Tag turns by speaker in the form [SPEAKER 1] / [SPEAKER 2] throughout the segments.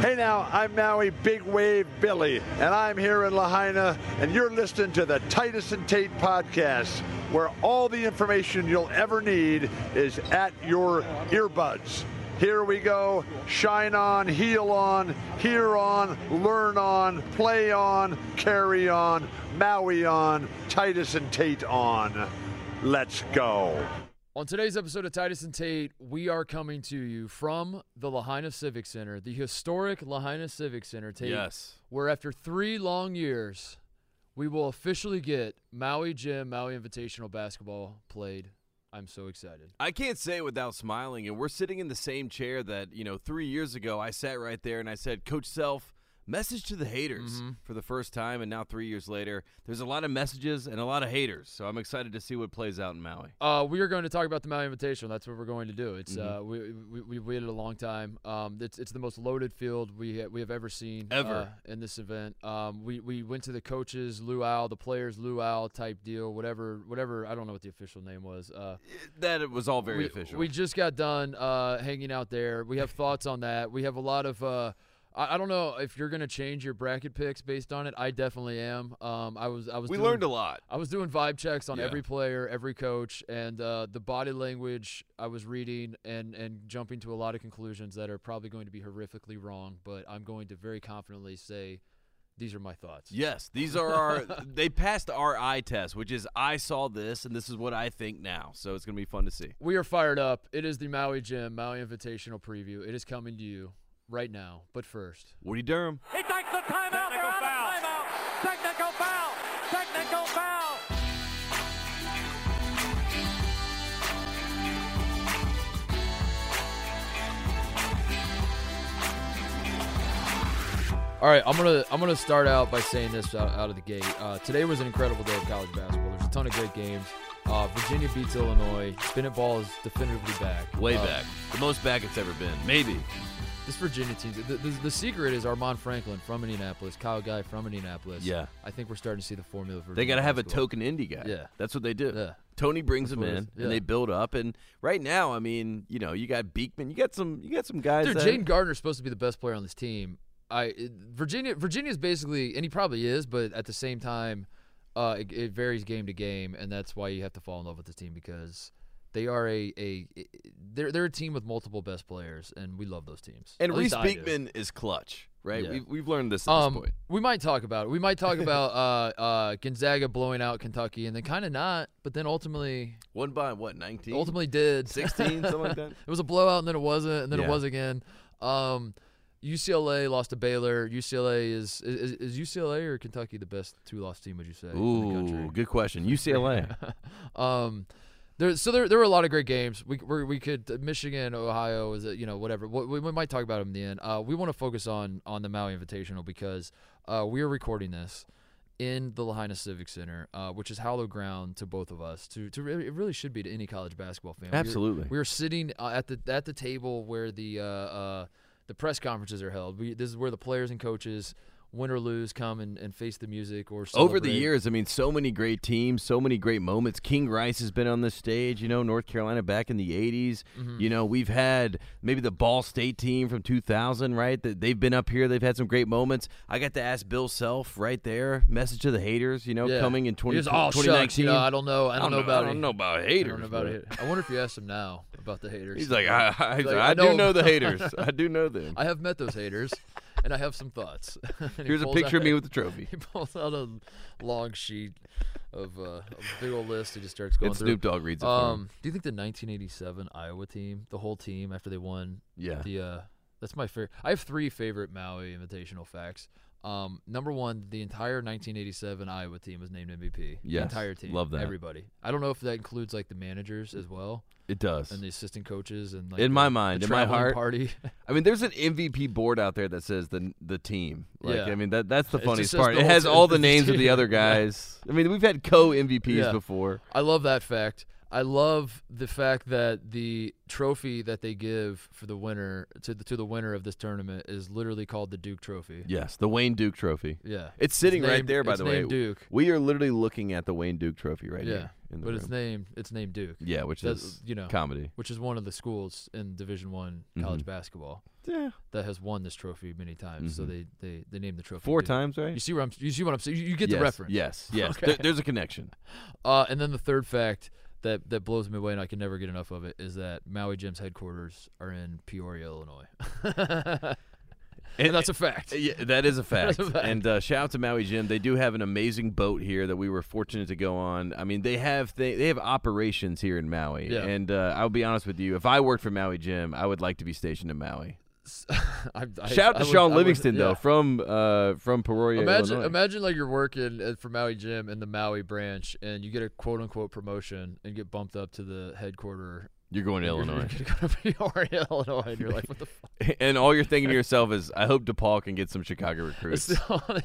[SPEAKER 1] Hey now, I'm Maui Big Wave Billy, and I'm here in Lahaina, and you're listening to the Titus and Tate podcast, where all the information you'll ever need is at your earbuds. Here we go. Shine on, heal on, hear on, learn on, play on, carry on, Maui on, Titus and Tate on. Let's go.
[SPEAKER 2] On today's episode of Titus and Tate, we are coming to you from the Lahaina Civic Center, the historic Lahaina Civic Center, Tate,
[SPEAKER 3] Yes.
[SPEAKER 2] where after three long years, we will officially get Maui Gym, Maui Invitational Basketball played. I'm so excited.
[SPEAKER 3] I can't say it without smiling, and we're sitting in the same chair that, you know, three years ago I sat right there and I said, Coach Self, message to the haters
[SPEAKER 2] Mm-hmm.
[SPEAKER 3] for the first time, and now three years later, there's a lot of messages and a lot of haters. So I'm excited to see what plays out in Maui.
[SPEAKER 2] Uh, we are going to talk about the Maui Invitational. That's what we're going to do. It's
[SPEAKER 3] Mm-hmm.
[SPEAKER 2] uh, we, we we waited a long time. Um, it's it's the most loaded field we ha- we have ever seen
[SPEAKER 3] Ever.
[SPEAKER 2] uh, in this event. Um, we we went to the coaches luau, the players luau type deal, whatever whatever. I don't know what the official name was. Uh,
[SPEAKER 3] That it was all very
[SPEAKER 2] we,
[SPEAKER 3] official.
[SPEAKER 2] we just got done uh, hanging out there. We have thoughts on that. We have a lot of. Uh, I, I don't know if you're going to change your bracket picks based on it. I definitely am. Um, I was I was
[SPEAKER 3] We
[SPEAKER 2] doing-
[SPEAKER 3] learned a lot.
[SPEAKER 2] I was doing vibe checks on
[SPEAKER 3] Yeah.
[SPEAKER 2] every player, every coach, and uh, the body language I was reading and and jumping to a lot of conclusions that are probably going to be horrifically wrong. But I'm going to very confidently say these are my thoughts.
[SPEAKER 3] Yes, these are our. they passed our eye test, which is I saw this, and this is what I think now. So it's going to be fun to see.
[SPEAKER 2] We are fired up. It is the Maui Gym Maui Invitational preview. It is coming to you right now. But first,
[SPEAKER 3] Woody Durham.
[SPEAKER 4] He takes the timeout. They're out of timeout. Technical foul. Technical foul.
[SPEAKER 2] All right, I'm gonna I'm gonna start out by saying this out, out of the gate. Uh, today was an incredible day of college basketball. There's a ton of great games. Uh, Virginia beats Illinois. Spin it ball is definitively back.
[SPEAKER 3] Way
[SPEAKER 2] Uh,
[SPEAKER 3] back. The most back it's ever been. Maybe.
[SPEAKER 2] This Virginia team. The, the, the secret is Armand Franklin from Indianapolis, Kyle Guy from Indianapolis.
[SPEAKER 3] Yeah.
[SPEAKER 2] I think we're starting to see the formula. For
[SPEAKER 3] They got to have a
[SPEAKER 2] basketball.
[SPEAKER 3] token indie guy.
[SPEAKER 2] Yeah.
[SPEAKER 3] That's what they do.
[SPEAKER 2] Yeah.
[SPEAKER 3] Tony brings them
[SPEAKER 2] what it
[SPEAKER 3] in
[SPEAKER 2] is. Yeah.
[SPEAKER 3] and they build up and right now, I mean, you know, you got Beekman, you got some you got some guys
[SPEAKER 2] Dude,
[SPEAKER 3] that-
[SPEAKER 2] Jaden Gardner's supposed to be the best player on this team. I it- Virginia Virginia's basically, and he probably is, but at the same time, uh, it, it varies game to game, and that's why you have to fall in love with this team because they are a, a they're they're a team with multiple best players, and we love those teams.
[SPEAKER 3] and
[SPEAKER 2] At least
[SPEAKER 3] Reese
[SPEAKER 2] I do.
[SPEAKER 3] Beekman is clutch, right?
[SPEAKER 2] Yeah.
[SPEAKER 3] We've, we've learned this at this
[SPEAKER 2] Um,
[SPEAKER 3] point.
[SPEAKER 2] we might talk about it. We might talk about uh, uh, Gonzaga blowing out Kentucky, and then kind of not, but then ultimately
[SPEAKER 3] One by what, 19?
[SPEAKER 2] ultimately did
[SPEAKER 3] 16, something like that?
[SPEAKER 2] It was a blowout, and then it wasn't, and then it
[SPEAKER 3] Yeah.
[SPEAKER 2] was again. Um, UCLA lost to Baylor. UCLA is, is is UCLA or Kentucky the best two loss team? Would you say? in the
[SPEAKER 3] Ooh,
[SPEAKER 2] country?
[SPEAKER 3] good question. UCLA.
[SPEAKER 2] Um, there, so there, there were a lot of great games. We we, we could Michigan, Ohio, is it you know whatever. We, we we might talk about them in the end. Uh, we want to focus on on the Maui Invitational because uh, we are recording this in the Lahaina Civic Center, uh, which is hallowed ground to both of us. To to really, it really should be to any college basketball fan. We were-
[SPEAKER 3] Absolutely.
[SPEAKER 2] we were sitting uh, at the at the table where the uh, uh, the press conferences are held. We, this is where the players and coaches. Win or lose, come and, and face the music or
[SPEAKER 3] Over the
[SPEAKER 2] celebrate.
[SPEAKER 3] years, I mean, so many great teams, so many great moments. King Rice has been on the stage, you know, North Carolina back in the 80s.
[SPEAKER 2] Mm-hmm.
[SPEAKER 3] You know, we've had maybe the Ball State team from 2000, right? That they've been up here, they've had some great moments. I got to ask Bill Self right there, message to the haters, you know,
[SPEAKER 2] Yeah.
[SPEAKER 3] coming in 20,
[SPEAKER 2] He was all
[SPEAKER 3] 2019.
[SPEAKER 2] shucks, you know, I don't know. I don't, know about
[SPEAKER 3] I
[SPEAKER 2] it.
[SPEAKER 3] don't know about
[SPEAKER 2] I
[SPEAKER 3] haters.
[SPEAKER 2] don't know about
[SPEAKER 3] but-
[SPEAKER 2] it. I wonder if you asked him now about the haters.
[SPEAKER 3] He's like, "Ah." I, I,
[SPEAKER 2] He's like,
[SPEAKER 3] I,
[SPEAKER 2] I
[SPEAKER 3] do
[SPEAKER 2] know-
[SPEAKER 3] know the haters. I do know them.
[SPEAKER 2] I have met those haters, and I have some thoughts. And he
[SPEAKER 3] Here's a
[SPEAKER 2] pulls
[SPEAKER 3] picture of
[SPEAKER 2] out-
[SPEAKER 3] me with the trophy.
[SPEAKER 2] He pulls out a long sheet of uh, a big old list. He just starts going
[SPEAKER 3] And
[SPEAKER 2] through.
[SPEAKER 3] Snoop Dogg reads it. for him.
[SPEAKER 2] Um, do you think the 1987 Iowa team, the whole team, after they won
[SPEAKER 3] Yeah.
[SPEAKER 2] the uh, that's my favorite. I have three favorite Maui Invitational facts. Um, number one, the entire 1987 Iowa team was named MVP. the
[SPEAKER 3] Yes.
[SPEAKER 2] entire team,
[SPEAKER 3] Love that.
[SPEAKER 2] Everybody. I don't know if that includes like the managers as well
[SPEAKER 3] It does.
[SPEAKER 2] and the assistant coaches and like
[SPEAKER 3] In
[SPEAKER 2] the-
[SPEAKER 3] my
[SPEAKER 2] the
[SPEAKER 3] mind, in my
[SPEAKER 2] traveling
[SPEAKER 3] heart,
[SPEAKER 2] party.
[SPEAKER 3] I mean, there's an MVP board out there that says the the team. Like,
[SPEAKER 2] Yeah.
[SPEAKER 3] I mean, that that's the
[SPEAKER 2] It just
[SPEAKER 3] funniest
[SPEAKER 2] says
[SPEAKER 3] part.
[SPEAKER 2] the
[SPEAKER 3] it
[SPEAKER 2] whole
[SPEAKER 3] has
[SPEAKER 2] team.
[SPEAKER 3] all the names of the other
[SPEAKER 2] Yeah.
[SPEAKER 3] guys. I mean, we've had co MVPs
[SPEAKER 2] Yeah.
[SPEAKER 3] before.
[SPEAKER 2] I love that fact. I love the fact that the trophy that they give for the winner to the to the winner of this tournament is literally called the Duke Trophy.
[SPEAKER 3] Yes, the Wayne Duke Trophy.
[SPEAKER 2] Yeah.
[SPEAKER 3] It's sitting
[SPEAKER 2] It's
[SPEAKER 3] right
[SPEAKER 2] named-
[SPEAKER 3] there. By
[SPEAKER 2] it's
[SPEAKER 3] the way,
[SPEAKER 2] named Duke.
[SPEAKER 3] we are literally looking at the Wayne Duke Trophy right
[SPEAKER 2] yeah,
[SPEAKER 3] here. In the
[SPEAKER 2] but
[SPEAKER 3] room.
[SPEAKER 2] it's named it's named Duke.
[SPEAKER 3] yeah, which
[SPEAKER 2] That's-
[SPEAKER 3] is
[SPEAKER 2] you know,
[SPEAKER 3] comedy.
[SPEAKER 2] which is one of the schools in Division One
[SPEAKER 3] Mm-hmm.
[SPEAKER 2] college basketball
[SPEAKER 3] Yeah,
[SPEAKER 2] that has won this trophy many times. So they they they named the trophy
[SPEAKER 3] Mm-hmm. four
[SPEAKER 2] Duke.
[SPEAKER 3] times, right?
[SPEAKER 2] You see what I'm you see what I'm saying? You, you get
[SPEAKER 3] yes,
[SPEAKER 2] the reference.
[SPEAKER 3] Yes, yes.
[SPEAKER 2] Okay.
[SPEAKER 3] There- there's a connection.
[SPEAKER 2] Uh, and then the third fact that that blows me away, and I can never get enough of it, is that Maui Jim's headquarters are in Peoria, Illinois, and that's a fact.
[SPEAKER 3] Yeah, that is a fact.
[SPEAKER 2] That's a fact.
[SPEAKER 3] And uh, shout out to Maui Jim. They do have an amazing boat here that we were fortunate to go on. I mean, they have they, they have operations here in Maui.
[SPEAKER 2] Yeah.
[SPEAKER 3] And uh, I'll be honest with you, if I worked for Maui Jim, I would like to be stationed in Maui.
[SPEAKER 2] I- I-
[SPEAKER 3] Shout
[SPEAKER 2] I
[SPEAKER 3] out to
[SPEAKER 2] would- I
[SPEAKER 3] Sean
[SPEAKER 2] would-
[SPEAKER 3] Livingston
[SPEAKER 2] yeah.
[SPEAKER 3] though from uh, from Peoria,
[SPEAKER 2] Imagine,
[SPEAKER 3] Illinois.
[SPEAKER 2] imagine like you're working at, for Maui Jim in the Maui branch, and you get a quote unquote promotion and get bumped up to the headquarter.
[SPEAKER 3] You're going to
[SPEAKER 2] You're-
[SPEAKER 3] Illinois,
[SPEAKER 2] You're gonna go to Peoria, Illinois, and you're like, what the fuck?
[SPEAKER 3] and all you're thinking to yourself is, I hope DePaul can get some Chicago recruits.
[SPEAKER 2] It's the only,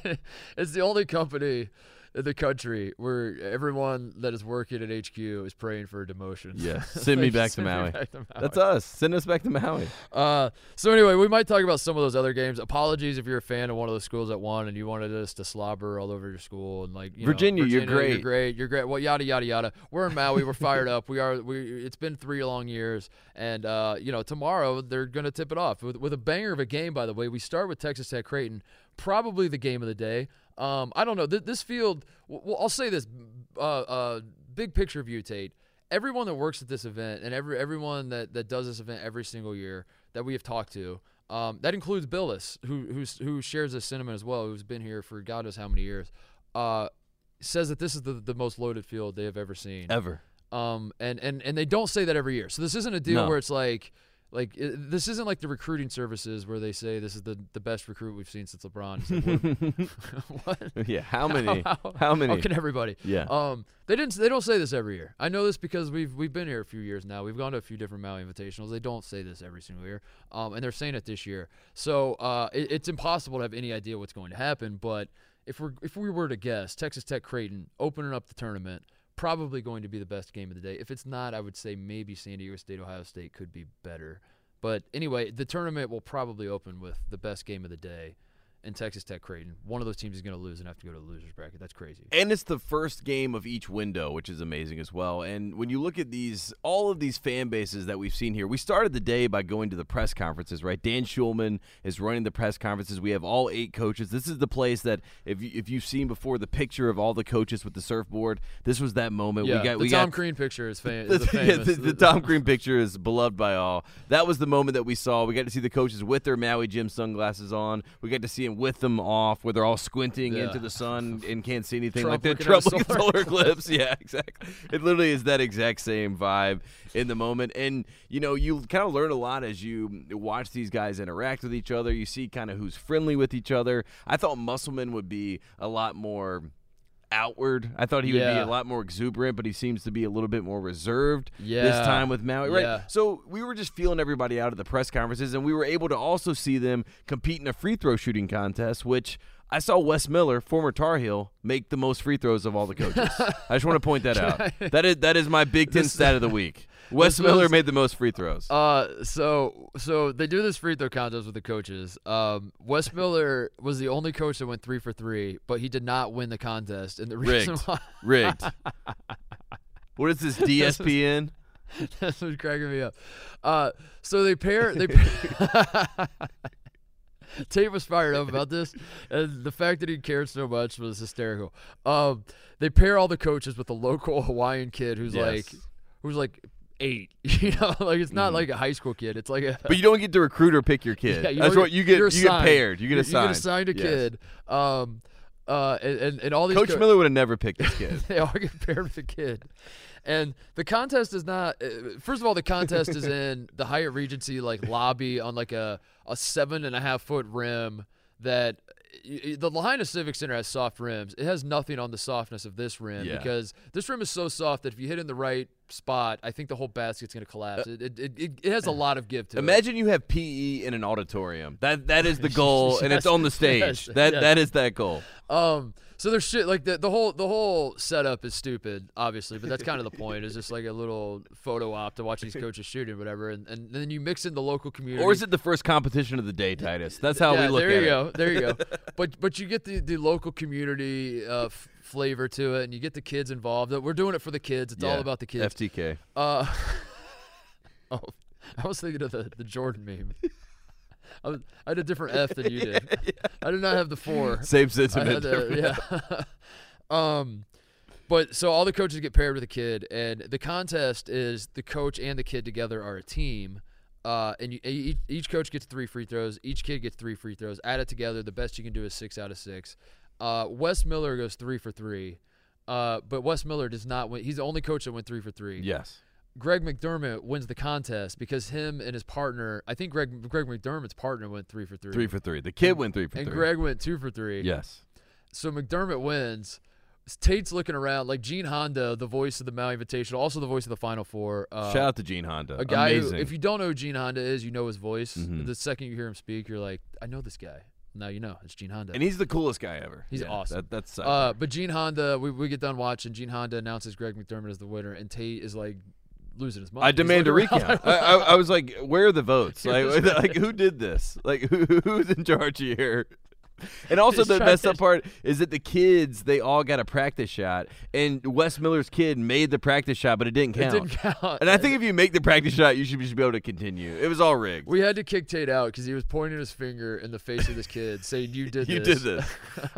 [SPEAKER 2] it's the only company in the country where everyone that is working at HQ is praying for a demotion.
[SPEAKER 3] Yes, send me
[SPEAKER 2] Like,
[SPEAKER 3] back to
[SPEAKER 2] send me
[SPEAKER 3] Maui.
[SPEAKER 2] back to Maui.
[SPEAKER 3] That's us. Send us back to Maui.
[SPEAKER 2] Uh, so anyway, we might talk about some of those other games. Apologies if you're a fan of one of those schools that won and you wanted us to slobber all over your school and like you know,
[SPEAKER 3] Virginia, you're
[SPEAKER 2] you're
[SPEAKER 3] great.
[SPEAKER 2] great, you're great. Well, yada yada yada. We're in Maui, we're fired up. We are. We it's been three long years, and uh, you know tomorrow they're gonna tip it off with, with a banger of a game. By the way, we start with Texas Tech Creighton, probably the game of the day. Um, I don't know Th- this field. Well, I'll say this. Uh, uh, big picture view, Tate everyone that works at this event and every everyone that, that does this event every single year that we have talked to, um, that includes Billis, who who's, who shares this sentiment as well, who's been here for God knows how many years, uh, says that this is the, the most loaded field they have ever seen.
[SPEAKER 3] Ever.
[SPEAKER 2] Um, and, and and they don't say that every year. So this isn't a deal
[SPEAKER 3] No.
[SPEAKER 2] where it's like like i this isn't like the recruiting services where they say this is the, the best recruit we've seen since LeBron. It's like, what? what?
[SPEAKER 3] Yeah. How many? How many?
[SPEAKER 2] How can everybody?
[SPEAKER 3] Yeah.
[SPEAKER 2] Um, they didn't. They don't say this every year. I know this because we've we've been here a few years now. We've gone to a few different Maui Invitationals. They don't say this every single year. Um, and they're saying it this year. So uh, it, it's impossible to have any idea what's going to happen. But if we're if we were to guess, Texas Tech Creighton opening up the tournament. Probably going to be the best game of the day. If it's not, I would say maybe San Diego State, Ohio State could be better. But anyway, the tournament will probably open with the best game of the day in Texas Tech Creighton. One of those teams is going to lose and have to go to the losers bracket. That's crazy.
[SPEAKER 3] And it's the first game of each window, which is amazing as well. And when you look at these, all of these fan bases that we've seen here, we started the day by going to the press conferences, right? Dan Schulman is running the press conferences. We have all eight coaches. This is the place that, if, you, if you've seen before the picture of all the coaches with the surfboard, this was that moment.
[SPEAKER 2] Yeah,
[SPEAKER 3] we got,
[SPEAKER 2] the
[SPEAKER 3] we
[SPEAKER 2] Tom
[SPEAKER 3] got,
[SPEAKER 2] Crean picture is, fam-
[SPEAKER 3] the,
[SPEAKER 2] is a
[SPEAKER 3] yeah,
[SPEAKER 2] famous.
[SPEAKER 3] the- the Tom Green picture is beloved by all. That was the moment that we saw. We got to see the coaches with their Maui Jim sunglasses on. We got to see them with them off, where they're all squinting
[SPEAKER 2] Yeah.
[SPEAKER 3] into the sun and can't see anything.
[SPEAKER 2] Trump
[SPEAKER 3] like the
[SPEAKER 2] looking at a
[SPEAKER 3] Trump looking
[SPEAKER 2] solar
[SPEAKER 3] solar eclipse. Yeah, exactly. It literally is that exact same vibe in the moment. And you know, you kind of learn a lot as you watch these guys interact with each other. You see kind of who's friendly with each other. I thought Musselman would be a lot more outward. I thought he would be
[SPEAKER 2] Yeah.
[SPEAKER 3] a lot more exuberant, but he seems to be a little bit more reserved this
[SPEAKER 2] Yeah.
[SPEAKER 3] time with Maui. Right.
[SPEAKER 2] Yeah.
[SPEAKER 3] So we were just feeling everybody out at the press conferences, and we were able to also see them compete in a free throw shooting contest, which I saw Wes Miller, former Tar Heel, make the most free throws of all the coaches. I just want to point that out. That is that is my Big Ten stat of the week. Wes
[SPEAKER 2] this
[SPEAKER 3] Miller
[SPEAKER 2] was-
[SPEAKER 3] made the most free throws.
[SPEAKER 2] Uh, so so they do this free throw contest with the coaches. Um, Wes Miller was the only coach that went three for three, but he did not win the contest. And the reason
[SPEAKER 3] rigged,
[SPEAKER 2] why
[SPEAKER 3] rigged. What is this DSPN?
[SPEAKER 2] that's what's cracking me up. Uh, so they pair they. pair- Tate was fired up about this, and the fact that he cared so much was hysterical. Um, they pair all the coaches with a local Hawaiian kid who's
[SPEAKER 3] Yes.
[SPEAKER 2] like, who's like eight. You know, like it's not like a high school kid. It's like a
[SPEAKER 3] Mm-hmm. But you don't get to recruit or pick your kid.
[SPEAKER 2] yeah, you
[SPEAKER 3] That's
[SPEAKER 2] know,
[SPEAKER 3] what you get.
[SPEAKER 2] you're
[SPEAKER 3] You get
[SPEAKER 2] assigned.
[SPEAKER 3] paired. You get
[SPEAKER 2] You're-
[SPEAKER 3] assigned.
[SPEAKER 2] You get assigned a
[SPEAKER 3] Yes.
[SPEAKER 2] kid. Um, uh, and, and, and all these
[SPEAKER 3] Coach
[SPEAKER 2] co-
[SPEAKER 3] Miller would have never picked this kid.
[SPEAKER 2] they all get paired with a kid. And the contest is not. Uh, first of all, the contest is in the Hyatt Regency like lobby on like a a seven and a half foot rim that. y- y- The Lahaina Civic Center has soft rims. It has nothing on the softness of this rim
[SPEAKER 3] Yeah.
[SPEAKER 2] because this rim is so soft that if you hit in the right spot, I think the whole basket's going to collapse. It, it, it, it- it has a lot of give to it.
[SPEAKER 3] Uh, Imagine you have PE in an auditorium. That that is the goal, and it's
[SPEAKER 2] Yes,
[SPEAKER 3] on the stage.
[SPEAKER 2] yes,
[SPEAKER 3] that
[SPEAKER 2] yes.
[SPEAKER 3] that is that goal.
[SPEAKER 2] Um, so there's shit like the the whole the whole setup is stupid, obviously, but that's kind of the point. It's just like a little photo op to watch these coaches shoot and whatever, and, and then you mix in the local community.
[SPEAKER 3] Or is it the first competition of the day, Titus? That's how
[SPEAKER 2] yeah,
[SPEAKER 3] we look
[SPEAKER 2] there
[SPEAKER 3] at
[SPEAKER 2] you
[SPEAKER 3] it.
[SPEAKER 2] go, there you go. But but you get the the local community uh, f- flavor to it, and you get the kids involved. We're doing it for the kids. It's
[SPEAKER 3] Yeah,
[SPEAKER 2] all about the kids.
[SPEAKER 3] FTK.
[SPEAKER 2] Uh, oh, I was thinking of the, the Jordan meme. I, was, I had a different F than you did. I did not have the four.
[SPEAKER 3] Same
[SPEAKER 2] I
[SPEAKER 3] sentiment.
[SPEAKER 2] had the- yeah. um, but so all the coaches get paired with a kid, and the contest is the coach and the kid together are a team. Uh, and you, each, each coach gets three free throws. Each kid gets three free throws. Add it together, the best you can do is six out of six. Uh, Wes Miller goes three for three, uh, but Wes Miller does not win. He's the only coach that went three for three.
[SPEAKER 3] Yes.
[SPEAKER 2] Greg McDermott wins the contest because him and his partner, I think Greg Greg McDermott's partner went three for three.
[SPEAKER 3] Three for three. The kid went three for
[SPEAKER 2] and
[SPEAKER 3] three.
[SPEAKER 2] Greg went two for three.
[SPEAKER 3] Yes.
[SPEAKER 2] So McDermott wins. Tate's looking around like Gene Honda, the voice of the Maui Invitational, also the voice of the Final Four. Uh,
[SPEAKER 3] Shout out to Gene Honda.
[SPEAKER 2] a guy
[SPEAKER 3] Amazing. Mm-hmm.
[SPEAKER 2] who, if you don't know who Gene Honda is, you know his voice. The second you hear him speak, you're like, I know this guy. Now you know it's Gene Honda.
[SPEAKER 3] and he's the coolest guy ever.
[SPEAKER 2] He's
[SPEAKER 3] Yeah,
[SPEAKER 2] awesome.
[SPEAKER 3] That, that's uh,
[SPEAKER 2] Uh, but Gene Honda, we, we get done watching. Gene Honda announces Greg McDermott as the winner, and Tate is like losing his mind.
[SPEAKER 3] I
[SPEAKER 2] He's
[SPEAKER 3] demand a
[SPEAKER 2] looking around.
[SPEAKER 3] recount. I, I, I was like, "Where are the votes? Like, like who did this? Like, who, who's in charge here?" And also,
[SPEAKER 2] Just
[SPEAKER 3] the
[SPEAKER 2] trying
[SPEAKER 3] messed
[SPEAKER 2] to-
[SPEAKER 3] up part is that the kids they all got a practice shot, and Wes Miller's kid made the practice shot, but it didn't count.
[SPEAKER 2] didn't count.
[SPEAKER 3] And I think if you make the practice shot, you should, you should be able to continue. It was all rigged.
[SPEAKER 2] We had to kick Tate out because he was pointing his finger in the face of this kid, saying, "You did
[SPEAKER 3] you
[SPEAKER 2] this.
[SPEAKER 3] did this,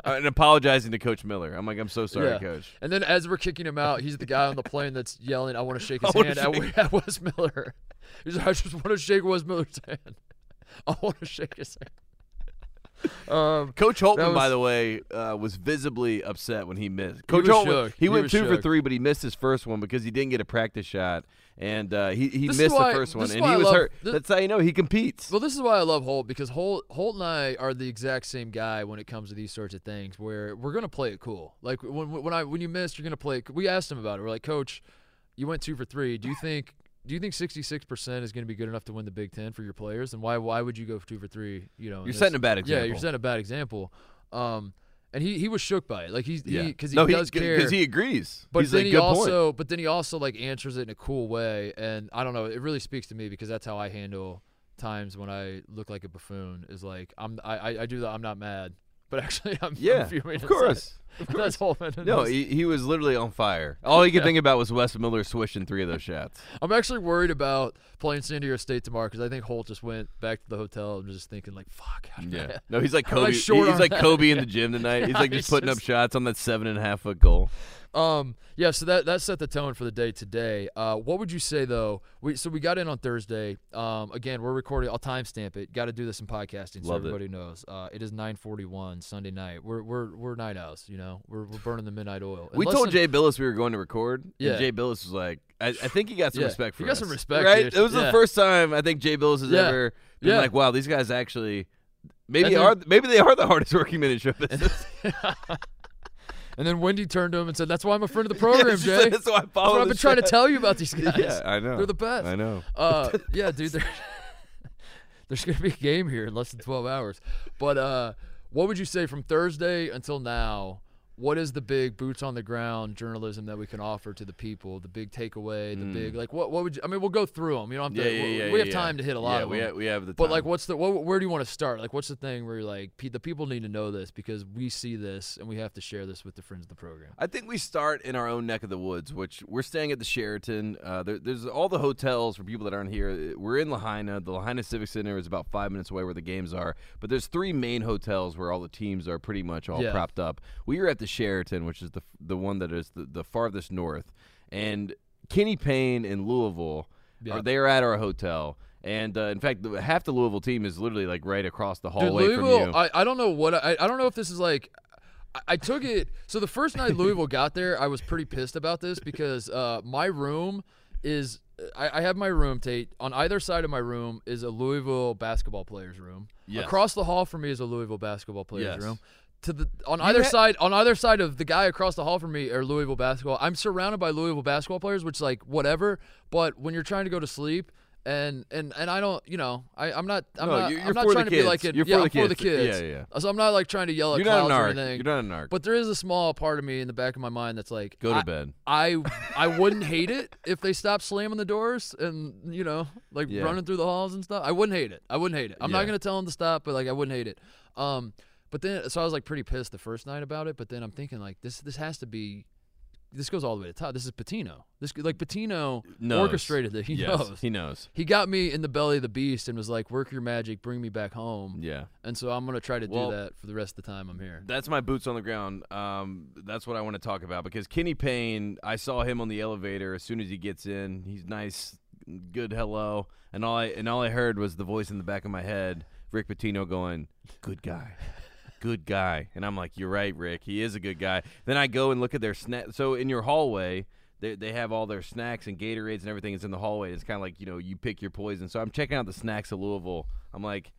[SPEAKER 3] Uh, and apologizing to Coach Miller. I'm like, "I'm so sorry,
[SPEAKER 2] Yeah.
[SPEAKER 3] Coach."
[SPEAKER 2] And then as we're kicking him out, he's the guy on the plane that's yelling, "I want to shake his
[SPEAKER 3] I wanna
[SPEAKER 2] hand at,
[SPEAKER 3] shake-
[SPEAKER 2] at Wes Miller." He's like, "I just want to shake Wes Miller's hand. I want to shake his hand." Um,
[SPEAKER 3] Coach Holtman,
[SPEAKER 2] That
[SPEAKER 3] by
[SPEAKER 2] was-
[SPEAKER 3] the way, uh, was visibly upset when he missed. Coach
[SPEAKER 2] was
[SPEAKER 3] Holtman,
[SPEAKER 2] shook.
[SPEAKER 3] he,
[SPEAKER 2] He
[SPEAKER 3] went
[SPEAKER 2] was
[SPEAKER 3] two for
[SPEAKER 2] shook.
[SPEAKER 3] three, but he missed his first one because he didn't get a practice shot, and uh, he he
[SPEAKER 2] This is
[SPEAKER 3] missed
[SPEAKER 2] why-
[SPEAKER 3] the first one,
[SPEAKER 2] this is
[SPEAKER 3] and
[SPEAKER 2] why
[SPEAKER 3] he
[SPEAKER 2] I
[SPEAKER 3] was
[SPEAKER 2] love-
[SPEAKER 3] hurt.
[SPEAKER 2] thi-
[SPEAKER 3] That's how you know he competes.
[SPEAKER 2] well, this is why I love Holt because Holt, Holt and I are the exact same guy when it comes to these sorts of things. Where we're gonna play it cool. Like when when I when you miss, you're gonna play. It, we asked him about it. We're like, Coach, you went two for three. Do you think? Do you think 66% is going to be good enough to win the Big Ten for your players? And why why would you go two for three? You know, in
[SPEAKER 3] You're
[SPEAKER 2] this-
[SPEAKER 3] setting a bad
[SPEAKER 2] Yeah, you're
[SPEAKER 3] example.
[SPEAKER 2] setting a bad example. Um, and he, he was shook by it. Like he's
[SPEAKER 3] Yeah.
[SPEAKER 2] because he,
[SPEAKER 3] no,
[SPEAKER 2] does care.
[SPEAKER 3] because he agrees.
[SPEAKER 2] but
[SPEAKER 3] He's
[SPEAKER 2] then
[SPEAKER 3] like,
[SPEAKER 2] he
[SPEAKER 3] good point.
[SPEAKER 2] also but then he also like answers it in a cool way. And I don't know, it really speaks to me because that's how I handle times when I look like a buffoon. Is like I'm I I, I do that. I'm not mad, but actually I'm I'm
[SPEAKER 3] Yeah,
[SPEAKER 2] fuming
[SPEAKER 3] of
[SPEAKER 2] inside.
[SPEAKER 3] course.
[SPEAKER 2] That's whole thing.
[SPEAKER 3] No, he, he was literally on fire. All he could think about was Wes Miller swishing three of those shots.
[SPEAKER 2] I'm actually worried about playing San Diego State tomorrow because I think Holt just went back to the hotel and was just thinking like, "Fuck." how did I-
[SPEAKER 3] Yeah. No, he's like
[SPEAKER 2] How do I
[SPEAKER 3] Kobe. He's
[SPEAKER 2] short on
[SPEAKER 3] like
[SPEAKER 2] that?
[SPEAKER 3] Kobe in the gym tonight. He's like
[SPEAKER 2] Yeah,
[SPEAKER 3] just
[SPEAKER 2] he's
[SPEAKER 3] putting up
[SPEAKER 2] just-
[SPEAKER 3] shots on that seven and a half foot goal.
[SPEAKER 2] Um, yeah, so that, that set the tone for the day today. Uh, what would you say though? We so we got in on Thursday. Um, again, we're recording. I'll timestamp it. Got to do this in podcasting so
[SPEAKER 3] Love it.
[SPEAKER 2] everybody knows. Uh, it is 9:41 Sunday night. We're we're we're night owls. You know, we're we're burning the midnight oil. And
[SPEAKER 3] We told
[SPEAKER 2] listen-
[SPEAKER 3] Jay Billis we were going to record.
[SPEAKER 2] Yeah.
[SPEAKER 3] And Jay Billis was like, I, I think he got some
[SPEAKER 2] Yeah.
[SPEAKER 3] respect for
[SPEAKER 2] He got
[SPEAKER 3] us.
[SPEAKER 2] some respect,
[SPEAKER 3] Right?
[SPEAKER 2] dude.
[SPEAKER 3] It was the
[SPEAKER 2] Yeah.
[SPEAKER 3] first time I think Jay Billis has
[SPEAKER 2] Yeah.
[SPEAKER 3] ever been
[SPEAKER 2] Yeah.
[SPEAKER 3] like, wow, these guys actually
[SPEAKER 2] And
[SPEAKER 3] maybe
[SPEAKER 2] then-
[SPEAKER 3] are maybe they are the hardest working men in show business.
[SPEAKER 2] and then Wendy turned to him and said, "That's why I'm a friend of the program,
[SPEAKER 3] She
[SPEAKER 2] Jay.
[SPEAKER 3] said,
[SPEAKER 2] That's
[SPEAKER 3] That's why I
[SPEAKER 2] what
[SPEAKER 3] follow
[SPEAKER 2] I've been
[SPEAKER 3] this
[SPEAKER 2] trying to
[SPEAKER 3] show."
[SPEAKER 2] tell you about these guys.
[SPEAKER 3] Yeah, I know.
[SPEAKER 2] They're the best.
[SPEAKER 3] I know.
[SPEAKER 2] uh, yeah, dude. There, there's gonna be a game here in less than 12 hours. But uh, what would you say from Thursday until now? What is the big boots on the ground journalism that we can offer to the people? The big takeaway, the big like what? What would you? I mean, we'll go through them. You don't have
[SPEAKER 3] Hmm. Yeah,
[SPEAKER 2] to.
[SPEAKER 3] yeah,
[SPEAKER 2] we-
[SPEAKER 3] yeah,
[SPEAKER 2] we have
[SPEAKER 3] yeah.
[SPEAKER 2] time to hit a lot
[SPEAKER 3] Yeah,
[SPEAKER 2] of
[SPEAKER 3] we
[SPEAKER 2] them.
[SPEAKER 3] have- we have the
[SPEAKER 2] But like,
[SPEAKER 3] time.
[SPEAKER 2] what's the? What, where do you want to start? Like, what's the thing where you're like, "Pe- the people need to know this because we see this and we have to share this with the friends of the program.
[SPEAKER 3] I think we start in our own neck of the woods, which we're staying at the Sheraton. Uh, there, there's all the hotels for people that aren't here. uh, We're in Lahaina. The Lahaina Civic Center is about five minutes away where the games are. But there's three main hotels where all the teams are pretty much all
[SPEAKER 2] Yeah.
[SPEAKER 3] propped up. We were at the Sheraton, which is the the one that is the, the farthest north, and Kenny Payne in Louisville
[SPEAKER 2] Yeah.
[SPEAKER 3] are there at our hotel. And uh, in fact, the, half the Louisville team is literally like right across the hallway
[SPEAKER 2] Dude, Louisville,
[SPEAKER 3] from you.
[SPEAKER 2] I, I don't know what I, I don't know if this is like. I, I took it so the first night Louisville got there, I was pretty pissed about this because uh, my room is I, I have my room Tate on either side of my room is a Louisville basketball player's room.
[SPEAKER 3] Yes.
[SPEAKER 2] Across the hall from me is a Louisville basketball player's
[SPEAKER 3] Yes.
[SPEAKER 2] room. to the on either
[SPEAKER 3] ha-
[SPEAKER 2] side on either side of the guy across the hall from me are Louisville basketball. I'm surrounded by Louisville basketball players, which like whatever. But when you're trying to go to sleep. And, and and I don't, you know, I I'm not I'm
[SPEAKER 3] No,
[SPEAKER 2] not
[SPEAKER 3] you're-
[SPEAKER 2] I'm
[SPEAKER 3] you're
[SPEAKER 2] not
[SPEAKER 3] for the
[SPEAKER 2] trying to be
[SPEAKER 3] kids.
[SPEAKER 2] like it.
[SPEAKER 3] You're
[SPEAKER 2] yeah,
[SPEAKER 3] for
[SPEAKER 2] I'm
[SPEAKER 3] the
[SPEAKER 2] for the
[SPEAKER 3] kids.
[SPEAKER 2] kids.
[SPEAKER 3] Yeah, yeah,
[SPEAKER 2] So I'm not like trying to yell at
[SPEAKER 3] You're not an
[SPEAKER 2] clouds or
[SPEAKER 3] narc.
[SPEAKER 2] anything.
[SPEAKER 3] You're not a narc.
[SPEAKER 2] But there is a small part of me in the back of my mind that's like,
[SPEAKER 3] Go to
[SPEAKER 2] I-
[SPEAKER 3] bed.
[SPEAKER 2] I I wouldn't hate it if they stopped slamming the doors and you know like
[SPEAKER 3] Yeah.
[SPEAKER 2] running through the halls and stuff. I wouldn't hate it. I wouldn't hate it. I'm
[SPEAKER 3] Yeah.
[SPEAKER 2] not gonna tell them to stop, but like I wouldn't hate it. Um, but then so I was like pretty pissed the first night about it. But then I'm thinking like this this has to be this goes all the way to the top. This is Patino. This like Patino
[SPEAKER 3] Knows.
[SPEAKER 2] orchestrated it. He
[SPEAKER 3] Yes,
[SPEAKER 2] knows.
[SPEAKER 3] He knows.
[SPEAKER 2] He got me in the belly of the beast and was like, "Work your magic, bring me back home."
[SPEAKER 3] Yeah.
[SPEAKER 2] And so I'm gonna try to
[SPEAKER 3] Well-
[SPEAKER 2] do that for the rest of the time I'm here.
[SPEAKER 3] That's my boots on the ground. Um, that's what I want to talk about because Kenny Payne, I saw him on the elevator as soon as he gets in. He's nice, good hello, and all I and all I heard was the voice in the back of my head, Rick Pitino going, "Good guy." Good guy, and I'm like, you're right, Rick. He is a good guy. Then I go and look at their snack. So in your hallway, they, they have all their snacks and Gatorades and everything is in the hallway. It's kind of like you know you pick your poison. So I'm checking out the snacks of Louisville. I'm like,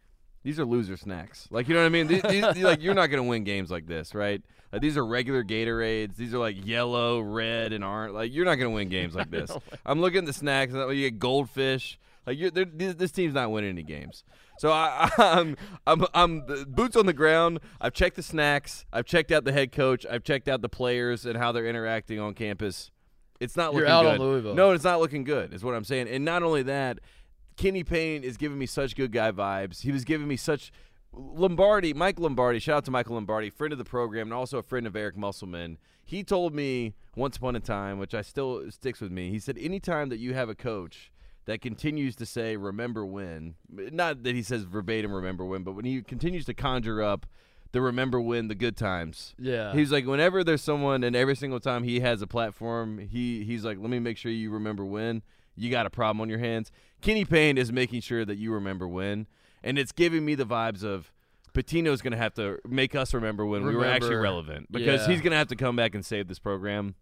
[SPEAKER 3] these are loser snacks. Like you know what I mean? These, these, like you're not gonna win games like this, right? Like these are regular Gatorades. These are like yellow, red, and orange. Like you're not gonna win games like this. I'm looking at the snacks. And you get goldfish. Like you're, they're- this, this team's not winning any games. So I, I'm, I'm, I'm the boots on the ground. I've checked the snacks. I've checked out the head coach. I've checked out the players and how they're interacting on campus. It's not
[SPEAKER 2] You're
[SPEAKER 3] looking
[SPEAKER 2] out on
[SPEAKER 3] good.
[SPEAKER 2] Louisville.
[SPEAKER 3] No, it's not looking good. Is what I'm saying. And not only that, Kenny Payne is giving me such good guy vibes. He was giving me such Lombardi, Mike Lombardi. Shout out to Michael Lombardi, friend of the program and also a friend of Eric Musselman. He told me once upon a time, which I still it sticks with me. He said, anytime that you have a coach that continues to say "remember when," not that he says verbatim "remember when," but when he continues to conjure up the "remember when," the good times.
[SPEAKER 2] Yeah.
[SPEAKER 3] He's like, whenever there's someone, and every single time he has a platform, he he's like, let me make sure you remember when you got a problem on your hands. Kenny Payne is making sure that you remember when, and it's giving me the vibes of Patino's going to have to make us remember when we were actually
[SPEAKER 2] Remember.
[SPEAKER 3] relevant because
[SPEAKER 2] Yeah.
[SPEAKER 3] he's going to have to come back and save this program.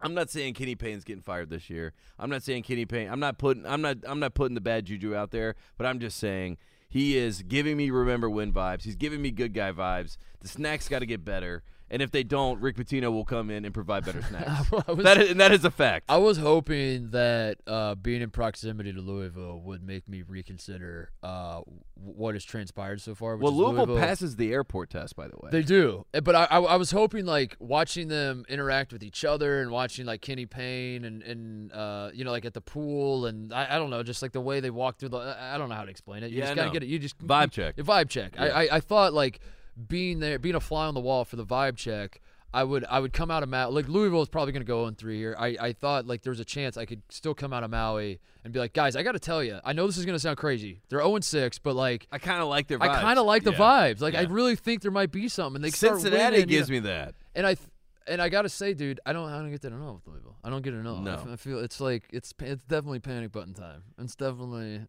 [SPEAKER 3] I'm not saying Kenny Payne's getting fired this year. I'm not saying Kenny Payne. I'm not putting. I'm not. I'm not putting the bad juju out there. But I'm just saying he is giving me remember when vibes. He's giving me good guy vibes. The snacks got to get better. And if they don't, Rick Pitino will come in and provide better snacks.
[SPEAKER 2] I was-
[SPEAKER 3] that is, and that is a fact.
[SPEAKER 2] I was hoping that uh, being in proximity to Louisville would make me reconsider uh, w- what has transpired so far. Which
[SPEAKER 3] well,
[SPEAKER 2] is
[SPEAKER 3] Louisville,
[SPEAKER 2] Louisville
[SPEAKER 3] passes the airport test, by the way.
[SPEAKER 2] They do, Uh, but I, I, I was hoping like watching them interact with each other and watching like Kenny Payne and and uh, you know like at the pool and I, I don't know just like the way they walk through the I I don't know how to explain it. You
[SPEAKER 3] Yeah, I
[SPEAKER 2] just gotta
[SPEAKER 3] know.
[SPEAKER 2] get it. You just
[SPEAKER 3] Vibe check.
[SPEAKER 2] A vibe check. I, I I thought like being there, being a fly on the wall for the vibe check. I would I would come out of Maui like Louisville is probably gonna go in three here. I, I thought like there was a chance I could still come out of Maui and be like guys I gotta tell you I know this is gonna sound crazy they're zero six but like
[SPEAKER 3] I kind of like their.
[SPEAKER 2] I kind of like the
[SPEAKER 3] Yeah.
[SPEAKER 2] vibes. Like I
[SPEAKER 3] Yeah.
[SPEAKER 2] really think there might be something. They start
[SPEAKER 3] Cincinnati
[SPEAKER 2] winning, you
[SPEAKER 3] gives
[SPEAKER 2] know.
[SPEAKER 3] me that.
[SPEAKER 2] and I th- and I gotta say, dude, I don't I don't get that at all with Louisville. I don't get it at all. I
[SPEAKER 3] No.
[SPEAKER 2] f- I feel it's like it's pa- it's definitely panic button time. It's definitely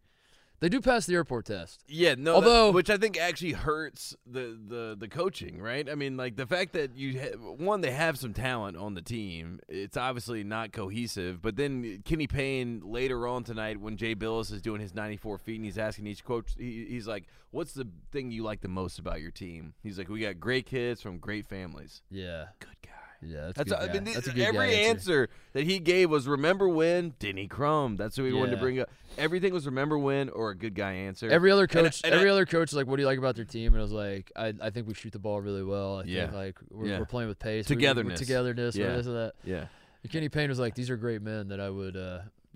[SPEAKER 2] they do pass the airport test.
[SPEAKER 3] Yeah, no.
[SPEAKER 2] Although-
[SPEAKER 3] that, which I think actually hurts the, the the coaching, right? I mean, like the fact that you ha- one they have some talent on the team, it's obviously not cohesive. But then Kenny Payne later on tonight, when Jay Billis is doing his 94 feet and he's asking each coach, he, he's like, "What's the thing you like the most about your team?" He's like, "We got great kids from great families."
[SPEAKER 2] Yeah,
[SPEAKER 3] Good guy.
[SPEAKER 2] yeah, that's,
[SPEAKER 3] That's,
[SPEAKER 2] good
[SPEAKER 3] I
[SPEAKER 2] guy.
[SPEAKER 3] mean,
[SPEAKER 2] that's a
[SPEAKER 3] th-
[SPEAKER 2] good
[SPEAKER 3] every
[SPEAKER 2] guy answer.
[SPEAKER 3] answer that he gave was remember when Denny Crum. That's who he wanted to
[SPEAKER 2] Yeah.
[SPEAKER 3] bring up. Everything was remember when or a good guy answer.
[SPEAKER 2] Every other
[SPEAKER 3] And I-
[SPEAKER 2] coach,
[SPEAKER 3] and I-
[SPEAKER 2] every other coach, was like, what do you like about their team? And I was like, I, I think we shoot the ball really well. I
[SPEAKER 3] Yeah.
[SPEAKER 2] think like we're,
[SPEAKER 3] Yeah.
[SPEAKER 2] we're playing with pace, We- we- we're
[SPEAKER 3] Togetherness.
[SPEAKER 2] togetherness,
[SPEAKER 3] Yeah.
[SPEAKER 2] or this or that.
[SPEAKER 3] yeah.
[SPEAKER 2] And Kenny Payne was like, these are great men that I would. Uh,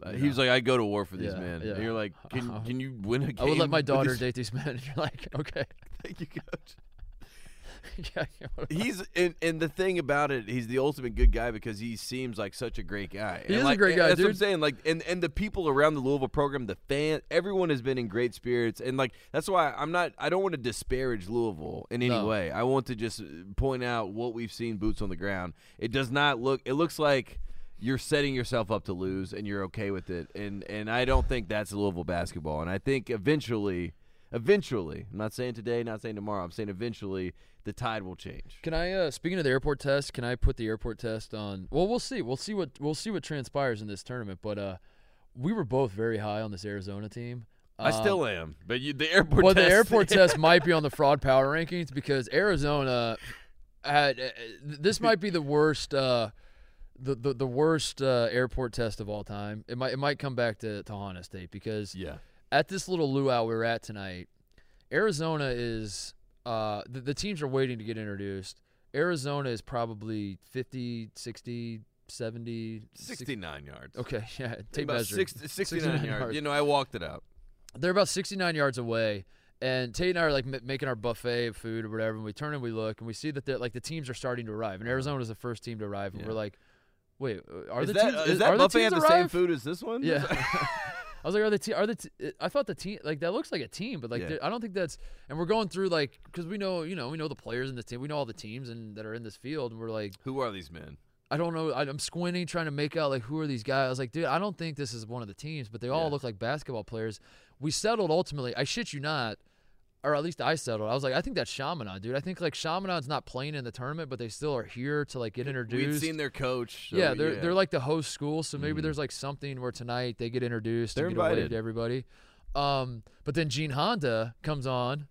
[SPEAKER 3] Uh,
[SPEAKER 2] you
[SPEAKER 3] he
[SPEAKER 2] know,
[SPEAKER 3] was like, I go to war for these
[SPEAKER 2] Yeah,
[SPEAKER 3] men.
[SPEAKER 2] yeah.
[SPEAKER 3] And you're like, can, can you win a game?
[SPEAKER 2] I would let my
[SPEAKER 3] with
[SPEAKER 2] daughter
[SPEAKER 3] these-
[SPEAKER 2] date these men. And you're like, okay.
[SPEAKER 3] Thank you, coach.
[SPEAKER 2] yeah, yeah, what-
[SPEAKER 3] He's and, and the thing about it, he's the ultimate good guy because he seems like such a great guy.
[SPEAKER 2] He
[SPEAKER 3] And
[SPEAKER 2] is a
[SPEAKER 3] like-
[SPEAKER 2] great
[SPEAKER 3] and
[SPEAKER 2] guy,
[SPEAKER 3] That's what I'm
[SPEAKER 2] dude.
[SPEAKER 3] saying. Like, and and the people around the Louisville program, the fan, everyone has been in great spirits, and like that's why I'm not. I don't want to disparage Louisville in any
[SPEAKER 2] No.
[SPEAKER 3] way. I want to just uh, point out what we've seen boots on the ground. It does not look. It looks like. You're setting yourself up to lose, and you're okay with it, and and I don't think that's Louisville basketball. And I think eventually, eventually, I'm not saying today, not saying tomorrow. I'm saying eventually, the tide will change.
[SPEAKER 2] Can I uh speaking of the airport test, can I put the airport test on well we'll see. We'll see what we'll see what transpires in this tournament, but uh we were both very high on this Arizona team.
[SPEAKER 3] I
[SPEAKER 2] Um,
[SPEAKER 3] still am, but you, the airport.
[SPEAKER 2] well,
[SPEAKER 3] test,
[SPEAKER 2] the airport test might be on the fraud power rankings because Arizona had uh, this might be the worst uh, the, the the worst uh, airport test of all time. It might it might come back to Tahana State because
[SPEAKER 3] Yeah.
[SPEAKER 2] at this little luau we were at tonight, Arizona is uh, the, the teams are waiting to get introduced. Arizona is probably 50, 60, 70,
[SPEAKER 3] 69 yards.
[SPEAKER 2] Okay, yeah, tape
[SPEAKER 3] About
[SPEAKER 2] measure.
[SPEAKER 3] 60 69, yards. You know, I walked it out.
[SPEAKER 2] They're about 69 yards away, and Tate and I are like m- making our buffet of food or whatever. And we turn and we look, and we see that they're like the teams are starting to arrive, and Arizona is the first team to arrive, and we're like, "Wait, are
[SPEAKER 3] Uh-huh. Is
[SPEAKER 2] the
[SPEAKER 3] that,
[SPEAKER 2] teams?
[SPEAKER 3] uh, is that
[SPEAKER 2] are
[SPEAKER 3] buffet
[SPEAKER 2] the
[SPEAKER 3] at
[SPEAKER 2] teams
[SPEAKER 3] the
[SPEAKER 2] arrived?
[SPEAKER 3] same food as this one?
[SPEAKER 2] Yeah. I was like, are the te- are the t- I thought the team like that looks like a team, but like
[SPEAKER 3] Yeah.
[SPEAKER 2] they're- I don't think that's. And we're going through like because we know you know we know the players in the team, we know all the teams and that are in this field, and we're like,
[SPEAKER 3] Who are these men?
[SPEAKER 2] I don't know. I, I'm squinting, trying to make out like who are these guys. I was like, dude, I don't think this is one of the teams, but they all look like basketball players. We settled ultimately. I shit you not, or at least I settled. I was like, I think that's Shamanon, dude. I think like Shamanon's not playing in the tournament, but they still are here to like get introduced.
[SPEAKER 3] We'd seen their coach. so
[SPEAKER 2] yeah,
[SPEAKER 3] we-
[SPEAKER 2] they're they're like the host school, so maybe there's like something where tonight they get introduced.
[SPEAKER 3] They're
[SPEAKER 2] and get a wave
[SPEAKER 3] invited.
[SPEAKER 2] to everybody. Um, but then Gene Honda comes on.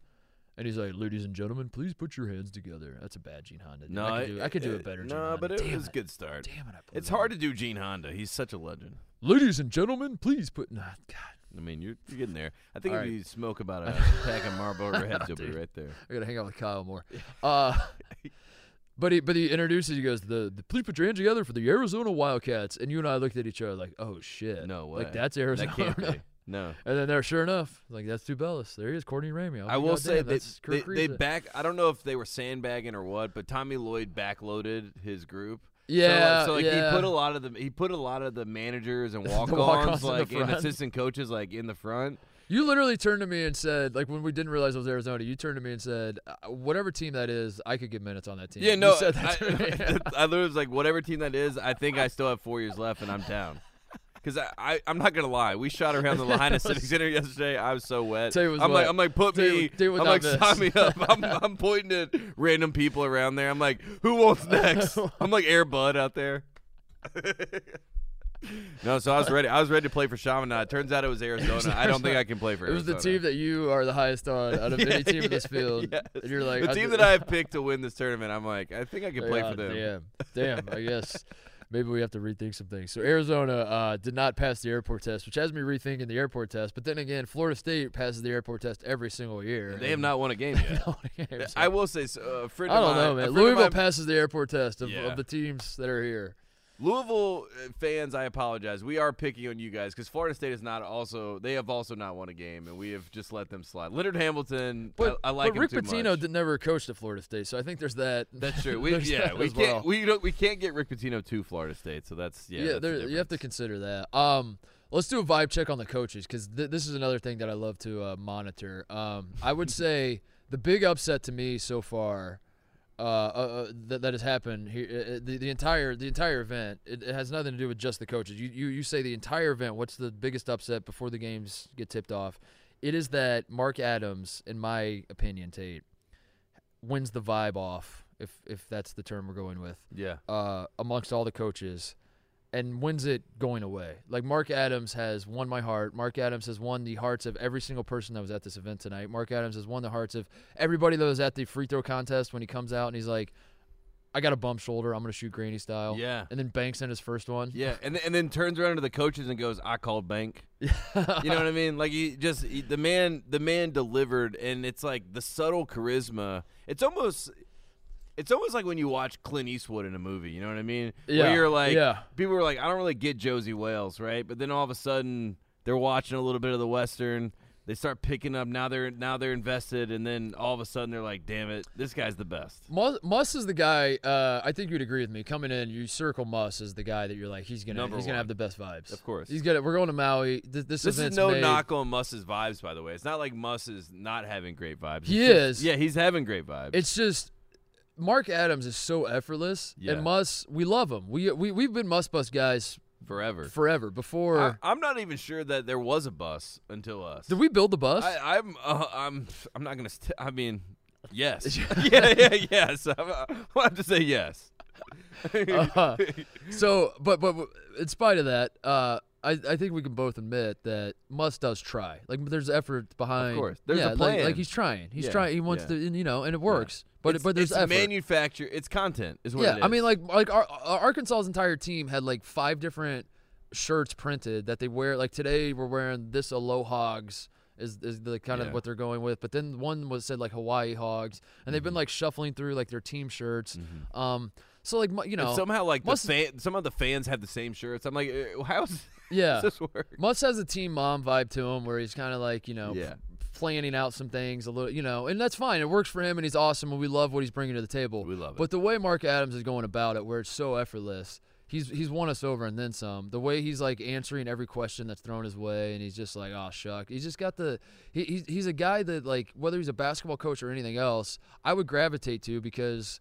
[SPEAKER 2] And he's like, "Ladies and gentlemen, please put your hands together." That's a bad Gene Honda. dude.
[SPEAKER 3] No,
[SPEAKER 2] I could do, I could do a better.
[SPEAKER 3] No,
[SPEAKER 2] Gene Honda.
[SPEAKER 3] but it
[SPEAKER 2] Damn
[SPEAKER 3] was
[SPEAKER 2] it.
[SPEAKER 3] a good start.
[SPEAKER 2] Damn it! I blew
[SPEAKER 3] It's
[SPEAKER 2] that one.
[SPEAKER 3] hard to do Gene Honda. He's such a legend.
[SPEAKER 2] Ladies and gentlemen, please put. Nah, God,
[SPEAKER 3] I mean, you're, you're getting there. I think
[SPEAKER 2] All
[SPEAKER 3] if
[SPEAKER 2] right.
[SPEAKER 3] you smoke about a pack of Marlboro Reds, you'll be right there.
[SPEAKER 2] I gotta hang out with Kyle more. Uh, but he but he introduces. He goes, "The the please put your hands together for the Arizona Wildcats." And you and I looked at each other like, "Oh shit,
[SPEAKER 3] No way.
[SPEAKER 2] Like that's Arizona.
[SPEAKER 3] That can't be. No.
[SPEAKER 2] And then there, sure enough, like that's Tubelis. There he is, Courtney Ramey.
[SPEAKER 3] I will say
[SPEAKER 2] that
[SPEAKER 3] they, they, they back. I don't know if they were sandbagging or what, but Tommy Lloyd backloaded his group. So, like-
[SPEAKER 2] Yeah,
[SPEAKER 3] so like,
[SPEAKER 2] yeah.
[SPEAKER 3] he put a lot of the he put a lot of the managers and walk-ons,
[SPEAKER 2] walk-ons in the
[SPEAKER 3] like and
[SPEAKER 2] front.
[SPEAKER 3] assistant coaches like in the front.
[SPEAKER 2] You literally turned to me and said, like when we didn't realize it was Arizona, you turned to me and said, "Uh, "Whatever team that is, I could get minutes on that team."
[SPEAKER 3] Yeah, no,
[SPEAKER 2] you said that to me.
[SPEAKER 3] I, I literally was like, whatever team that is, I think I still have four years left, and I'm down. Because I, I, I'm not gonna lie, we shot around the Lahaina Civic Center yesterday. I was so wet.
[SPEAKER 2] Tell you was
[SPEAKER 3] I'm
[SPEAKER 2] wet.
[SPEAKER 3] like, I'm like, put
[SPEAKER 2] Dude-
[SPEAKER 3] me.
[SPEAKER 2] dude would
[SPEAKER 3] I'm
[SPEAKER 2] not
[SPEAKER 3] like,
[SPEAKER 2] miss.
[SPEAKER 3] sign me up. I'm, I'm pointing at random people around there. I'm like, who wants next? I'm like Air Bud out there. no, so I was ready. I was ready to play for Chaminade. Turns out it was Arizona. I don't think I can play for.
[SPEAKER 2] It was the
[SPEAKER 3] Arizona.
[SPEAKER 2] team that you are the highest on out of any team in this field.
[SPEAKER 3] Yes.
[SPEAKER 2] And you're like
[SPEAKER 3] the team that I have picked to win this tournament. I'm like, I think I can play
[SPEAKER 2] Yeah,
[SPEAKER 3] for them.
[SPEAKER 2] Damn, damn. I guess maybe we have to rethink some things. So Arizona uh, did not pass the airport test, which has me rethinking the airport test. But then again, Florida State passes the airport test every single year.
[SPEAKER 3] They have not won a game yet.
[SPEAKER 2] Games.
[SPEAKER 3] I will say, so, uh, a friend
[SPEAKER 2] I
[SPEAKER 3] of
[SPEAKER 2] don't know,
[SPEAKER 3] mine- a
[SPEAKER 2] man.
[SPEAKER 3] friend of
[SPEAKER 2] Louisville
[SPEAKER 3] mine-
[SPEAKER 2] passes the airport test of,
[SPEAKER 3] Yeah.
[SPEAKER 2] of the teams that are here.
[SPEAKER 3] Louisville uh, fans, I apologize. We are picking on you guys because Florida State is not also. They have also not won a game, and we have just let them slide. Leonard Hamilton, I-
[SPEAKER 2] But,
[SPEAKER 3] I, like
[SPEAKER 2] but
[SPEAKER 3] him
[SPEAKER 2] Rick
[SPEAKER 3] too
[SPEAKER 2] Pitino
[SPEAKER 3] much.
[SPEAKER 2] did never coached at Florida State, so I think there's that.
[SPEAKER 3] That's true. We,
[SPEAKER 2] there's
[SPEAKER 3] yeah,
[SPEAKER 2] that
[SPEAKER 3] we
[SPEAKER 2] as
[SPEAKER 3] can't.
[SPEAKER 2] well.
[SPEAKER 3] We don't. We can't get Rick Pitino to Florida State. So that's yeah.
[SPEAKER 2] yeah,
[SPEAKER 3] that's the
[SPEAKER 2] there, you have to
[SPEAKER 3] difference.
[SPEAKER 2] consider that. Um, let's do a vibe check on the coaches because th- this is another thing that I love to uh, monitor. Um, I would say the big upset to me so far uh, uh, uh, that, that has happened here, uh, uh, the, the entire the entire event. It, it has nothing to do with just the coaches. You, you you say the entire event. What's the biggest upset before the games get tipped off? It is that Mark Adams, in my opinion, Tate wins the vibe off. If if that's the term we're going with
[SPEAKER 3] Yeah.
[SPEAKER 2] uh, amongst all the coaches and wins it going away. Like Mark Adams has won my heart. Mark Adams has won the hearts of every single person that was at this event tonight. Mark Adams has won the hearts of everybody that was at the free throw contest when he comes out and he's like, I got a bum shoulder. I'm going to shoot granny style.
[SPEAKER 3] Yeah.
[SPEAKER 2] And then Banks in his first one.
[SPEAKER 3] Yeah, and th- and then turns around to the coaches and goes, "I called bank." you know what I mean? Like he just he, the man, the man delivered, and it's like the subtle charisma. It's almost, it's almost like when you watch Clint Eastwood in a movie. You know what I mean?
[SPEAKER 2] Yeah,
[SPEAKER 3] Where you're like,
[SPEAKER 2] yeah.
[SPEAKER 3] people were like, "I don't really get Josie Wales," right? But then all of a sudden, they're watching a little bit of the western. They start picking up now. They're now they're invested, and then all of a sudden they're like, "Damn it, this guy's the best."
[SPEAKER 2] Muss, Muss is the guy. Uh, I think you'd agree with me. Coming in, you circle Muss as the guy that you're like he's gonna
[SPEAKER 3] Number
[SPEAKER 2] he's gonna
[SPEAKER 3] one.
[SPEAKER 2] have the best vibes.
[SPEAKER 3] Of course.
[SPEAKER 2] he's gonna. We're going to Maui. Th- This,
[SPEAKER 3] This is
[SPEAKER 2] event's
[SPEAKER 3] no
[SPEAKER 2] made-
[SPEAKER 3] knock on Muss's vibes, by the way. It's not like Muss is not having great vibes.
[SPEAKER 2] He
[SPEAKER 3] It's just-
[SPEAKER 2] is.
[SPEAKER 3] Yeah, he's having great vibes.
[SPEAKER 2] It's just Mark Adams is so effortless,
[SPEAKER 3] Yeah.
[SPEAKER 2] and Muss. We love him. We we we've been Must Bus guys
[SPEAKER 3] forever.
[SPEAKER 2] forever. Before
[SPEAKER 3] I, I'm not even sure that there was a bus until us.
[SPEAKER 2] did we build the bus?
[SPEAKER 3] I, I'm. Uh, I'm. I'm not gonna. St- I mean, yes. yeah. Yeah. Yes. I'm, uh, I'll have to say yes.
[SPEAKER 2] Uh, so, but but in spite of that, uh, I, I think we can both admit that Musk does try. Like there's effort behind.
[SPEAKER 3] course. There's a
[SPEAKER 2] yeah, Like,
[SPEAKER 3] plan.
[SPEAKER 2] like he's trying. He's
[SPEAKER 3] Yeah,
[SPEAKER 2] trying. He wants
[SPEAKER 3] yeah.
[SPEAKER 2] to, and, you know, and it works. But
[SPEAKER 3] it's,
[SPEAKER 2] but there's
[SPEAKER 3] it's
[SPEAKER 2] effort.
[SPEAKER 3] manufacture. It's content. Is what
[SPEAKER 2] yeah,
[SPEAKER 3] it is.
[SPEAKER 2] I mean, like like our, our Arkansas's entire team had like five different shirts printed that they wear. Like today, we're wearing this Alohogs is is the kind
[SPEAKER 3] Yeah.
[SPEAKER 2] of what they're going with. But then one was said like Hawaii Hogs, and they've been
[SPEAKER 3] Mm-hmm.
[SPEAKER 2] like shuffling through like their team shirts. Um, so like mu- you know
[SPEAKER 3] And somehow like the
[SPEAKER 2] Musk-
[SPEAKER 3] fan, some of the fans have the same shirts. I'm like, eh, how does
[SPEAKER 2] Yeah.
[SPEAKER 3] this work?
[SPEAKER 2] Musk has a team mom vibe to him where he's kind of like, you know,
[SPEAKER 3] Yeah.
[SPEAKER 2] planning out some things a little, you know, and that's fine. It works for him and he's awesome and we love what he's bringing to the table.
[SPEAKER 3] We love it.
[SPEAKER 2] But the way Mark Adams is going about it where it's so effortless, he's he's won us over and then some. The way he's like answering every question that's thrown his way and he's just like, "Oh, shuck." He's just got the he, he's he's a guy that like whether he's a basketball coach or anything else, I would gravitate to because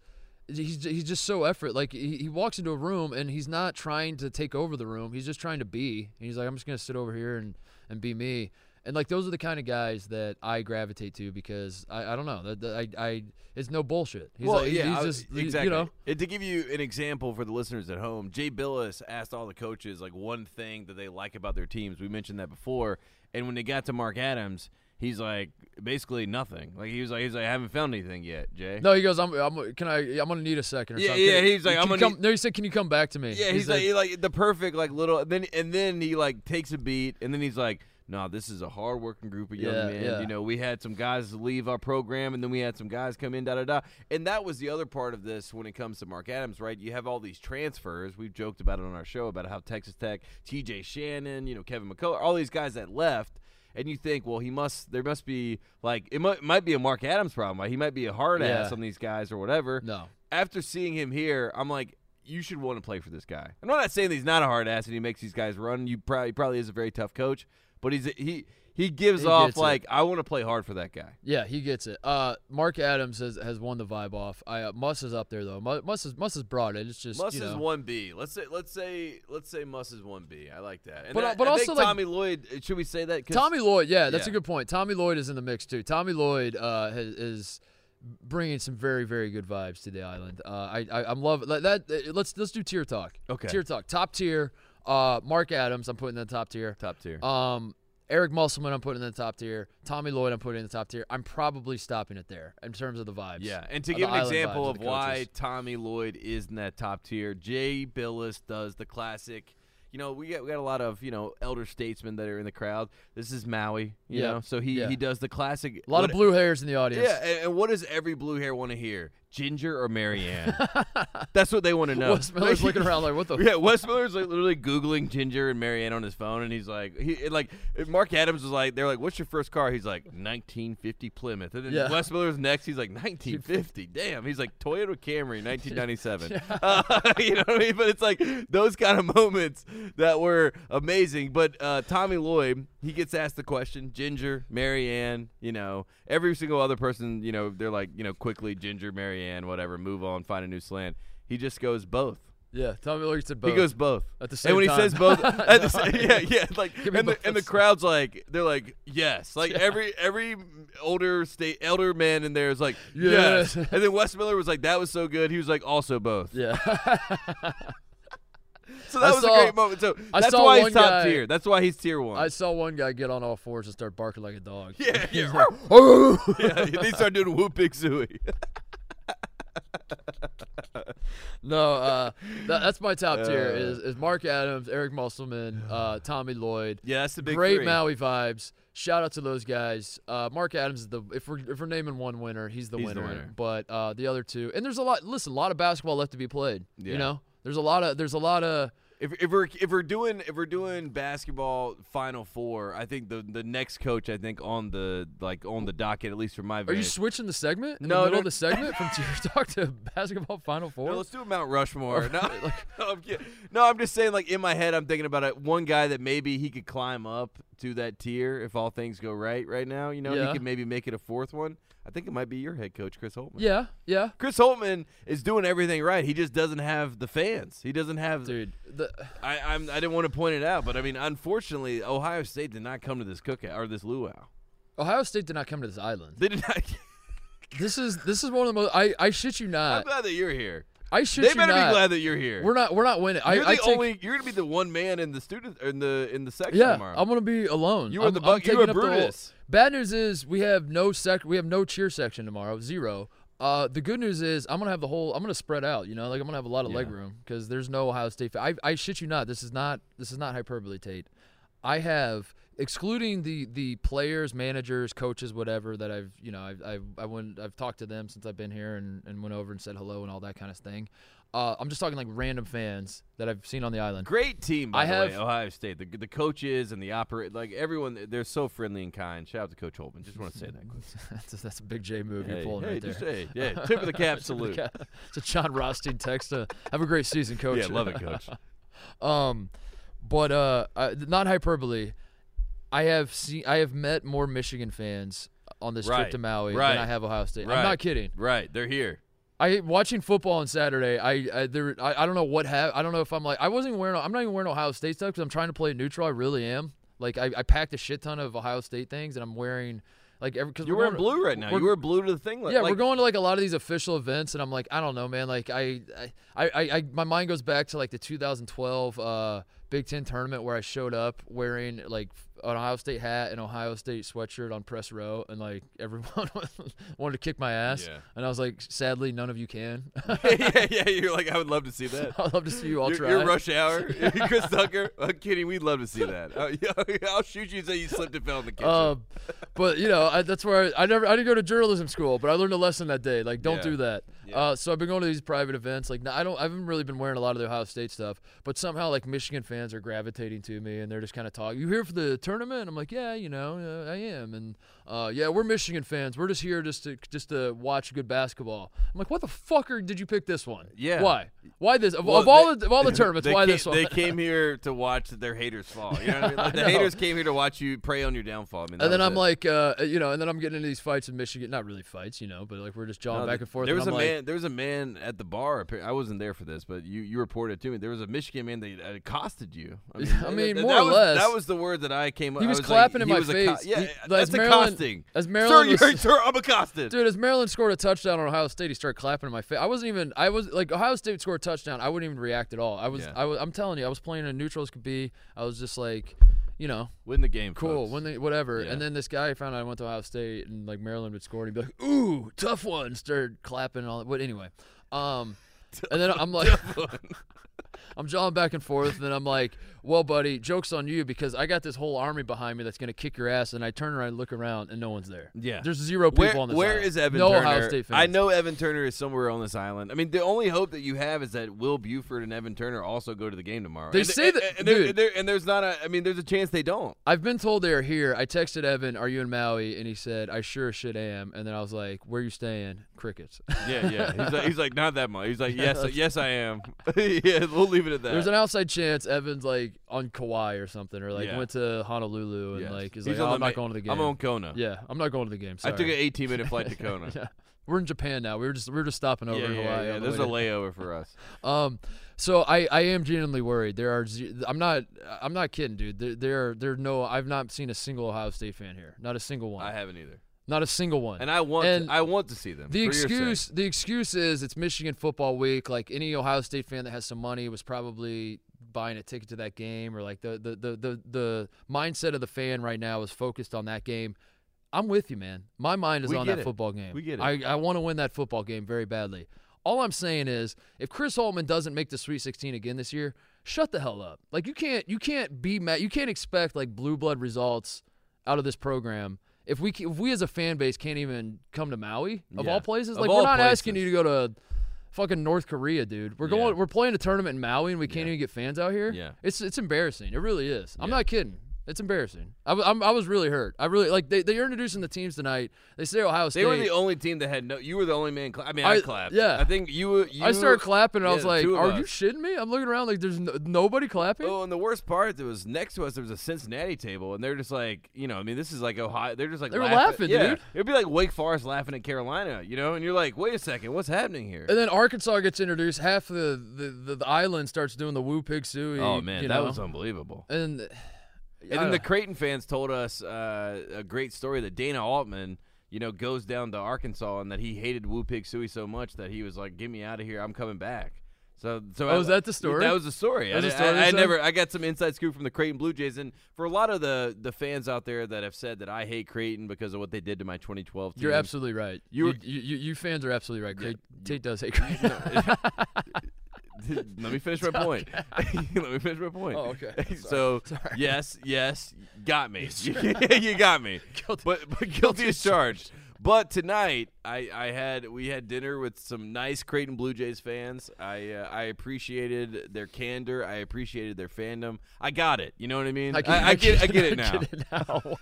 [SPEAKER 2] he's he's just so effort. Like he, he walks into a room and he's not trying to take over the room. He's just trying to be. And he's like, I'm just gonna sit over here and and be me. And like those are the kind of guys that I gravitate to because I, I don't know that that I, I it's no bullshit. He's like, he's
[SPEAKER 3] I-
[SPEAKER 2] just he-
[SPEAKER 3] exactly.
[SPEAKER 2] you know
[SPEAKER 3] And to give you an example for the listeners at home, Jay Billis asked all the coaches like one thing that they like about their teams. We mentioned that before, and when they got to Mark Adams, he's like basically nothing. Like he was like, he's like, I haven't found anything yet, Jay.
[SPEAKER 2] no he goes I'm, I'm can I I'm gonna need a second or
[SPEAKER 3] Yeah,
[SPEAKER 2] something.
[SPEAKER 3] yeah,
[SPEAKER 2] Can-
[SPEAKER 3] he's like,
[SPEAKER 2] can
[SPEAKER 3] I'm
[SPEAKER 2] you
[SPEAKER 3] gonna
[SPEAKER 2] come, no he said can you come back to me
[SPEAKER 3] Yeah, he's, like, he, like the perfect like little. Then and then he like takes a beat, and then he's like, "No, this is a hard working group of young
[SPEAKER 2] Yeah,
[SPEAKER 3] men.
[SPEAKER 2] yeah.
[SPEAKER 3] You know, we had some guys leave our program, and then we had some guys come in, da da da." And that was the other part of this when it comes to Mark Adams, right? You have all these transfers. We've joked about it on our show about how Texas Tech, T.J. Shannon, you know, Kevin McCullough, all these guys that left. And you think, well, he must. There must be like it might, might be a Mark Adams problem. Like, he might be a hard
[SPEAKER 2] Yeah.
[SPEAKER 3] ass on these guys or whatever
[SPEAKER 2] no
[SPEAKER 3] after seeing him here, I'm like, you should want to play for this guy. I'm not saying that he's not a hard ass and he makes these guys run. You probably probably is a very tough coach, but he's he he gives
[SPEAKER 2] He
[SPEAKER 3] off
[SPEAKER 2] gets it.
[SPEAKER 3] like I want to play hard for that guy.
[SPEAKER 2] Yeah, he gets it. Uh, Mark Adams has, has won the vibe off. I uh, Muss is up there though. Mu- Muss is Muss is broad. It's just
[SPEAKER 3] Muss
[SPEAKER 2] you
[SPEAKER 3] is
[SPEAKER 2] know.
[SPEAKER 3] one B. Let's say let's say let's say Muss is one B. I like that. And
[SPEAKER 2] But,
[SPEAKER 3] I-
[SPEAKER 2] uh, but
[SPEAKER 3] I
[SPEAKER 2] also,
[SPEAKER 3] think
[SPEAKER 2] like-
[SPEAKER 3] Tommy Lloyd. Should we say that? 'Cause-
[SPEAKER 2] Tommy Lloyd, yeah, that's
[SPEAKER 3] Yeah.
[SPEAKER 2] a good point. Tommy Lloyd is in the mix too. Tommy Lloyd uh, has, is bringing some very very good vibes to the island. Uh, I, I I'm love that. that- let's let's do tier talk.
[SPEAKER 3] Okay.
[SPEAKER 2] tier talk. Top tier. Uh, Mark Adams, I'm putting in the top tier.
[SPEAKER 3] top tier.
[SPEAKER 2] Um, Eric Musselman, I'm putting in the top tier. Tommy Lloyd, I'm putting in the top tier. I'm probably stopping it there in terms of the vibes.
[SPEAKER 3] Yeah, and to
[SPEAKER 2] of
[SPEAKER 3] give
[SPEAKER 2] the
[SPEAKER 3] an
[SPEAKER 2] island
[SPEAKER 3] example
[SPEAKER 2] vibes
[SPEAKER 3] of
[SPEAKER 2] the
[SPEAKER 3] why
[SPEAKER 2] coaches.
[SPEAKER 3] Tommy Lloyd is in that top tier, Jay Billis does the classic. You know, we got we got a lot of you know elder statesmen that are in the crowd. This is Maui, you
[SPEAKER 2] Yeah,
[SPEAKER 3] know, so he
[SPEAKER 2] yeah.
[SPEAKER 3] he does the classic.
[SPEAKER 2] a lot of
[SPEAKER 3] what-
[SPEAKER 2] blue hairs in the audience.
[SPEAKER 3] Yeah, and, and what does every blue hair want to hear? Ginger or Marianne? That's what they want to know.
[SPEAKER 2] Wes Miller's looking around like, what the
[SPEAKER 3] Yeah, Wes Miller's like literally googling Ginger and Marianne on his phone, and he's like, he and, like Mark Adams was like, they're like, what's your first car? He's like, 1950 Plymouth, and then
[SPEAKER 2] Yeah.
[SPEAKER 3] Wes Miller's next. He's like, 1950. Damn, he's like Toyota Camry, 1997. Uh, you know what I mean? But it's like those kind of moments that were amazing. But uh, Tommy Lloyd, he gets asked the question, Ginger, Marianne, you know, every single other person, you know, they're like, you know, quickly Ginger, Marianne, whatever, move on, find a new slant. He just goes both.
[SPEAKER 2] Yeah, Tommy Lloyd said both.
[SPEAKER 3] He goes both
[SPEAKER 2] At the
[SPEAKER 3] And
[SPEAKER 2] same
[SPEAKER 3] when
[SPEAKER 2] time.
[SPEAKER 3] he says both, at the sa- yeah, yeah, like
[SPEAKER 2] Give me
[SPEAKER 3] and the,
[SPEAKER 2] both.
[SPEAKER 3] and the crowd's like they're like yes, like every every older state elder man in there is like yes.
[SPEAKER 2] Yes.
[SPEAKER 3] and then Wes Miller was like that was so good. He was like also both.
[SPEAKER 2] Yeah.
[SPEAKER 3] So that
[SPEAKER 2] I
[SPEAKER 3] was
[SPEAKER 2] saw-
[SPEAKER 3] a great moment. So
[SPEAKER 2] I
[SPEAKER 3] that's
[SPEAKER 2] saw
[SPEAKER 3] why he's
[SPEAKER 2] one
[SPEAKER 3] top
[SPEAKER 2] guy-
[SPEAKER 3] tier. That's why he's tier one.
[SPEAKER 2] I saw one guy get on all fours and start barking like a dog.
[SPEAKER 3] yeah, yeah,
[SPEAKER 2] Oh!
[SPEAKER 3] yeah. They start doing whooping zooey.
[SPEAKER 2] no, uh, that, that's my top tier
[SPEAKER 3] Uh.
[SPEAKER 2] is, is Mark Adams, Eric Musselman, uh, Tommy Lloyd.
[SPEAKER 3] Yeah, that's the big
[SPEAKER 2] Great
[SPEAKER 3] three.
[SPEAKER 2] Maui vibes. Shout out to those guys. Uh, Mark Adams is the if we're if we're naming one winner, he's the,
[SPEAKER 3] He's the
[SPEAKER 2] winner,
[SPEAKER 3] winner.
[SPEAKER 2] But uh, the other two, and there's a lot. Listen, a lot of basketball left to be played.
[SPEAKER 3] Yeah.
[SPEAKER 2] You know, there's a lot of there's a lot of
[SPEAKER 3] If, if we're if we're doing if we're doing basketball Final Four, I think the the next coach I think on the like on the docket at least from my
[SPEAKER 2] Are you
[SPEAKER 3] vantage-
[SPEAKER 2] switching the segment? In
[SPEAKER 3] No,
[SPEAKER 2] the middle
[SPEAKER 3] no.
[SPEAKER 2] of the segment from tier talk to basketball final four.
[SPEAKER 3] No, let's do a Mount
[SPEAKER 2] Oh.
[SPEAKER 3] Rushmore. No, no, I'm kidding. No, I'm just saying, like in my head, I'm thinking about it. One guy that maybe he could climb up to that tier if all things go right. Right now, you know, and
[SPEAKER 2] Yeah.
[SPEAKER 3] he could maybe make it a fourth one. I think it might be your head coach, Chris Holtman.
[SPEAKER 2] yeah, yeah,
[SPEAKER 3] Chris Holtman is doing everything right. He just doesn't have the fans. He doesn't have.
[SPEAKER 2] dude. The,
[SPEAKER 3] I I'm, I didn't want to point it out, but I mean, unfortunately, Ohio State did not come to this cookout or this luau.
[SPEAKER 2] Ohio State did not come to this island.
[SPEAKER 3] They did not.
[SPEAKER 2] This is this is one of the most. I I shit you
[SPEAKER 3] I'm
[SPEAKER 2] not.
[SPEAKER 3] glad that you're here.
[SPEAKER 2] I should.
[SPEAKER 3] They better be glad that you're here.
[SPEAKER 2] Uh, We're not. We're not winning. I,
[SPEAKER 3] you're the
[SPEAKER 2] I take-
[SPEAKER 3] only. You're gonna be the one man in the student in the in the section
[SPEAKER 2] Yeah,
[SPEAKER 3] tomorrow.
[SPEAKER 2] I'm gonna be alone.
[SPEAKER 3] You are
[SPEAKER 2] I'm-
[SPEAKER 3] the
[SPEAKER 2] I'm
[SPEAKER 3] buck- you
[SPEAKER 2] taking
[SPEAKER 3] are
[SPEAKER 2] up the role.
[SPEAKER 3] Brutus.
[SPEAKER 2] Bad news is we have no sec. We have no cheer section tomorrow. Zero. Uh, the good news is I'm gonna have the whole. I'm gonna spread out. You know, like I'm gonna have a lot of leg room because there's no Ohio State. Fa- I I shit you not. This is not. This is not hyperbole, Tate. I have excluding the the players, managers, coaches, whatever that I've you know I've I've I went, I've talked to them since I've been here and and went over and said hello and all that kind of thing. Uh, I'm just talking like random fans that I've seen on the island.
[SPEAKER 3] Great team, by
[SPEAKER 2] I
[SPEAKER 3] the
[SPEAKER 2] have-
[SPEAKER 3] way, Ohio State. The, the coaches and the operate, like everyone, they're so friendly and kind. Shout out to Coach Holman. Just want to say that. Quick.
[SPEAKER 2] that's, a, that's a big J move
[SPEAKER 3] Hey,
[SPEAKER 2] you're pulling
[SPEAKER 3] hey,
[SPEAKER 2] right there.
[SPEAKER 3] just- hey, yeah, tip of the
[SPEAKER 2] Tip
[SPEAKER 3] cap
[SPEAKER 2] of the
[SPEAKER 3] salute.
[SPEAKER 2] cap. It's a John Rothstein text. Uh, have a great season, coach.
[SPEAKER 3] Yeah, love it, Coach.
[SPEAKER 2] Um, but uh, uh, not hyperbole. I have seen, I have met more Michigan fans on this trip
[SPEAKER 3] Right,
[SPEAKER 2] to Maui
[SPEAKER 3] right,
[SPEAKER 2] than I have Ohio State.
[SPEAKER 3] Right.
[SPEAKER 2] I'm not kidding.
[SPEAKER 3] Right, they're here.
[SPEAKER 2] I watching football on Saturday. I I, there, I I don't know what hap I don't know if I'm like I wasn't even wearing. I'm not even wearing Ohio State stuff because I'm trying to play neutral. I really am. Like I, I packed a shit ton of Ohio State things and I'm wearing like every. Cause
[SPEAKER 3] You're
[SPEAKER 2] we're
[SPEAKER 3] wearing
[SPEAKER 2] going to-
[SPEAKER 3] blue right now.
[SPEAKER 2] we're-
[SPEAKER 3] You wear blue to the thing. like-
[SPEAKER 2] yeah,
[SPEAKER 3] like,
[SPEAKER 2] we're going to like a lot of these official events, and I'm like, I don't know, man. Like, I, I, I, I my mind goes back to like the 2012 uh, Big Ten tournament where I showed up wearing like an Ohio State hat and Ohio State sweatshirt on press row, and like everyone wanted to kick my ass,
[SPEAKER 3] Yeah.
[SPEAKER 2] and I was like, sadly, none of you can.
[SPEAKER 3] yeah, yeah. You're like, I would love to see that.
[SPEAKER 2] I'd love to see you all
[SPEAKER 3] Your-
[SPEAKER 2] try.
[SPEAKER 3] your rush hour, Chris Tucker. I'm kidding. We'd love to see that. Uh, yeah, I'll shoot you and say you slipped and fell in the kitchen.
[SPEAKER 2] Um, but you know, I, that's where I, I never I didn't go to journalism school, but I learned a lesson that day. Like, don't
[SPEAKER 3] Yeah.
[SPEAKER 2] do that. Uh, so I've been going to these private events. Like, I don't, I haven't really been wearing a lot of the Ohio State stuff, but somehow like Michigan fans are gravitating to me, and they're just kind of talking. You here for the tournament? I'm like, yeah, you know, uh, I am, and uh, yeah, we're Michigan fans. We're just here just to just to watch good basketball. I'm like, what the fuck are, did you pick this one?
[SPEAKER 3] Yeah.
[SPEAKER 2] why? Why this? Of,
[SPEAKER 3] Well,
[SPEAKER 2] of all
[SPEAKER 3] they-
[SPEAKER 2] the, of all the tournaments,
[SPEAKER 3] they
[SPEAKER 2] why
[SPEAKER 3] came,
[SPEAKER 2] this one?
[SPEAKER 3] They came here to watch their haters fall. You know what I mean? Like, the
[SPEAKER 2] know.
[SPEAKER 3] haters came here to watch you prey on your downfall. I
[SPEAKER 2] And
[SPEAKER 3] mean, that
[SPEAKER 2] then
[SPEAKER 3] was
[SPEAKER 2] I'm
[SPEAKER 3] it.
[SPEAKER 2] like, uh, you know, and then I'm getting into these fights in Michigan. Not really fights, you know, but like we're just jawing
[SPEAKER 3] No,
[SPEAKER 2] back
[SPEAKER 3] th-
[SPEAKER 2] and forth.
[SPEAKER 3] There
[SPEAKER 2] and
[SPEAKER 3] was
[SPEAKER 2] I'm
[SPEAKER 3] a
[SPEAKER 2] like,
[SPEAKER 3] man. There was a man at the bar. appa- I wasn't there for this, but you you reported it to me. There was a Michigan man that accosted you. I mean,
[SPEAKER 2] I mean,
[SPEAKER 3] that-
[SPEAKER 2] more
[SPEAKER 3] that
[SPEAKER 2] or
[SPEAKER 3] was,
[SPEAKER 2] less.
[SPEAKER 3] That was the word that I came. up-
[SPEAKER 2] He
[SPEAKER 3] I
[SPEAKER 2] was
[SPEAKER 3] like,
[SPEAKER 2] clapping in
[SPEAKER 3] he
[SPEAKER 2] my
[SPEAKER 3] was acco-
[SPEAKER 2] face.
[SPEAKER 3] yeah, uh,
[SPEAKER 2] He-
[SPEAKER 3] that's
[SPEAKER 2] as Maryland-
[SPEAKER 3] accosting.
[SPEAKER 2] as Maryland was-
[SPEAKER 3] sir, you're, sir, I'm accosted.
[SPEAKER 2] Dude, as Maryland scored a touchdown on Ohio State, he started clapping in my face. I wasn't even. I was like, Ohio State scored a touchdown. I wouldn't even react at all. I was.
[SPEAKER 3] Yeah.
[SPEAKER 2] I was. I'm telling you, I was playing as neutral as could be. I was just like, you know,
[SPEAKER 3] Win the game.
[SPEAKER 2] cool,
[SPEAKER 3] folks.
[SPEAKER 2] when they, whatever.
[SPEAKER 3] Yeah.
[SPEAKER 2] And then this guy found out I went to Ohio State, and like Maryland would score, and he'd be like, ooh, tough one. Started clapping and all that. But anyway, um, and then I'm like. I'm jawing back and forth, and then I'm like, "Well, buddy, joke's on you because I got this whole army behind me that's gonna kick your ass." And I turn around, and look around, and no one's there.
[SPEAKER 3] Yeah.
[SPEAKER 2] there's zero people
[SPEAKER 3] Where,
[SPEAKER 2] on this.
[SPEAKER 3] where
[SPEAKER 2] island.
[SPEAKER 3] is Evan
[SPEAKER 2] no
[SPEAKER 3] Turner?
[SPEAKER 2] Ohio State fans.
[SPEAKER 3] I know Evan Turner is somewhere on this island. I mean, the only hope that you have is that Will Buford and Evan Turner also go to the game tomorrow.
[SPEAKER 2] They
[SPEAKER 3] and
[SPEAKER 2] say that-
[SPEAKER 3] and, there-
[SPEAKER 2] dude.
[SPEAKER 3] and there- and there's not a. I mean, there's a chance they don't.
[SPEAKER 2] I've been told they're here. I texted Evan, "Are you in Maui?" And he said, "I sure as shit am." And then I was like, "Where you staying?" Crickets.
[SPEAKER 3] Yeah, yeah. He's like, he's like not that much. He's like, yes, yes, I am. yeah, we'll leave it at that.
[SPEAKER 2] There's an outside chance Evan's like on Kauai or something, or like
[SPEAKER 3] Yeah.
[SPEAKER 2] went to Honolulu and
[SPEAKER 3] Yes.
[SPEAKER 2] like is
[SPEAKER 3] He's
[SPEAKER 2] like,
[SPEAKER 3] on
[SPEAKER 2] "Oh,
[SPEAKER 3] the
[SPEAKER 2] "I'm not
[SPEAKER 3] ma-
[SPEAKER 2] going to the game."
[SPEAKER 3] I'm on Kona.
[SPEAKER 2] Yeah, I'm not going to the game.
[SPEAKER 3] I
[SPEAKER 2] Sorry.
[SPEAKER 3] took an 18 minute flight to Kona.
[SPEAKER 2] Yeah. We're in Japan now. We were just we were just stopping over
[SPEAKER 3] yeah,
[SPEAKER 2] in
[SPEAKER 3] yeah,
[SPEAKER 2] Hawaii.
[SPEAKER 3] yeah,
[SPEAKER 2] on the
[SPEAKER 3] There's
[SPEAKER 2] way
[SPEAKER 3] a
[SPEAKER 2] to-
[SPEAKER 3] layover for us.
[SPEAKER 2] Um, so I, I am genuinely worried. There are ze- I'm not I'm not kidding, dude. There there are, there are no I've not seen a single Ohio State fan here. Not a single one.
[SPEAKER 3] I haven't either,
[SPEAKER 2] not a single one.
[SPEAKER 3] and I want.
[SPEAKER 2] And
[SPEAKER 3] to, I want to see them.
[SPEAKER 2] the
[SPEAKER 3] for your sake.
[SPEAKER 2] excuse the excuse is it's Michigan football week. Like any Ohio State fan that has some money was probably buying a ticket to that game or like the the the the, the mindset of the fan right now is focused on that game. I'm with you, man. My mind is
[SPEAKER 3] We
[SPEAKER 2] on
[SPEAKER 3] get
[SPEAKER 2] that
[SPEAKER 3] it.
[SPEAKER 2] football game.
[SPEAKER 3] We get it.
[SPEAKER 2] I, I want to win that football game very badly. All I'm saying is if Chris Holman doesn't make the Sweet 16 again this year, shut the hell up. Like you can't you can't be mad. You can't expect like blue blood results out of this program. If we ca- if we as a fan base can't even come to Maui of
[SPEAKER 3] Yeah.
[SPEAKER 2] all places,
[SPEAKER 3] Of
[SPEAKER 2] like
[SPEAKER 3] all
[SPEAKER 2] we're not asking you
[SPEAKER 3] places.
[SPEAKER 2] to go to fucking North Korea, dude. We're
[SPEAKER 3] Yeah.
[SPEAKER 2] going we're playing a tournament in Maui and we can't even get fans out here.
[SPEAKER 3] Yeah.
[SPEAKER 2] It's it's embarrassing. It really is. I'm not kidding. It's embarrassing. I, w- I'm, I was really hurt. I really like they they're introducing the teams tonight. They say Ohio State.
[SPEAKER 3] They were the only team that had no. You were the only man. Cla- I mean, I,
[SPEAKER 2] I-
[SPEAKER 3] clapped.
[SPEAKER 2] yeah.
[SPEAKER 3] I think you. were- you
[SPEAKER 2] I started clapping and I
[SPEAKER 3] yeah,
[SPEAKER 2] was
[SPEAKER 3] the
[SPEAKER 2] like,
[SPEAKER 3] two of
[SPEAKER 2] "Are you
[SPEAKER 3] us.
[SPEAKER 2] shitting me?" I'm looking around like there's no, nobody clapping.
[SPEAKER 3] Oh, and the worst part, there was next to us. There was a Cincinnati table, and they're just like, you know, I mean, this is like Ohio. They're just like
[SPEAKER 2] They were laughing,
[SPEAKER 3] yeah.
[SPEAKER 2] dude.
[SPEAKER 3] It'd be like Wake Forest laughing at Carolina, you know, and you're like, wait a second, what's happening here?
[SPEAKER 2] And then Arkansas gets introduced. Half the the, the, the island starts doing the woo pig suey.
[SPEAKER 3] oh man,
[SPEAKER 2] you
[SPEAKER 3] that
[SPEAKER 2] know?
[SPEAKER 3] was unbelievable.
[SPEAKER 2] And
[SPEAKER 3] uh, And then the Creighton fans told us uh, a great story that Dana Altman you know, goes down to Arkansas and that he hated Wu Pig Sui so much that he was like, "Get me out of here! I'm coming back." So, so
[SPEAKER 2] Oh,
[SPEAKER 3] I-
[SPEAKER 2] is that the story?
[SPEAKER 3] That was the story.
[SPEAKER 2] That was
[SPEAKER 3] I,
[SPEAKER 2] the story
[SPEAKER 3] I-
[SPEAKER 2] you
[SPEAKER 3] I
[SPEAKER 2] said?
[SPEAKER 3] never. I got some inside scoop from the Creighton Blue Jays, and for a lot of the the fans out there that have said that I hate Creighton because of what they did to my 2012 team.
[SPEAKER 2] You're absolutely right. You
[SPEAKER 3] You're-
[SPEAKER 2] you, you you fans are absolutely right. Craig, Tate does hate Craig.
[SPEAKER 3] Let me finish my point. Let me finish my point.
[SPEAKER 2] Oh, okay. Sorry.
[SPEAKER 3] So yes, yes, got me. you got me.
[SPEAKER 2] Guilty-
[SPEAKER 3] But but guilty as charged. But tonight, I, I had we had dinner with some nice Creighton Blue Jays fans. I uh, I appreciated their candor. I appreciated their fandom. I got it. You know what I mean? I, get I get it now.
[SPEAKER 2] Get it now.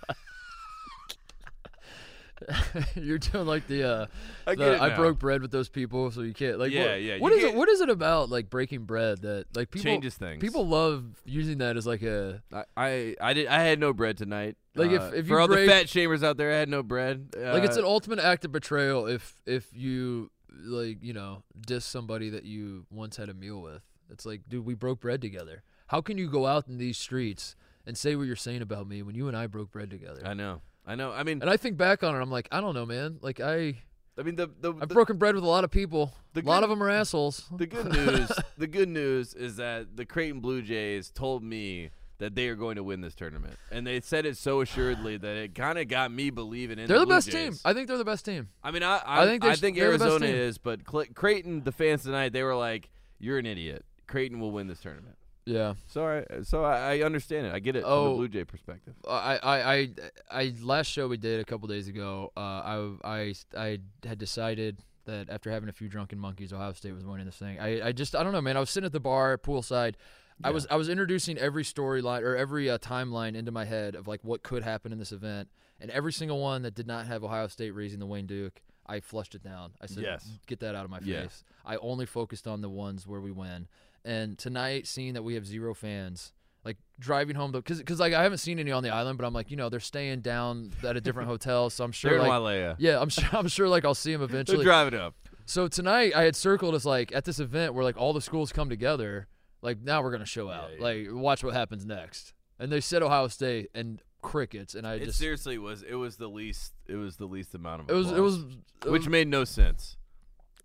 [SPEAKER 2] You're doing like the uh,
[SPEAKER 3] I
[SPEAKER 2] the,
[SPEAKER 3] get it
[SPEAKER 2] I
[SPEAKER 3] now.
[SPEAKER 2] broke bread with those people, so you can't like
[SPEAKER 3] Yeah,
[SPEAKER 2] what,
[SPEAKER 3] yeah,
[SPEAKER 2] What
[SPEAKER 3] you
[SPEAKER 2] is it?
[SPEAKER 3] can't-
[SPEAKER 2] What is it about like breaking bread that like people
[SPEAKER 3] Changes things.
[SPEAKER 2] People love using that as like a
[SPEAKER 3] I, I I did I had no bread tonight.
[SPEAKER 2] Like, if-
[SPEAKER 3] Uh,
[SPEAKER 2] if you
[SPEAKER 3] for all
[SPEAKER 2] break-
[SPEAKER 3] the fat shamers out there, I had no bread.
[SPEAKER 2] like it's
[SPEAKER 3] Uh,
[SPEAKER 2] an ultimate act of betrayal if if you like you know diss somebody that you once had a meal with. It's like, dude, we broke bread together. How can you go out in these streets and say what you're saying about me when you and I broke bread together?
[SPEAKER 3] I know. I know. I mean,
[SPEAKER 2] and I think back on it, I'm like, I don't know, man. Like I
[SPEAKER 3] I mean the the,
[SPEAKER 2] I've
[SPEAKER 3] the-
[SPEAKER 2] broken bread with a lot of people. a
[SPEAKER 3] the
[SPEAKER 2] lot
[SPEAKER 3] good-
[SPEAKER 2] of them are assholes.
[SPEAKER 3] The good news, the good news is that the Creighton Blue Jays told me that they are going to win this tournament, and they said it so assuredly that it kind of got me believing in.
[SPEAKER 2] they're the
[SPEAKER 3] Blue
[SPEAKER 2] best team.
[SPEAKER 3] Jays.
[SPEAKER 2] I think they're the best team.
[SPEAKER 3] I mean, I, I,
[SPEAKER 2] I think
[SPEAKER 3] think
[SPEAKER 2] they're
[SPEAKER 3] I
[SPEAKER 2] s-
[SPEAKER 3] think
[SPEAKER 2] they're the best
[SPEAKER 3] Arizona
[SPEAKER 2] team.
[SPEAKER 3] is, but Cle- Creighton, the fans tonight, they were like, "You're an idiot. Creighton will win this tournament."
[SPEAKER 2] Yeah.
[SPEAKER 3] Sorry, so I, I understand it. I get it from
[SPEAKER 2] Oh.
[SPEAKER 3] the Blue Jay perspective.
[SPEAKER 2] I, I, I, I last show we did a couple days ago, uh, I, I, I had decided that after having a few drunken monkeys, Ohio State was winning this thing. I, I just, I don't know, man. I was sitting at the bar, poolside. I was, I was introducing every storyline or every uh, timeline into my head of like what could happen in this event, and every single one that did not have Ohio State raising the Wayne Duke, I flushed it down. I said,
[SPEAKER 3] Yes.
[SPEAKER 2] get that out of my face.
[SPEAKER 3] Yeah.
[SPEAKER 2] I only focused on the ones where we win. And tonight, seeing that we have zero fans, like driving home, because because like I haven't seen any on the island, but I'm like, you know, they're staying down at a different hotel, so I'm sure
[SPEAKER 3] They're in
[SPEAKER 2] like,
[SPEAKER 3] Wailea.
[SPEAKER 2] yeah, I'm sure I'm sure like I'll see them
[SPEAKER 3] They're
[SPEAKER 2] eventually.
[SPEAKER 3] driving up.
[SPEAKER 2] so tonight, I had circled as like at this event where like all the schools come together, like now we're gonna show out,
[SPEAKER 3] yeah.
[SPEAKER 2] like watch what happens next. And they said Ohio State and crickets, and I
[SPEAKER 3] It
[SPEAKER 2] just
[SPEAKER 3] seriously was. It was the least. It was the least amount of.
[SPEAKER 2] it was it
[SPEAKER 3] applause,
[SPEAKER 2] was it
[SPEAKER 3] which
[SPEAKER 2] was
[SPEAKER 3] made no sense.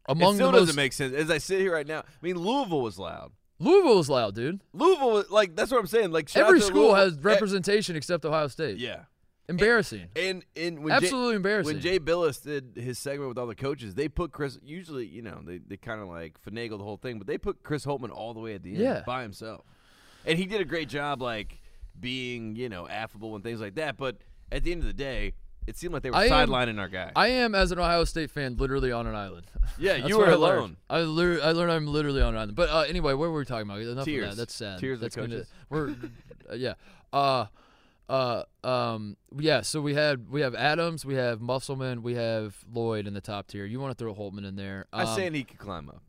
[SPEAKER 2] among
[SPEAKER 3] it still
[SPEAKER 2] the
[SPEAKER 3] doesn't
[SPEAKER 2] most,
[SPEAKER 3] make sense. As I sit here right now, I mean Louisville was loud.
[SPEAKER 2] Louisville was loud, dude.
[SPEAKER 3] Louisville, was, like that's what I'm saying. Like shout out
[SPEAKER 2] Every
[SPEAKER 3] to
[SPEAKER 2] school
[SPEAKER 3] Louisville.
[SPEAKER 2] has representation except Ohio State.
[SPEAKER 3] Eh, yeah,
[SPEAKER 2] Embarrassing.
[SPEAKER 3] and and when
[SPEAKER 2] Absolutely
[SPEAKER 3] Jay,
[SPEAKER 2] embarrassing.
[SPEAKER 3] when Jay Billis did his segment with all the coaches, they put Chris. Usually, you know, they they kind of like finagle the whole thing, but they put Chris Holtman all the way at the end
[SPEAKER 2] Yeah.
[SPEAKER 3] by himself, and he did a great job, like being you know affable and things like that. But at the end of the day, it seemed like they were
[SPEAKER 2] I am-
[SPEAKER 3] sidelining our guy.
[SPEAKER 2] I am, as an Ohio State fan, literally on an island.
[SPEAKER 3] yeah,
[SPEAKER 2] That's
[SPEAKER 3] you
[SPEAKER 2] what
[SPEAKER 3] were
[SPEAKER 2] I
[SPEAKER 3] alone.
[SPEAKER 2] learned. I, lear- I learned I'm literally on an island. But uh, anyway, what were we talking about? Enough
[SPEAKER 3] Tears.
[SPEAKER 2] of that. That's sad.
[SPEAKER 3] Tears of
[SPEAKER 2] That's
[SPEAKER 3] coaches.
[SPEAKER 2] We're, uh, yeah. Uh, uh, um, yeah. So we had we have Adams, we have Musselman, we have Lloyd in the top tier. You want to throw Holtman in there?
[SPEAKER 3] I
[SPEAKER 2] Um,
[SPEAKER 3] saying he could climb up.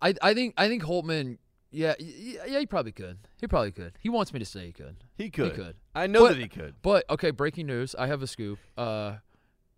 [SPEAKER 2] I I think I think Holtman. Yeah, y- y- yeah, he probably could. He probably could. He wants me to say he could.
[SPEAKER 3] He could.
[SPEAKER 2] could.
[SPEAKER 3] I know that he could.
[SPEAKER 2] But okay, breaking news. I have a scoop. Uh,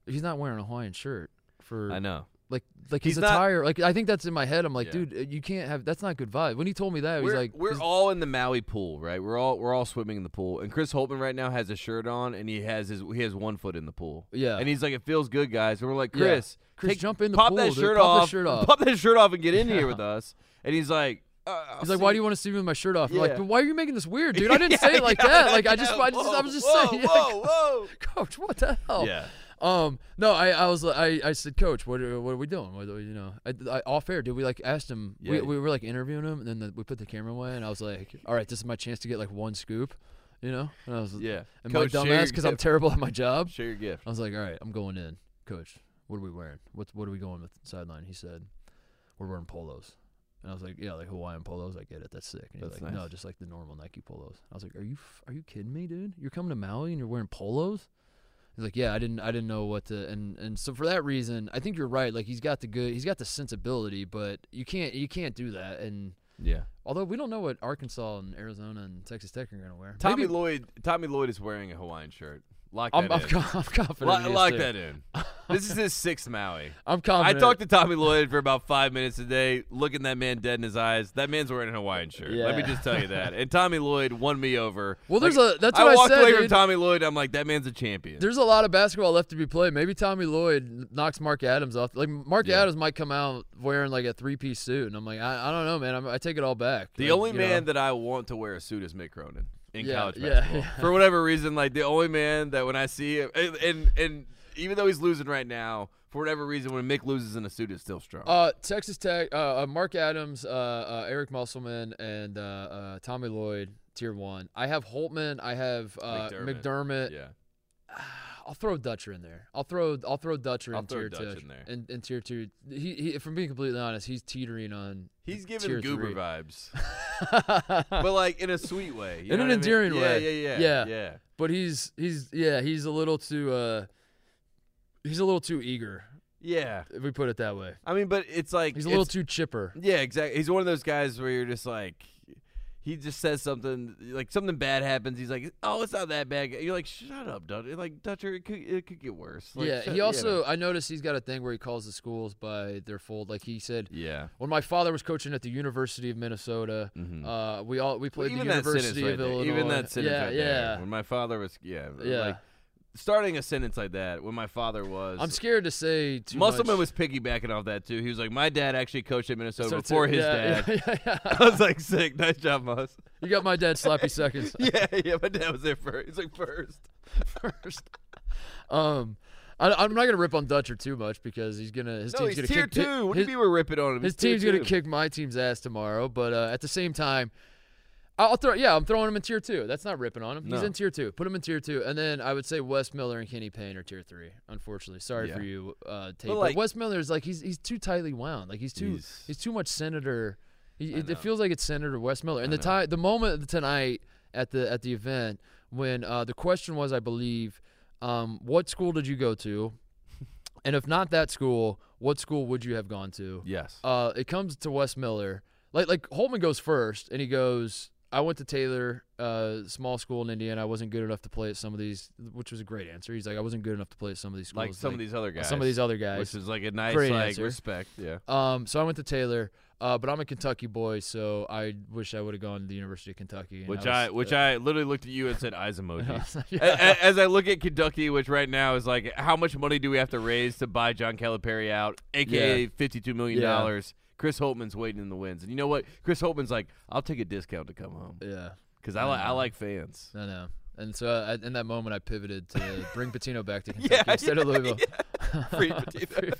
[SPEAKER 2] he's not wearing a Hawaiian shirt for
[SPEAKER 3] I know.
[SPEAKER 2] like like his
[SPEAKER 3] He's not-
[SPEAKER 2] attire. like I think that's in my head. I'm like,
[SPEAKER 3] Yeah.
[SPEAKER 2] dude, uh, you can't have that's not good vibe. When he told me that,
[SPEAKER 3] we're,
[SPEAKER 2] he's like,
[SPEAKER 3] we're
[SPEAKER 2] he's-
[SPEAKER 3] all in the Maui pool, right? We're all we're all swimming in the pool, and Chris Holtman right now has a shirt on, and he has his he has one foot in the pool.
[SPEAKER 2] Yeah.
[SPEAKER 3] and he's like, it feels good, guys. And we're like,
[SPEAKER 2] Yeah.
[SPEAKER 3] Chris,
[SPEAKER 2] Chris,
[SPEAKER 3] take-
[SPEAKER 2] jump in the
[SPEAKER 3] pop
[SPEAKER 2] pool,
[SPEAKER 3] that
[SPEAKER 2] dude.
[SPEAKER 3] shirt
[SPEAKER 2] Pop that
[SPEAKER 3] off,
[SPEAKER 2] shirt off."
[SPEAKER 3] pop that shirt off, and get in here with us. And he's like, uh, I'll
[SPEAKER 2] he's like,
[SPEAKER 3] see
[SPEAKER 2] why do you want to see me with my shirt off? I'm like,
[SPEAKER 3] Yeah.
[SPEAKER 2] but why are you making this weird, dude? I didn't say
[SPEAKER 3] Yeah,
[SPEAKER 2] it like
[SPEAKER 3] yeah,
[SPEAKER 2] that. Like I
[SPEAKER 3] yeah,
[SPEAKER 2] just, I just, I was just
[SPEAKER 3] whoa,
[SPEAKER 2] saying, yeah,
[SPEAKER 3] whoa, whoa.
[SPEAKER 2] coach, what the hell?
[SPEAKER 3] Yeah.
[SPEAKER 2] Um. No, I, I was, like- I, I said, coach, what, are, what are we doing? What, are- you know, I, I, off air, dude. We like asked him.
[SPEAKER 3] Yeah.
[SPEAKER 2] We, we were like interviewing him, and then the, we put the camera away, and I was like, all right, this is my chance to get like one scoop, you know? And I was,
[SPEAKER 3] Yeah.
[SPEAKER 2] And
[SPEAKER 3] Coach,
[SPEAKER 2] my
[SPEAKER 3] share your
[SPEAKER 2] dumbass, because I'm
[SPEAKER 3] gift.
[SPEAKER 2] terrible at my job.
[SPEAKER 3] Share your gift.
[SPEAKER 2] I was like, all right, I'm going in. Coach, what are we wearing? What's what are we going with sideline? He said, We're wearing polos. And I was like, Yeah, like Hawaiian polos, I get it, that's sick. And he's
[SPEAKER 3] That's
[SPEAKER 2] like, No,
[SPEAKER 3] nice.
[SPEAKER 2] just like the normal Nike polos. I was like, Are you f- are you kidding me, dude? You're coming to Maui and you're wearing polos? He's like, Yeah, I didn't I didn't know what to and and so for that reason, I think you're right. Like he's got the good he's got the sensibility, but you can't you can't do that and
[SPEAKER 3] Yeah.
[SPEAKER 2] Although we don't know what Arkansas and Arizona and Texas Tech are going to wear.
[SPEAKER 3] Tommy
[SPEAKER 2] Maybe-
[SPEAKER 3] Lloyd. Tommy Lloyd is wearing a Hawaiian shirt. Lock that
[SPEAKER 2] I'm, I'm,
[SPEAKER 3] in.
[SPEAKER 2] co- I'm confident.
[SPEAKER 3] Lock,
[SPEAKER 2] in these
[SPEAKER 3] lock
[SPEAKER 2] two.
[SPEAKER 3] that in. This is his sixth Maui.
[SPEAKER 2] I'm
[SPEAKER 3] I
[SPEAKER 2] confident.
[SPEAKER 3] talked to Tommy Lloyd for about five minutes today, looking that man dead in his eyes. That man's wearing a Hawaiian shirt. Let me
[SPEAKER 2] Yeah.
[SPEAKER 3] just tell you that. And Tommy Lloyd won me over.
[SPEAKER 2] Well, there's
[SPEAKER 3] Like,
[SPEAKER 2] a- that's
[SPEAKER 3] I
[SPEAKER 2] what I
[SPEAKER 3] walked
[SPEAKER 2] said,
[SPEAKER 3] away from
[SPEAKER 2] dude.
[SPEAKER 3] Tommy Lloyd. I'm like, that man's a champion.
[SPEAKER 2] There's a lot of basketball left to be played. Maybe Tommy Lloyd knocks Mark Adams off. Like Mark
[SPEAKER 3] Yeah.
[SPEAKER 2] Adams might come out wearing like a three piece suit, and I'm like, I, I don't know, man. I'm, I take it all back.
[SPEAKER 3] the
[SPEAKER 2] Like,
[SPEAKER 3] only
[SPEAKER 2] you know.
[SPEAKER 3] man that I want to wear a suit is Mick Cronin in
[SPEAKER 2] Yeah,
[SPEAKER 3] college
[SPEAKER 2] yeah,
[SPEAKER 3] basketball.
[SPEAKER 2] yeah.
[SPEAKER 3] For whatever reason, like the only man that when I see him, and, and and even though he's losing right now, for whatever reason, when Mick loses in a suit, it's still strong.
[SPEAKER 2] Uh, Texas Tech, uh, uh, Mark Adams, uh, uh, Eric Musselman, and uh, uh, Tommy Lloyd, tier one. I have Holtman. I have uh,
[SPEAKER 3] McDermott.
[SPEAKER 2] McDermott.
[SPEAKER 3] yeah.
[SPEAKER 2] I'll throw Dutcher in there. I'll throw I'll throw Dutcher
[SPEAKER 3] I'll
[SPEAKER 2] in
[SPEAKER 3] throw
[SPEAKER 2] tier
[SPEAKER 3] Dutch
[SPEAKER 2] two.
[SPEAKER 3] in there.
[SPEAKER 2] In, in tier two, he, he from being completely honest, he's teetering on.
[SPEAKER 3] He's giving
[SPEAKER 2] tier
[SPEAKER 3] goober
[SPEAKER 2] three.
[SPEAKER 3] vibes, but like in a sweet way, you
[SPEAKER 2] In
[SPEAKER 3] know
[SPEAKER 2] an
[SPEAKER 3] what I mean?
[SPEAKER 2] endearing
[SPEAKER 3] Yeah,
[SPEAKER 2] way.
[SPEAKER 3] Yeah, yeah,
[SPEAKER 2] Yeah.
[SPEAKER 3] yeah.
[SPEAKER 2] but he's he's yeah he's a little too uh he's a little too eager
[SPEAKER 3] Yeah.
[SPEAKER 2] if we put it that way
[SPEAKER 3] I mean, but it's like
[SPEAKER 2] he's a little
[SPEAKER 3] it's-
[SPEAKER 2] too chipper
[SPEAKER 3] Yeah, exactly. He's one of those guys where you're just like, he just says something like something bad happens. He's like, oh, it's not that bad. You're like, shut up, Dutcher. Like Dutcher, it could it could get worse. Like,
[SPEAKER 2] yeah
[SPEAKER 3] shut-
[SPEAKER 2] he also
[SPEAKER 3] man.
[SPEAKER 2] i noticed he's got a thing where he calls the schools by their fold like he said
[SPEAKER 3] yeah.
[SPEAKER 2] when my father was coaching at the university of minnesota uh we all we played
[SPEAKER 3] Mm-hmm. even
[SPEAKER 2] the
[SPEAKER 3] that
[SPEAKER 2] university
[SPEAKER 3] sentence right
[SPEAKER 2] of
[SPEAKER 3] there.
[SPEAKER 2] illinois
[SPEAKER 3] Even that sentence
[SPEAKER 2] yeah
[SPEAKER 3] right
[SPEAKER 2] yeah
[SPEAKER 3] there. When my father was yeah
[SPEAKER 2] Yeah.
[SPEAKER 3] like starting a sentence like that when my father was
[SPEAKER 2] i'm scared to say too
[SPEAKER 3] Musselman
[SPEAKER 2] much.
[SPEAKER 3] was piggybacking off that too. He was like, my dad actually coached at Minnesota
[SPEAKER 2] So too-
[SPEAKER 3] before his
[SPEAKER 2] yeah,
[SPEAKER 3] dad.
[SPEAKER 2] yeah, yeah, yeah.
[SPEAKER 3] I was like, sick. Nice job, Muss.
[SPEAKER 2] you got my dad sloppy seconds
[SPEAKER 3] yeah, yeah. My dad was there first. He's like first.
[SPEAKER 2] first um I, i'm not gonna rip on dutcher too much because he's gonna his
[SPEAKER 3] No,
[SPEAKER 2] team's
[SPEAKER 3] he's
[SPEAKER 2] gonna
[SPEAKER 3] tier
[SPEAKER 2] kick his-
[SPEAKER 3] two. What
[SPEAKER 2] his-
[SPEAKER 3] do you mean we're ripping on him?
[SPEAKER 2] His
[SPEAKER 3] He's tier
[SPEAKER 2] team's gonna
[SPEAKER 3] two.
[SPEAKER 2] kick my team's ass tomorrow, but uh, at the same time, I'll throw. Yeah, I'm throwing him in tier two. That's not ripping on him. He's
[SPEAKER 3] No.
[SPEAKER 2] in tier two. Put him in tier two, and then I would say Wes Miller and Kenny Payne are tier three. Unfortunately, sorry
[SPEAKER 3] Yeah.
[SPEAKER 2] for you, uh, Tate. But,
[SPEAKER 3] like-
[SPEAKER 2] Wes Miller's like he's he's too tightly wound. Like he's too
[SPEAKER 3] He's-
[SPEAKER 2] he's, too much senator. He, it, it feels like it's Senator Wes Miller. And the time, the moment tonight at the at the event when uh, the question was, I believe, um, what school did you go to? And if not that school, what school would you have gone to?
[SPEAKER 3] Yes.
[SPEAKER 2] Uh, it comes to Wes Miller. Like like Holman goes first, and he goes, "I went to Taylor, uh, small school in Indiana. I wasn't good enough to play at some of these," which was a great answer. He's like, "I wasn't good enough to play at some of these schools,
[SPEAKER 3] like some of these other guys.
[SPEAKER 2] some of these other guys."
[SPEAKER 3] Which is like a nice
[SPEAKER 2] Great
[SPEAKER 3] like
[SPEAKER 2] answer.
[SPEAKER 3] respect. Yeah.
[SPEAKER 2] um, so I went to Taylor, uh, but I'm a Kentucky boy, so I wish I would have gone to the University of Kentucky. and
[SPEAKER 3] Which
[SPEAKER 2] was,
[SPEAKER 3] I Eh. which
[SPEAKER 2] uh,
[SPEAKER 3] I literally looked at you and said eyes emoji.
[SPEAKER 2] Yeah.
[SPEAKER 3] A- a- As I look at Kentucky, which right now is like, how much money do we have to raise to buy John Calipari out, aka
[SPEAKER 2] Yeah.
[SPEAKER 3] fifty-two million
[SPEAKER 2] Yeah.
[SPEAKER 3] dollars? Chris Holtman's waiting in the wins, and you know what? Chris Holtman's like, I'll take a discount to come home
[SPEAKER 2] yeah,
[SPEAKER 3] because I like I like fans.
[SPEAKER 2] I know. And so I, in that moment, I pivoted to bring Patino back to Kentucky
[SPEAKER 3] Yeah,
[SPEAKER 2] instead of Louisville.
[SPEAKER 3] Free potato,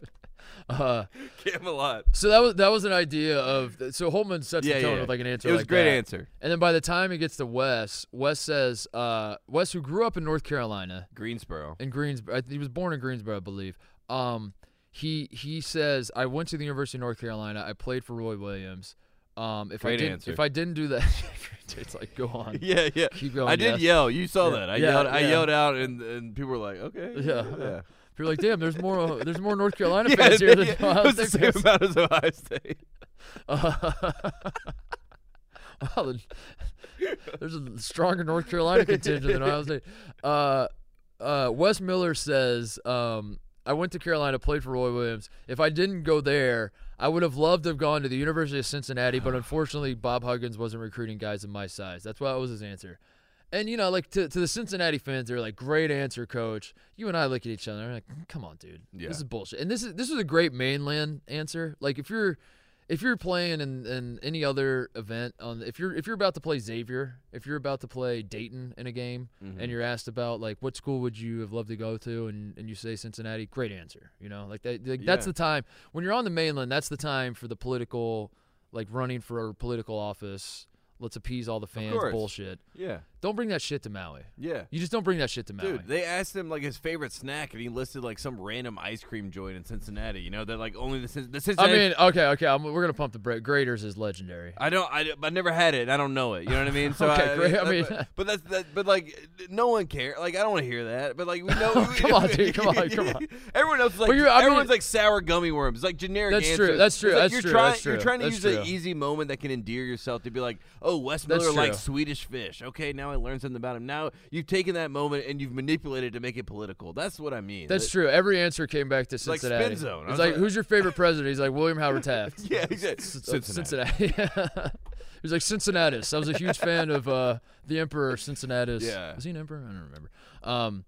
[SPEAKER 2] Uh,
[SPEAKER 3] Camelot.
[SPEAKER 2] So that was that was an idea of so Holman sets
[SPEAKER 3] Yeah,
[SPEAKER 2] the tone
[SPEAKER 3] yeah.
[SPEAKER 2] with like an answer.
[SPEAKER 3] It was
[SPEAKER 2] like
[SPEAKER 3] a great
[SPEAKER 2] that.
[SPEAKER 3] answer.
[SPEAKER 2] And then by the time he gets to Wes, Wes says, uh, Wes, who grew up in North Carolina
[SPEAKER 3] Greensboro.
[SPEAKER 2] in Greensboro, he was born in Greensboro, I believe. Um, he he says, I went to the University of North Carolina. I played for Roy Williams. Um, if I
[SPEAKER 3] Great
[SPEAKER 2] didn't
[SPEAKER 3] answer.
[SPEAKER 2] if I didn't do that, it's like go on.
[SPEAKER 3] Yeah, yeah.
[SPEAKER 2] Keep going,
[SPEAKER 3] I did
[SPEAKER 2] Jeff.
[SPEAKER 3] yell. You saw that. I
[SPEAKER 2] Yeah,
[SPEAKER 3] yelled. I
[SPEAKER 2] yeah.
[SPEAKER 3] yelled out, and, and people were like, "Okay."
[SPEAKER 2] Yeah. You're like, damn, there's more there's more North Carolina
[SPEAKER 3] Yeah,
[SPEAKER 2] fans here than
[SPEAKER 3] yeah.
[SPEAKER 2] Ohio
[SPEAKER 3] it was the
[SPEAKER 2] State
[SPEAKER 3] same
[SPEAKER 2] fans.
[SPEAKER 3] amount as Ohio State.
[SPEAKER 2] Wow, then- there's a stronger North Carolina contingent than Ohio State. Uh, uh, Wes Miller says, um, "I went to Carolina, played for Roy Williams. If I didn't go there, I would have loved to have gone to the University of Cincinnati, but unfortunately, Bob Huggins wasn't recruiting guys of my size. That's why that was his answer." And you know, like to, to the Cincinnati fans, they're like, "Great answer, coach." You and I look at each other, and we're like, "Mm, "Come on, dude,
[SPEAKER 3] Yeah.
[SPEAKER 2] this is bullshit." And this is this is a great mainland answer. Like if you're if you're playing in, in any other event on if you're if you're about to play Xavier, if you're about to play Dayton in a game
[SPEAKER 3] Mm-hmm.
[SPEAKER 2] and you're asked about like what school would you have loved to go to and, and you say Cincinnati, great answer. You know, like, that, like that's
[SPEAKER 3] Yeah.
[SPEAKER 2] the time when you're on the mainland, that's the time for the political like running for a political office. Let's appease all the fans
[SPEAKER 3] course.
[SPEAKER 2] bullshit.
[SPEAKER 3] Yeah,
[SPEAKER 2] Don't bring that shit to Maui.
[SPEAKER 3] yeah.
[SPEAKER 2] You just don't bring that shit to Maui.
[SPEAKER 3] Dude, they asked him like his favorite snack, and he listed like some random ice cream joint in Cincinnati. You know, they're like only the, Cin- the
[SPEAKER 2] I
[SPEAKER 3] Cincinnati.
[SPEAKER 2] mean, okay, okay, I'm, we're gonna pump the break. Graders is legendary.
[SPEAKER 3] I don't. I, I never had it. I don't know it. You know what I mean? So
[SPEAKER 2] Okay,
[SPEAKER 3] I,
[SPEAKER 2] great. I
[SPEAKER 3] that-
[SPEAKER 2] mean-
[SPEAKER 3] but, but that's that. But like, no one cares. Like, I don't want to hear that. But like, we know. we-
[SPEAKER 2] Come on, dude. Come on, come on.
[SPEAKER 3] Everyone else is like.
[SPEAKER 2] But you're- I mean-
[SPEAKER 3] everyone's like sour gummy worms. Like generic.
[SPEAKER 2] That's
[SPEAKER 3] answers.
[SPEAKER 2] true, that's
[SPEAKER 3] It's
[SPEAKER 2] true,
[SPEAKER 3] like
[SPEAKER 2] that's
[SPEAKER 3] you're
[SPEAKER 2] true,
[SPEAKER 3] Trying,
[SPEAKER 2] that's
[SPEAKER 3] You're
[SPEAKER 2] true,
[SPEAKER 3] trying to
[SPEAKER 2] that's
[SPEAKER 3] use
[SPEAKER 2] true.
[SPEAKER 3] an easy moment that can endear yourself to be like, oh, Wes
[SPEAKER 2] That's
[SPEAKER 3] Miller likes
[SPEAKER 2] true.
[SPEAKER 3] Swedish fish. Okay, now I I learned something about him. Now you've taken that moment and you've manipulated to make it political. That's what I mean.
[SPEAKER 2] That's
[SPEAKER 3] That-
[SPEAKER 2] true. Every answer came back to
[SPEAKER 3] like
[SPEAKER 2] Cincinnati.
[SPEAKER 3] spin zone. I
[SPEAKER 2] It's
[SPEAKER 3] was
[SPEAKER 2] like,
[SPEAKER 3] like-
[SPEAKER 2] who's your favorite president? He's like William Howard Taft.
[SPEAKER 3] Yeah, exactly.
[SPEAKER 2] of Cincinnati. He's like Cincinnatus. I was a huge fan of uh, the Emperor Cincinnatus.
[SPEAKER 3] Yeah.
[SPEAKER 2] was he an emperor? I don't remember. Um,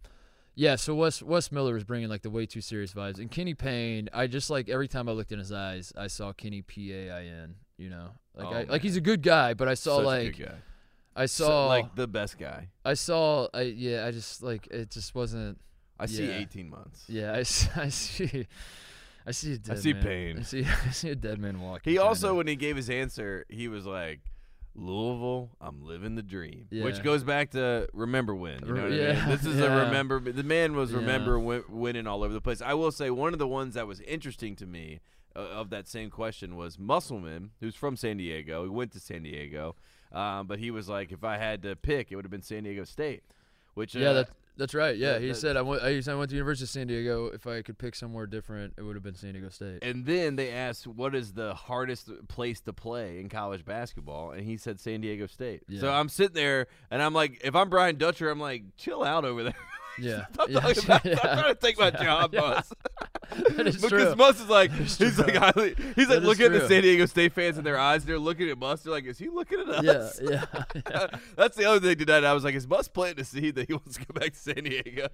[SPEAKER 2] yeah. So Wes Wes Miller is bringing like the way too serious vibes, and Kenny Payne. I just like every time I looked in his eyes, I saw Kenny P A I N. You know, like
[SPEAKER 3] Oh,
[SPEAKER 2] I,
[SPEAKER 3] man.
[SPEAKER 2] like he's a good guy, but I saw
[SPEAKER 3] Such a
[SPEAKER 2] like
[SPEAKER 3] good guy.
[SPEAKER 2] I
[SPEAKER 3] So,
[SPEAKER 2] saw
[SPEAKER 3] like the best guy.
[SPEAKER 2] I saw I yeah I just like it just wasn't
[SPEAKER 3] I see
[SPEAKER 2] Yeah.
[SPEAKER 3] 18 months.
[SPEAKER 2] yeah I, s- I see I see a dead
[SPEAKER 3] see
[SPEAKER 2] man.
[SPEAKER 3] Payne.
[SPEAKER 2] I see I see a dead man walking.
[SPEAKER 3] He
[SPEAKER 2] kinda.
[SPEAKER 3] also, when he gave his answer, he was like, "Louisville, I'm living the dream,"
[SPEAKER 2] Yeah.
[SPEAKER 3] which goes back to remember when. You know what
[SPEAKER 2] Yeah,
[SPEAKER 3] I mean? This is
[SPEAKER 2] yeah.
[SPEAKER 3] a remember. The man was
[SPEAKER 2] Yeah.
[SPEAKER 3] remember win- winning all over the place. I will say one of the ones that was interesting to me uh, of that same question was Musselman, who's from San Diego. He went to San Diego, um, but he was like, "If I had to pick, it would have been San Diego State." Which
[SPEAKER 2] Yeah,
[SPEAKER 3] uh,
[SPEAKER 2] that, that's right. Yeah,
[SPEAKER 3] that-
[SPEAKER 2] he
[SPEAKER 3] that-
[SPEAKER 2] said I went. I, he said I went to the University of San Diego. If I could pick somewhere different, it would have been San Diego State.
[SPEAKER 3] And then they asked, "What is the hardest place to play in college basketball?" And he said, "San Diego State." So
[SPEAKER 2] Yeah.
[SPEAKER 3] I'm sitting there, and I'm like, "If I'm Brian Dutcher, I'm like, chill out over there."
[SPEAKER 2] Yeah,
[SPEAKER 3] Stop
[SPEAKER 2] yeah,
[SPEAKER 3] talking about-
[SPEAKER 2] yeah.
[SPEAKER 3] Stop trying to take my job, Muss.
[SPEAKER 2] That is
[SPEAKER 3] because
[SPEAKER 2] true.
[SPEAKER 3] Muss is like, he's like, highly, he's
[SPEAKER 2] That
[SPEAKER 3] like
[SPEAKER 2] is
[SPEAKER 3] looking at
[SPEAKER 2] true.
[SPEAKER 3] the San Diego State fans in their eyes. They're looking at Muss. They're like, "Is he looking at us?"
[SPEAKER 2] yeah, yeah, yeah.
[SPEAKER 3] That's the other thing tonight. I was like, "Is Muss planting to see that he wants to go back to San Diego?"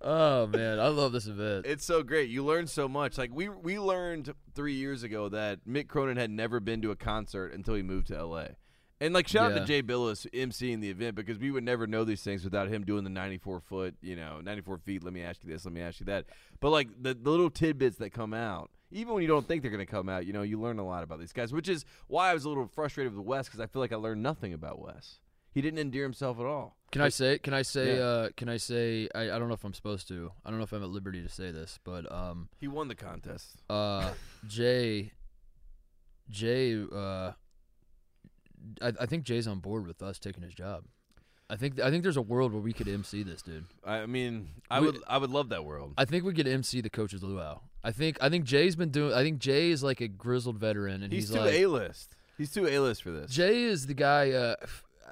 [SPEAKER 2] Oh man, I love this event.
[SPEAKER 3] It's so great. You learn so much. Like we we learned three years ago that Mick Cronin had never been to a concert until he moved to L.A. And like shout out
[SPEAKER 2] Yeah.
[SPEAKER 3] to Jay Billis emceeing the event because we would never know these things without him doing the 94 foot, you know, 94 feet. Let me ask you this. Let me ask you that. But like the, the little tidbits that come out, even when you don't think they're going to come out, you know, you learn a lot about these guys, which is why I was a little frustrated with Wes because I feel like I learned nothing about Wes. He didn't endear himself at all.
[SPEAKER 2] Can I say? Can I say?
[SPEAKER 3] Yeah.
[SPEAKER 2] Uh, can I say? I, I don't know if I'm supposed to. I don't know if I'm at liberty to say this, but um,
[SPEAKER 3] He won the contest.
[SPEAKER 2] uh, Jay, Jay, uh, I, I think Jay's on board with us taking his job. I think I think there's a world where we could MC this dude.
[SPEAKER 3] I mean, I
[SPEAKER 2] We-
[SPEAKER 3] would I would love that world.
[SPEAKER 2] I think we could MC the coach's luau. I think I think Jay's been doing. I think Jay is like a grizzled veteran, and
[SPEAKER 3] He's,
[SPEAKER 2] he's,
[SPEAKER 3] too
[SPEAKER 2] like
[SPEAKER 3] A list. He's too A list for this.
[SPEAKER 2] Jay is the guy. Uh,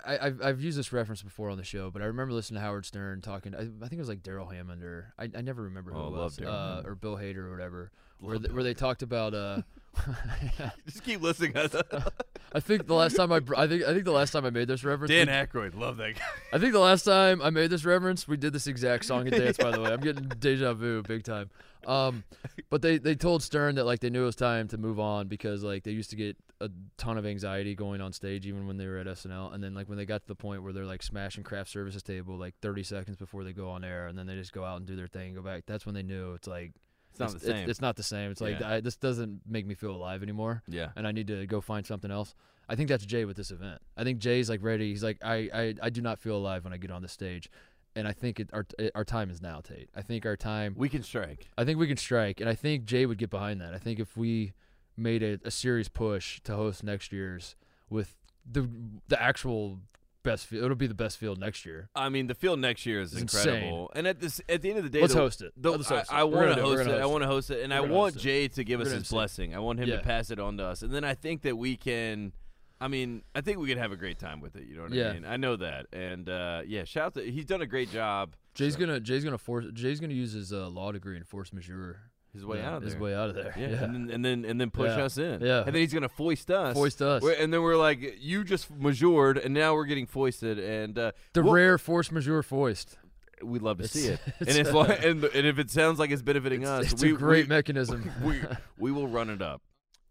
[SPEAKER 2] I, I've I've used this reference before on the show, but I remember listening to Howard Stern talking. I, I think it was like Daryl Hammond or I, I never remember who
[SPEAKER 3] Oh,
[SPEAKER 2] it
[SPEAKER 3] love
[SPEAKER 2] was,
[SPEAKER 3] Daryl
[SPEAKER 2] uh,
[SPEAKER 3] Hammond.
[SPEAKER 2] or Bill Hader or whatever, where they, where they talked about. Uh,
[SPEAKER 3] Just keep listening.
[SPEAKER 2] I think the last time I br- I think I think the last time I made this reference, we-
[SPEAKER 3] Aykroyd, love that guy.
[SPEAKER 2] I think the last time I made this reference, we did this exact song and dance. By the way, I'm getting deja vu big time. Um, but they they told Stern that like they knew it was time to move on because like they used to get a ton of anxiety going on stage even when they were at SNL, and then like when they got to the point where they're like smashing craft services table like 30 seconds before they go on air, and then they just go out and do their thing and go back. That's when they knew it's like
[SPEAKER 3] It's not the same.
[SPEAKER 2] It's, not the same. It's like
[SPEAKER 3] Yeah.
[SPEAKER 2] I, this doesn't make me feel alive anymore
[SPEAKER 3] yeah.
[SPEAKER 2] and I need to go find something else. I think that's Jay with this event. I think Jay's like ready. He's like, I, I, I do not feel alive when I get on the stage, and I think it, our our time is now, Tate. I think our time.
[SPEAKER 3] We can strike.
[SPEAKER 2] I think we can strike, and I think Jay would get behind that. I think if we made a, a serious push to host next year's with the the actual best field, it'll be the best field next year.
[SPEAKER 3] I mean, the field next year is
[SPEAKER 2] It's insane.
[SPEAKER 3] incredible. And at this, at the end of the day,
[SPEAKER 2] Let's
[SPEAKER 3] the-
[SPEAKER 2] host it.
[SPEAKER 3] the-
[SPEAKER 2] Let's host it.
[SPEAKER 3] I, I
[SPEAKER 2] We're
[SPEAKER 3] want
[SPEAKER 2] gonna
[SPEAKER 3] to
[SPEAKER 2] do it. We're
[SPEAKER 3] host it.
[SPEAKER 2] gonna
[SPEAKER 3] I
[SPEAKER 2] host
[SPEAKER 3] want to host it, and I
[SPEAKER 2] gonna
[SPEAKER 3] want
[SPEAKER 2] host it.
[SPEAKER 3] Jay to give
[SPEAKER 2] We're
[SPEAKER 3] us
[SPEAKER 2] gonna
[SPEAKER 3] his
[SPEAKER 2] host it.
[SPEAKER 3] blessing. I want him
[SPEAKER 2] Yeah.
[SPEAKER 3] to pass it on to us, and then I think that we can. I mean, I think we can have a great time with it. You know what
[SPEAKER 2] Yeah.
[SPEAKER 3] I mean? I know that, and uh, yeah, shout out to he's done a great job.
[SPEAKER 2] Jay's gonna Jay's gonna force Jay's gonna use his uh, law degree and force majeure
[SPEAKER 3] His way
[SPEAKER 2] Yeah,
[SPEAKER 3] out of
[SPEAKER 2] his
[SPEAKER 3] there.
[SPEAKER 2] way out of there.
[SPEAKER 3] Yeah, And, then, and then and then push
[SPEAKER 2] Yeah.
[SPEAKER 3] us in.
[SPEAKER 2] Yeah.
[SPEAKER 3] and then he's gonna foist us.
[SPEAKER 2] Foist us.
[SPEAKER 3] We're- and then we're like, you just majored, and now we're getting foisted, and uh,
[SPEAKER 2] The
[SPEAKER 3] we'll-
[SPEAKER 2] rare force majeure foist.
[SPEAKER 3] we'd love to
[SPEAKER 2] It's-
[SPEAKER 3] see it. And
[SPEAKER 2] it's,
[SPEAKER 3] as long, and, and if it sounds like it's benefiting us,
[SPEAKER 2] It's
[SPEAKER 3] we,
[SPEAKER 2] a great
[SPEAKER 3] we,
[SPEAKER 2] mechanism.
[SPEAKER 3] we we will run it up.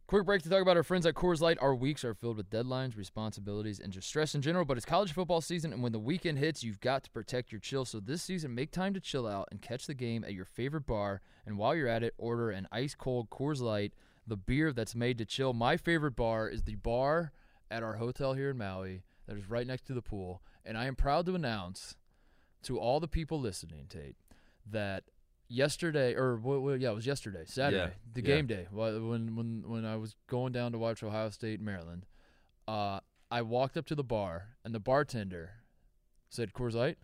[SPEAKER 2] Quick break to talk about our friends at Coors Light. Our weeks are filled with deadlines, responsibilities, and just stress in general, but it's college football season, and when the weekend hits, you've got to protect your chill. So this season, make time to chill out and catch the game at your favorite bar. And while you're at it, order an ice cold Coors Light, the beer that's made to chill. My favorite bar is the bar at our hotel here in Maui that is right next to the pool. And I am proud to announce to all the people listening, Tate, that yesterday or well, well, yeah, it was yesterday, Saturday,
[SPEAKER 3] Yeah,
[SPEAKER 2] the
[SPEAKER 3] yeah.
[SPEAKER 2] game day, wh- when when when I was going down to watch Ohio State Maryland, uh, I walked up to the bar and the bartender said Coors Light.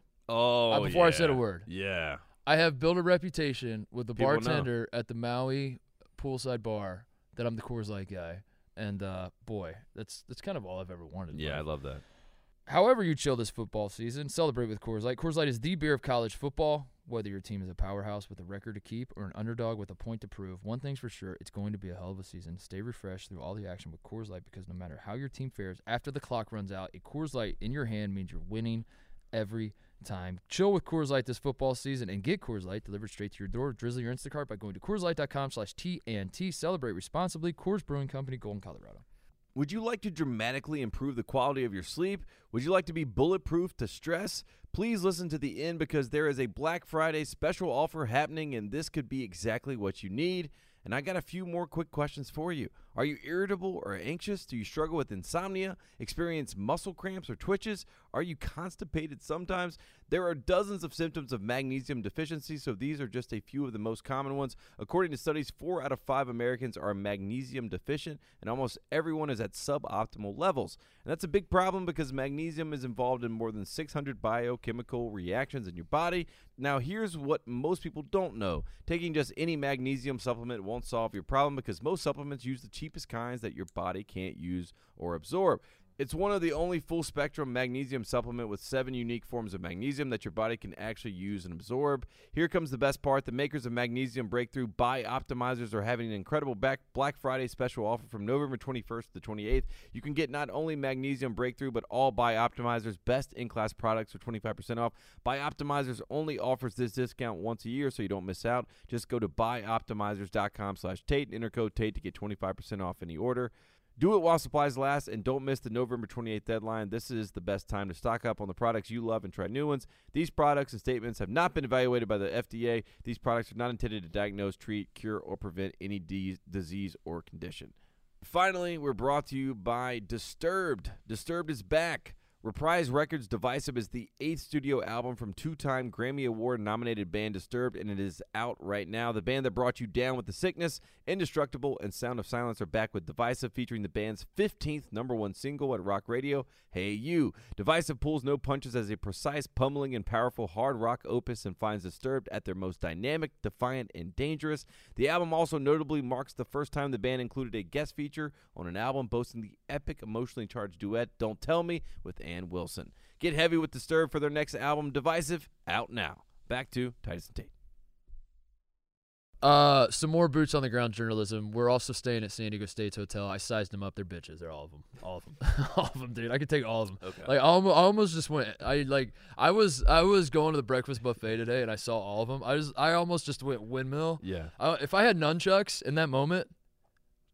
[SPEAKER 3] Oh,
[SPEAKER 2] Uh, before I said a word.
[SPEAKER 3] Yeah,
[SPEAKER 2] I have built a reputation with the
[SPEAKER 3] People know.
[SPEAKER 2] bartender at the Maui poolside bar that I'm the Coors Light guy, and uh, boy, that's that's kind of all I've ever wanted. in
[SPEAKER 3] yeah, I
[SPEAKER 2] life.
[SPEAKER 3] love that.
[SPEAKER 2] However, you chill this football season, celebrate with Coors Light. Coors Light is the beer of college football. Whether your team is a powerhouse with a record to keep or an underdog with a point to prove, one thing's for sure it's going to be a hell of a season. Stay refreshed through all the action with Coors Light because no matter how your team fares, after the clock runs out, a Coors Light in your hand means you're winning every time. Chill with Coors Light this football season and get Coors Light delivered straight to your door, Drizzly or Instacart by going to CoorsLight.com slash TNT. Celebrate responsibly. Coors Brewing Company, Golden, Colorado.
[SPEAKER 3] Would you like to dramatically improve the quality of your sleep? Would you like to be bulletproof to stress? Please listen to the end because there is a Black Friday special offer happening, and this could be exactly what you need. And I got a few more quick questions for you. Are you irritable or anxious? Do you struggle with insomnia? Experience muscle cramps or twitches? Are you constipated sometimes? There are dozens of symptoms of magnesium deficiency, so these are just a few of the most common ones. According to studies, four out of five Americans are magnesium deficient, and almost everyone is at suboptimal levels. And that's a big problem because magnesium is involved in more than 600 biochemical reactions in your body. Now, here's what most people don't know taking just any magnesium supplement won't solve your problem because most supplements use the cheapest kinds that your body can't use or absorb. It's one of the only full spectrum magnesium supplement with seven unique forms of magnesium that your body can actually use and absorb. Here comes the best part the makers of Magnesium Breakthrough Buy Optimizers are having an incredible back Black Friday special offer from November 21st to 28th. You can get not only Magnesium Breakthrough, but all Buy Optimizers best in class products for 25% off. Buy Optimizers only offers this discount once a year, so you don't miss out. Just go to buyoptimizers.com slash Tate and enter code Tate to get 25% off any order. Do it while supplies last and don't miss the November 28th deadline. This is the best time to stock up on the products you love and try new ones. These products and statements have not been evaluated by the FDA. These products are not intended to diagnose, treat, cure, or prevent any de- disease or condition. Finally, we're brought to you by Disturbed. Disturbed is back. Reprise Records' Divisive is the eighth studio album from two time Grammy Award nominated band Disturbed, and it is out right now. The band that brought you down with the sickness, Indestructible, and Sound of Silence are back with Divisive, featuring the band's 15th number one single at rock radio, Hey You. Divisive pulls no punches as a precise, pummeling, and powerful hard rock opus and finds Disturbed at their most dynamic, defiant, and dangerous. The album also notably marks the first time the band included a guest feature on an album boasting the epic, emotionally charged duet, Don't Tell Me, with and Wilson. Get heavy with Disturbed for their next album, Divisive, out now. Back to Titus and Tate.
[SPEAKER 2] Uh, some more boots on the ground journalism. We're also staying at San Diego State's hotel. I sized them up. They're bitches. They're all of them. All of them. all of them, dude. I could take all of them. Okay. Like I almo- I almost just went. I like. I was. I was going to the breakfast buffet today, and I saw all of them. I just. I almost just went windmill.
[SPEAKER 3] Yeah.
[SPEAKER 2] I, if I had nunchucks in that moment,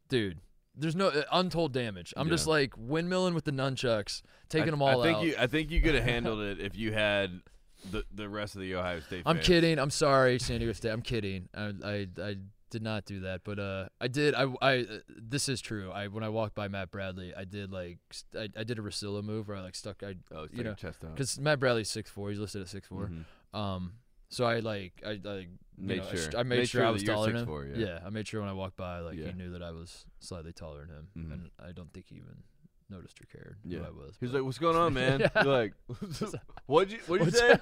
[SPEAKER 2] dude. There's no uh, untold damage. I'm just
[SPEAKER 3] Yeah.
[SPEAKER 2] like windmilling with the nunchucks, taking
[SPEAKER 3] I,
[SPEAKER 2] them all
[SPEAKER 3] I think
[SPEAKER 2] out.
[SPEAKER 3] You, I think you could have handled it if you had the, the rest of the Ohio State
[SPEAKER 2] I'm
[SPEAKER 3] fans.
[SPEAKER 2] kidding. I'm sorry, San Diego State. I'm kidding. I, I, I did not do that, but uh, I did. I, I, uh, this is true. I when I walked by Matt Bradley, I did like st- I, I did a Rosillo move where I like stuck. I
[SPEAKER 3] Oh, it's
[SPEAKER 2] you know
[SPEAKER 3] chest out.
[SPEAKER 2] because Matt Bradley's six four. He's listed at six Um, so I like I like you
[SPEAKER 3] Mm-hmm. Made
[SPEAKER 2] know, I, st-
[SPEAKER 3] sure.
[SPEAKER 2] I made,
[SPEAKER 3] Made
[SPEAKER 2] sure, I
[SPEAKER 3] sure
[SPEAKER 2] was
[SPEAKER 3] that you're
[SPEAKER 2] taller than him.
[SPEAKER 3] 6'4", yeah.
[SPEAKER 2] yeah. I made sure when I walked by, like
[SPEAKER 3] Yeah.
[SPEAKER 2] he knew that I was slightly taller than him,
[SPEAKER 3] Mhm.
[SPEAKER 2] and I don't think he even noticed or cared
[SPEAKER 3] Yeah.
[SPEAKER 2] who I was.
[SPEAKER 3] He was
[SPEAKER 2] but-
[SPEAKER 3] like, "What's going on, man?" You're like, "What'd you What'd you
[SPEAKER 2] What's
[SPEAKER 3] say?"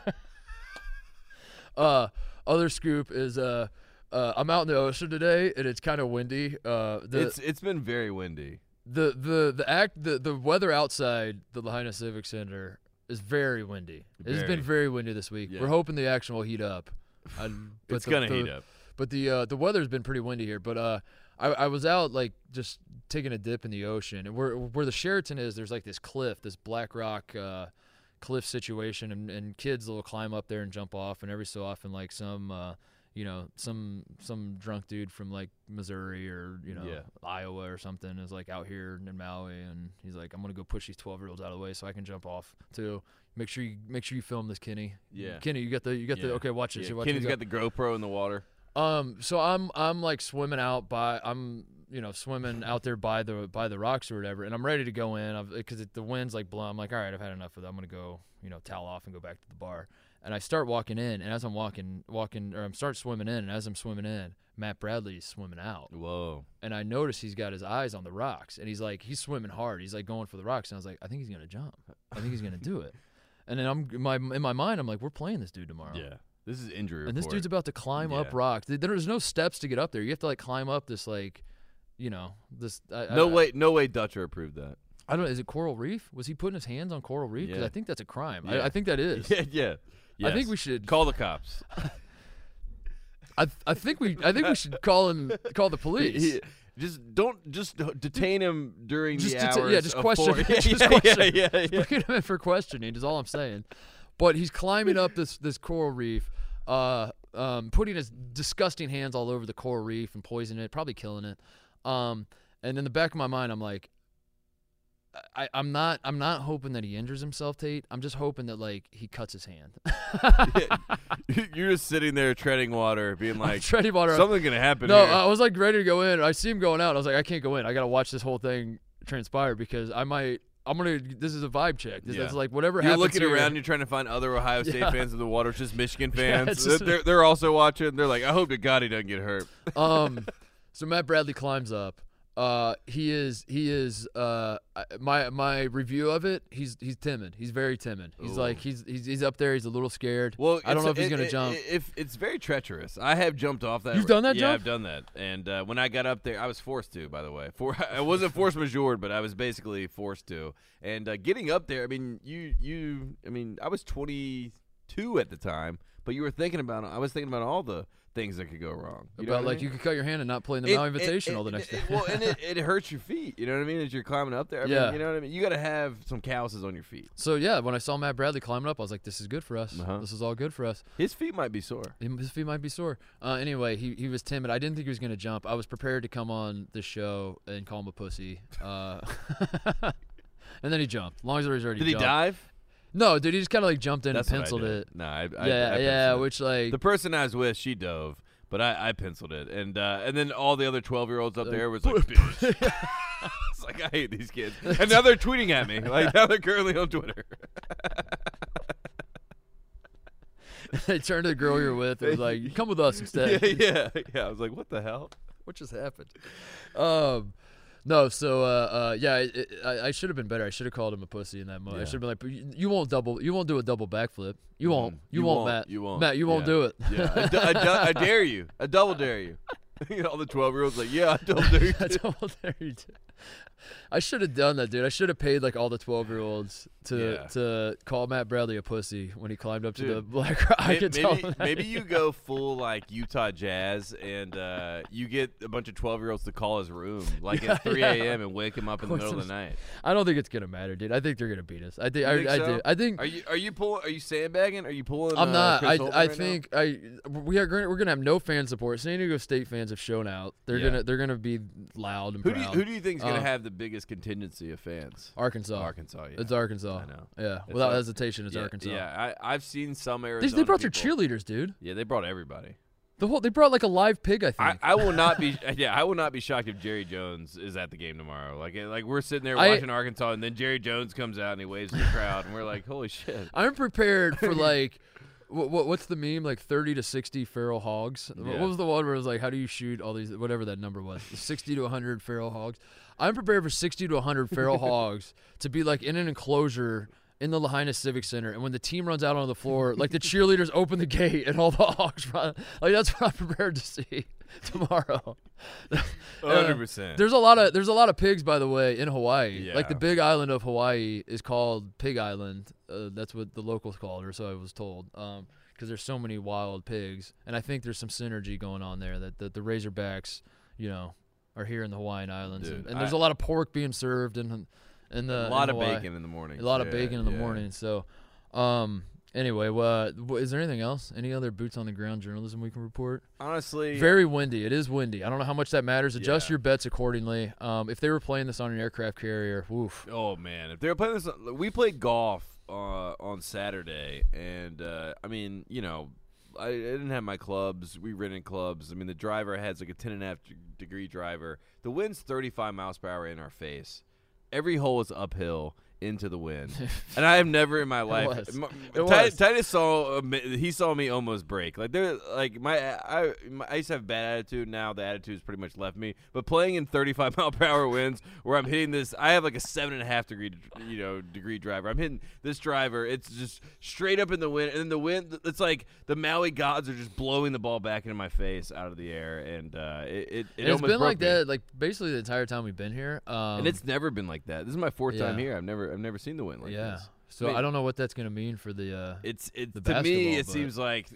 [SPEAKER 2] Uh, other scoop is uh, uh, I'm out in the ocean today, and it's kind of windy. Uh, the
[SPEAKER 3] It's it's been very windy.
[SPEAKER 2] the the the act the the weather outside the Lahaina Civic Center is very windy. It's
[SPEAKER 3] Very.
[SPEAKER 2] been very windy this week.
[SPEAKER 3] Yeah.
[SPEAKER 2] We're hoping the action will heat up. I- but
[SPEAKER 3] it's
[SPEAKER 2] the-
[SPEAKER 3] gonna
[SPEAKER 2] the-
[SPEAKER 3] heat up.
[SPEAKER 2] But the uh, the weather's been pretty windy here. But uh, I, I was out like just taking a dip in the ocean, and where where the Sheraton is, there's like this cliff, this black rock uh, cliff situation, and, and kids will climb up there and jump off, and every so often like some. Uh, you know, some some drunk dude from like Missouri or you know
[SPEAKER 3] Yeah.
[SPEAKER 2] Iowa or something is like out here in Maui, and he's like, I'm gonna go push these 12 year olds out of the way so I can jump off too. Make sure you make sure you film this, Kenny.
[SPEAKER 3] Yeah.
[SPEAKER 2] Kenny, you got the you got the
[SPEAKER 3] Yeah.
[SPEAKER 2] okay. Watch this.
[SPEAKER 3] Yeah,
[SPEAKER 2] You're watching
[SPEAKER 3] Kenny's
[SPEAKER 2] go.
[SPEAKER 3] got the GoPro in the water.
[SPEAKER 2] Um, so I'm I'm like swimming out by I'm you know swimming out there by the by the rocks or whatever, and I'm ready to go in because the wind's like blowing. I'm like, all right, I've had enough of that. I'm gonna go you know towel off and go back to the bar. And I start walking in, and as I'm walking walking or I'm start swimming in, and as I'm swimming in, Matt Bradley's swimming out,
[SPEAKER 3] Whoa!
[SPEAKER 2] and I notice he's got his eyes on the rocks, and he's like he's swimming hard. He's like going for the rocks, and I was like, I think he's gonna jump. I think he's gonna do it. And then I'm in my in my mind, I'm like, we're playing this dude tomorrow.
[SPEAKER 3] Yeah, this is injury.
[SPEAKER 2] And this
[SPEAKER 3] report.
[SPEAKER 2] dude's about to climb up
[SPEAKER 3] Yeah.
[SPEAKER 2] rocks. Th- There's no steps to get up there. You have to like climb up this like, you know, this. I,
[SPEAKER 3] no
[SPEAKER 2] I-
[SPEAKER 3] way, no way. Dutcher approved that.
[SPEAKER 2] I don't. know. Is it coral reef? Was he putting his hands on coral reef? 'Cause
[SPEAKER 3] Yeah.
[SPEAKER 2] I think that's a crime. I,
[SPEAKER 3] Yeah.
[SPEAKER 2] I think that is.
[SPEAKER 3] Yeah, yeah.
[SPEAKER 2] I think
[SPEAKER 3] Yes.
[SPEAKER 2] we should-
[SPEAKER 3] call the cops.
[SPEAKER 2] I, th- I think we. I think we should call him. Call the police.
[SPEAKER 3] He- just don't just don't detain him during
[SPEAKER 2] just
[SPEAKER 3] the
[SPEAKER 2] to
[SPEAKER 3] hours.
[SPEAKER 2] ta- yeah, just
[SPEAKER 3] of
[SPEAKER 2] question,
[SPEAKER 3] four-
[SPEAKER 2] just
[SPEAKER 3] yeah,
[SPEAKER 2] question.
[SPEAKER 3] Yeah, yeah, yeah.
[SPEAKER 2] Just bring him in for questioning is all I'm saying. But he's climbing up this this coral reef, uh, um, putting his disgusting hands all over the coral reef and poisoning it, probably killing it. Um, and in the back of my mind, I'm like, I, I'm not I'm not hoping that he injures himself, Tate. I'm just hoping that like he cuts his hand.
[SPEAKER 3] You're just sitting there treading water, being like,
[SPEAKER 2] treading water.
[SPEAKER 3] Something's gonna happen.
[SPEAKER 2] no, uh,
[SPEAKER 3] here.
[SPEAKER 2] I was like ready to go in. I see him going out. I was like, I can't go in. I gotta watch this whole thing transpire because I might. I'm gonna. This is a vibe check. This
[SPEAKER 3] Yeah.
[SPEAKER 2] is like whatever.
[SPEAKER 3] You're
[SPEAKER 2] happens
[SPEAKER 3] looking
[SPEAKER 2] here-
[SPEAKER 3] around. You're trying to find other Ohio State
[SPEAKER 2] Yeah.
[SPEAKER 3] fans of the water. It's just Michigan
[SPEAKER 2] Yeah,
[SPEAKER 3] fans.
[SPEAKER 2] it's just-
[SPEAKER 3] they're, they're also watching. They're like, I hope to God he doesn't get hurt.
[SPEAKER 2] um, so Matt Bradley climbs up. Uh, he is he is uh I- my my review of it. He's he's timid. He's very timid. He's like he's, he's he's up there. He's a little scared.
[SPEAKER 3] Well,
[SPEAKER 2] I don't
[SPEAKER 3] it's-
[SPEAKER 2] know if he's
[SPEAKER 3] it-
[SPEAKER 2] gonna
[SPEAKER 3] it-
[SPEAKER 2] jump.
[SPEAKER 3] If it's very treacherous, I have jumped off that.
[SPEAKER 2] You've done that
[SPEAKER 3] yeah,
[SPEAKER 2] jump?
[SPEAKER 3] I've done that. And uh, when I got up there, I was forced to. By the way, for I wasn't force majeure, but I was basically forced to. And uh, getting up there, I mean, you you, I mean, I was 22 at the time, but you were thinking about. I was thinking about all the things that could go wrong.
[SPEAKER 2] but
[SPEAKER 3] You know what I
[SPEAKER 2] like
[SPEAKER 3] mean?
[SPEAKER 2] you could cut your hand and not play in the
[SPEAKER 3] It-
[SPEAKER 2] Maui
[SPEAKER 3] it-
[SPEAKER 2] Invitational
[SPEAKER 3] it-
[SPEAKER 2] the next
[SPEAKER 3] it-
[SPEAKER 2] day.
[SPEAKER 3] Well, and it, it hurts your feet. You know what I mean? As you're climbing up there, I
[SPEAKER 2] Yeah.
[SPEAKER 3] mean, you know what I mean. You got to have some calluses on your feet.
[SPEAKER 2] so yeah, when I saw Matt Bradley climbing up, I was like, this is good for us.
[SPEAKER 3] Uh-huh.
[SPEAKER 2] This is all good for us.
[SPEAKER 3] His feet might be sore.
[SPEAKER 2] Him- His feet might be sore. Uh, anyway, he, he was timid. I didn't think he was going to jump. I was prepared to come on the show and call him a pussy. Uh, and then he jumped. Long story short, he
[SPEAKER 3] Did he
[SPEAKER 2] jumped.
[SPEAKER 3] dive?
[SPEAKER 2] No, dude, he just kind of like jumped in
[SPEAKER 3] That's
[SPEAKER 2] and penciled
[SPEAKER 3] what I did.
[SPEAKER 2] it.
[SPEAKER 3] No, I, I
[SPEAKER 2] yeah,
[SPEAKER 3] I penciled
[SPEAKER 2] yeah,
[SPEAKER 3] it.
[SPEAKER 2] which like
[SPEAKER 3] the person I was with, she dove, but I, I penciled it, and uh, and then all the other twelve year olds
[SPEAKER 2] Uh,
[SPEAKER 3] up there was like, bitch. it's like I hate these kids, and now they're tweeting at me. Like now they're currently on Twitter.
[SPEAKER 2] they turned to the girl you're with and was like, "Come with us
[SPEAKER 3] yeah,
[SPEAKER 2] instead."
[SPEAKER 3] yeah, yeah. I was like, what the hell?
[SPEAKER 2] What just happened? Um, no, so uh, uh yeah, I, I, I should have been better. I should have called him a pussy in that moment. I should have been like, "But you- "You won't double, you won't do a double backflip. You won't, you, won't, Matt.
[SPEAKER 3] You won't,
[SPEAKER 2] Matt. You won't
[SPEAKER 3] Yeah.
[SPEAKER 2] do it."
[SPEAKER 3] Yeah, I, du- I du- I dare you. I double dare you. you know, all the twelve year olds like, yeah, I double dare you.
[SPEAKER 2] I told her you did. I should have done that, dude. I should have paid like all the twelve year olds to
[SPEAKER 3] Yeah.
[SPEAKER 2] to call Matt Bradley a pussy when he climbed up to the
[SPEAKER 3] Dude,
[SPEAKER 2] black rock. I
[SPEAKER 3] May-
[SPEAKER 2] could
[SPEAKER 3] maybe
[SPEAKER 2] tell him that.
[SPEAKER 3] maybe you go full like Utah Jazz and uh, you get a bunch of twelve year olds to call his room like
[SPEAKER 2] Yeah,
[SPEAKER 3] at three
[SPEAKER 2] yeah.
[SPEAKER 3] a.m. and wake him up in the
[SPEAKER 2] Wake
[SPEAKER 3] middle of
[SPEAKER 2] him
[SPEAKER 3] the night.
[SPEAKER 2] I don't think it's gonna matter, dude. I think they're gonna beat us. I think, I,
[SPEAKER 3] You think
[SPEAKER 2] I
[SPEAKER 3] so?
[SPEAKER 2] do. I think
[SPEAKER 3] Are you are you pulling? Are you sandbagging? Are you pulling?
[SPEAKER 2] I'm
[SPEAKER 3] uh,
[SPEAKER 2] not.
[SPEAKER 3] Chris
[SPEAKER 2] I
[SPEAKER 3] Holtman
[SPEAKER 2] I
[SPEAKER 3] right now?
[SPEAKER 2] think I we are gonna, we're gonna have no fan support. San Diego State fans have shown out. They're
[SPEAKER 3] Yeah.
[SPEAKER 2] gonna they're gonna be loud and
[SPEAKER 3] Who do you,
[SPEAKER 2] proud.
[SPEAKER 3] who do you think is gonna
[SPEAKER 2] Uh,
[SPEAKER 3] have the biggest contingency of fans?
[SPEAKER 2] Arkansas.
[SPEAKER 3] Arkansas, yeah.
[SPEAKER 2] It's Arkansas.
[SPEAKER 3] I know.
[SPEAKER 2] Yeah.
[SPEAKER 3] It's
[SPEAKER 2] Without
[SPEAKER 3] Ar-
[SPEAKER 2] hesitation, it's
[SPEAKER 3] yeah,
[SPEAKER 2] Arkansas.
[SPEAKER 3] Yeah, I, I've seen some
[SPEAKER 2] They,
[SPEAKER 3] Arizona.
[SPEAKER 2] they brought
[SPEAKER 3] people-
[SPEAKER 2] their cheerleaders, dude.
[SPEAKER 3] Yeah, they brought everybody.
[SPEAKER 2] The whole they brought like a live pig. I
[SPEAKER 3] I,
[SPEAKER 2] think.
[SPEAKER 3] I will not be. Yeah, I will not be shocked if Jerry Jones is at the game tomorrow. Like, eh, like we're sitting there
[SPEAKER 2] I-
[SPEAKER 3] watching Arkansas, and then Jerry Jones comes out and he waves to the crowd, and we're like, "Holy shit!"
[SPEAKER 2] I'm prepared for like, what, what what's the meme like? Thirty to sixty feral hogs. Wh-
[SPEAKER 3] Yeah.
[SPEAKER 2] What was the one where it was like, how do you shoot all these? Whatever that number was, sixty to hundred feral hogs. I'm prepared for sixty to hundred feral hogs to be like in an enclosure. In the Lahaina Civic Center, and when the team runs out on the floor, like the cheerleaders open the gate and all the hogs run. Like that's what I'm prepared to see tomorrow. Uh,
[SPEAKER 3] 100%.
[SPEAKER 2] There's a lot of there's a lot of pigs, by the way, in Hawaii. Like the
[SPEAKER 3] Yeah.
[SPEAKER 2] Big Island of Hawaii is called Pig Island. Uh, that's what the locals called, or so I was told. Um, because there's so many wild pigs, and I think there's some synergy going on there that the, the Razorbacks, you know, are here in the Hawaiian Islands,
[SPEAKER 3] Dude,
[SPEAKER 2] and, and there's
[SPEAKER 3] I-
[SPEAKER 2] a lot of pork being served and and the
[SPEAKER 3] a lot
[SPEAKER 2] in
[SPEAKER 3] of
[SPEAKER 2] Hawaii.
[SPEAKER 3] bacon in the morning.
[SPEAKER 2] a lot of bacon in the morning. So, um, anyway, uh, wh- is there anything else? Any other boots on the ground journalism we can report?
[SPEAKER 3] Honestly,
[SPEAKER 2] Very windy. It is windy. I don't know how much that matters. Adjust
[SPEAKER 3] Yeah.
[SPEAKER 2] your bets accordingly. Um, if they were playing this on an aircraft carrier, woof.
[SPEAKER 3] Oh man, if they were playing this, we played golf uh, on Saturday, and uh, I mean, you know, I, I didn't have my clubs. We rented clubs. I mean, the driver has like a ten and a half d- degree driver. The wind's thirty five miles per hour in our face. Every hole is uphill. into the wind, and I have never in my life.
[SPEAKER 2] was.
[SPEAKER 3] m-
[SPEAKER 2] It
[SPEAKER 3] Ti-
[SPEAKER 2] was.
[SPEAKER 3] Titus saw a mi- he saw me almost break. Like there, like my I my, I used to have bad attitude. Now the attitude's pretty much left me. But playing in 35 mile per hour winds, where I'm hitting this, I have like a seven and a half degree you know degree driver. I'm hitting this driver. It's just straight up in the wind, and then the wind. It's like the Maui gods are just blowing the ball back into my face out of the air, and uh, it it, it
[SPEAKER 2] And it's
[SPEAKER 3] almost
[SPEAKER 2] been like
[SPEAKER 3] broke me.
[SPEAKER 2] that, like basically the entire time we've been here. Um,
[SPEAKER 3] And it's never been like that. This is my fourth time
[SPEAKER 2] Yeah.
[SPEAKER 3] here. I've never I've never seen the wind like
[SPEAKER 2] yeah.
[SPEAKER 3] this.
[SPEAKER 2] So
[SPEAKER 3] mean-
[SPEAKER 2] I don't know what that's gonna mean for the. Uh,
[SPEAKER 3] It's it
[SPEAKER 2] The
[SPEAKER 3] to me
[SPEAKER 2] basketball,
[SPEAKER 3] it
[SPEAKER 2] but-
[SPEAKER 3] seems like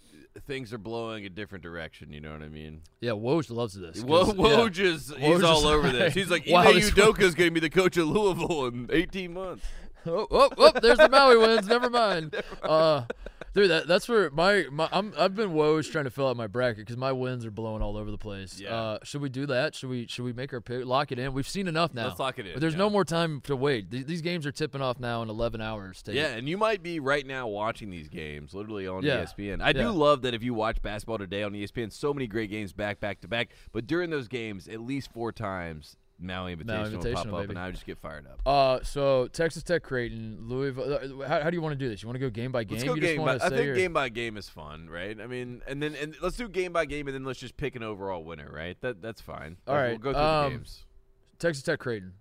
[SPEAKER 3] things are blowing a different direction, you know what I mean?
[SPEAKER 2] yeah, Woj loves this. 'cause-
[SPEAKER 3] Woj,
[SPEAKER 2] yeah.
[SPEAKER 3] Woj is he's
[SPEAKER 2] Woj is
[SPEAKER 3] all over this.
[SPEAKER 2] like,
[SPEAKER 3] He's like
[SPEAKER 2] wow,
[SPEAKER 3] Ime
[SPEAKER 2] this-
[SPEAKER 3] Udoka's going to be the coach of Louisville in 18 months.
[SPEAKER 2] oh, oh, oh, there's the Maui wins. Never mind. Uh, dude, that, that's where my, my I'm, I've been woes trying to fill out my bracket because my wins are blowing all over the place.
[SPEAKER 3] Yeah.
[SPEAKER 2] Uh, should we do that? Should we should we make our pick? Lock it in. We've seen enough now.
[SPEAKER 3] Let's lock it in,
[SPEAKER 2] There's
[SPEAKER 3] yeah.
[SPEAKER 2] no more time to wait. Th- these games are tipping off now in 11 hours. Take.
[SPEAKER 3] Yeah, and you might be right now watching these games literally on E
[SPEAKER 2] Yeah.
[SPEAKER 3] ESPN. I do
[SPEAKER 2] Yeah.
[SPEAKER 3] love that if you watch basketball today on E ESPN, so many great games back back to back, but during those games at least four times Maui Invitational, will pop
[SPEAKER 2] Invitational,
[SPEAKER 3] up
[SPEAKER 2] baby.
[SPEAKER 3] and I just get fired up.
[SPEAKER 2] Uh, so Texas Tech, Creighton, Louisville. uh, How, how do you want to do this? You want to go game by game?
[SPEAKER 3] Let's go
[SPEAKER 2] you just
[SPEAKER 3] game by.
[SPEAKER 2] wanna
[SPEAKER 3] I
[SPEAKER 2] say
[SPEAKER 3] think
[SPEAKER 2] your-
[SPEAKER 3] game by game is fun, right? I mean, and then and let's do game by game, and then let's just pick an overall winner, right? That that's fine.
[SPEAKER 2] All
[SPEAKER 3] Like,
[SPEAKER 2] right,
[SPEAKER 3] we'll go through
[SPEAKER 2] um,
[SPEAKER 3] the games.
[SPEAKER 2] Texas Tech, Creighton.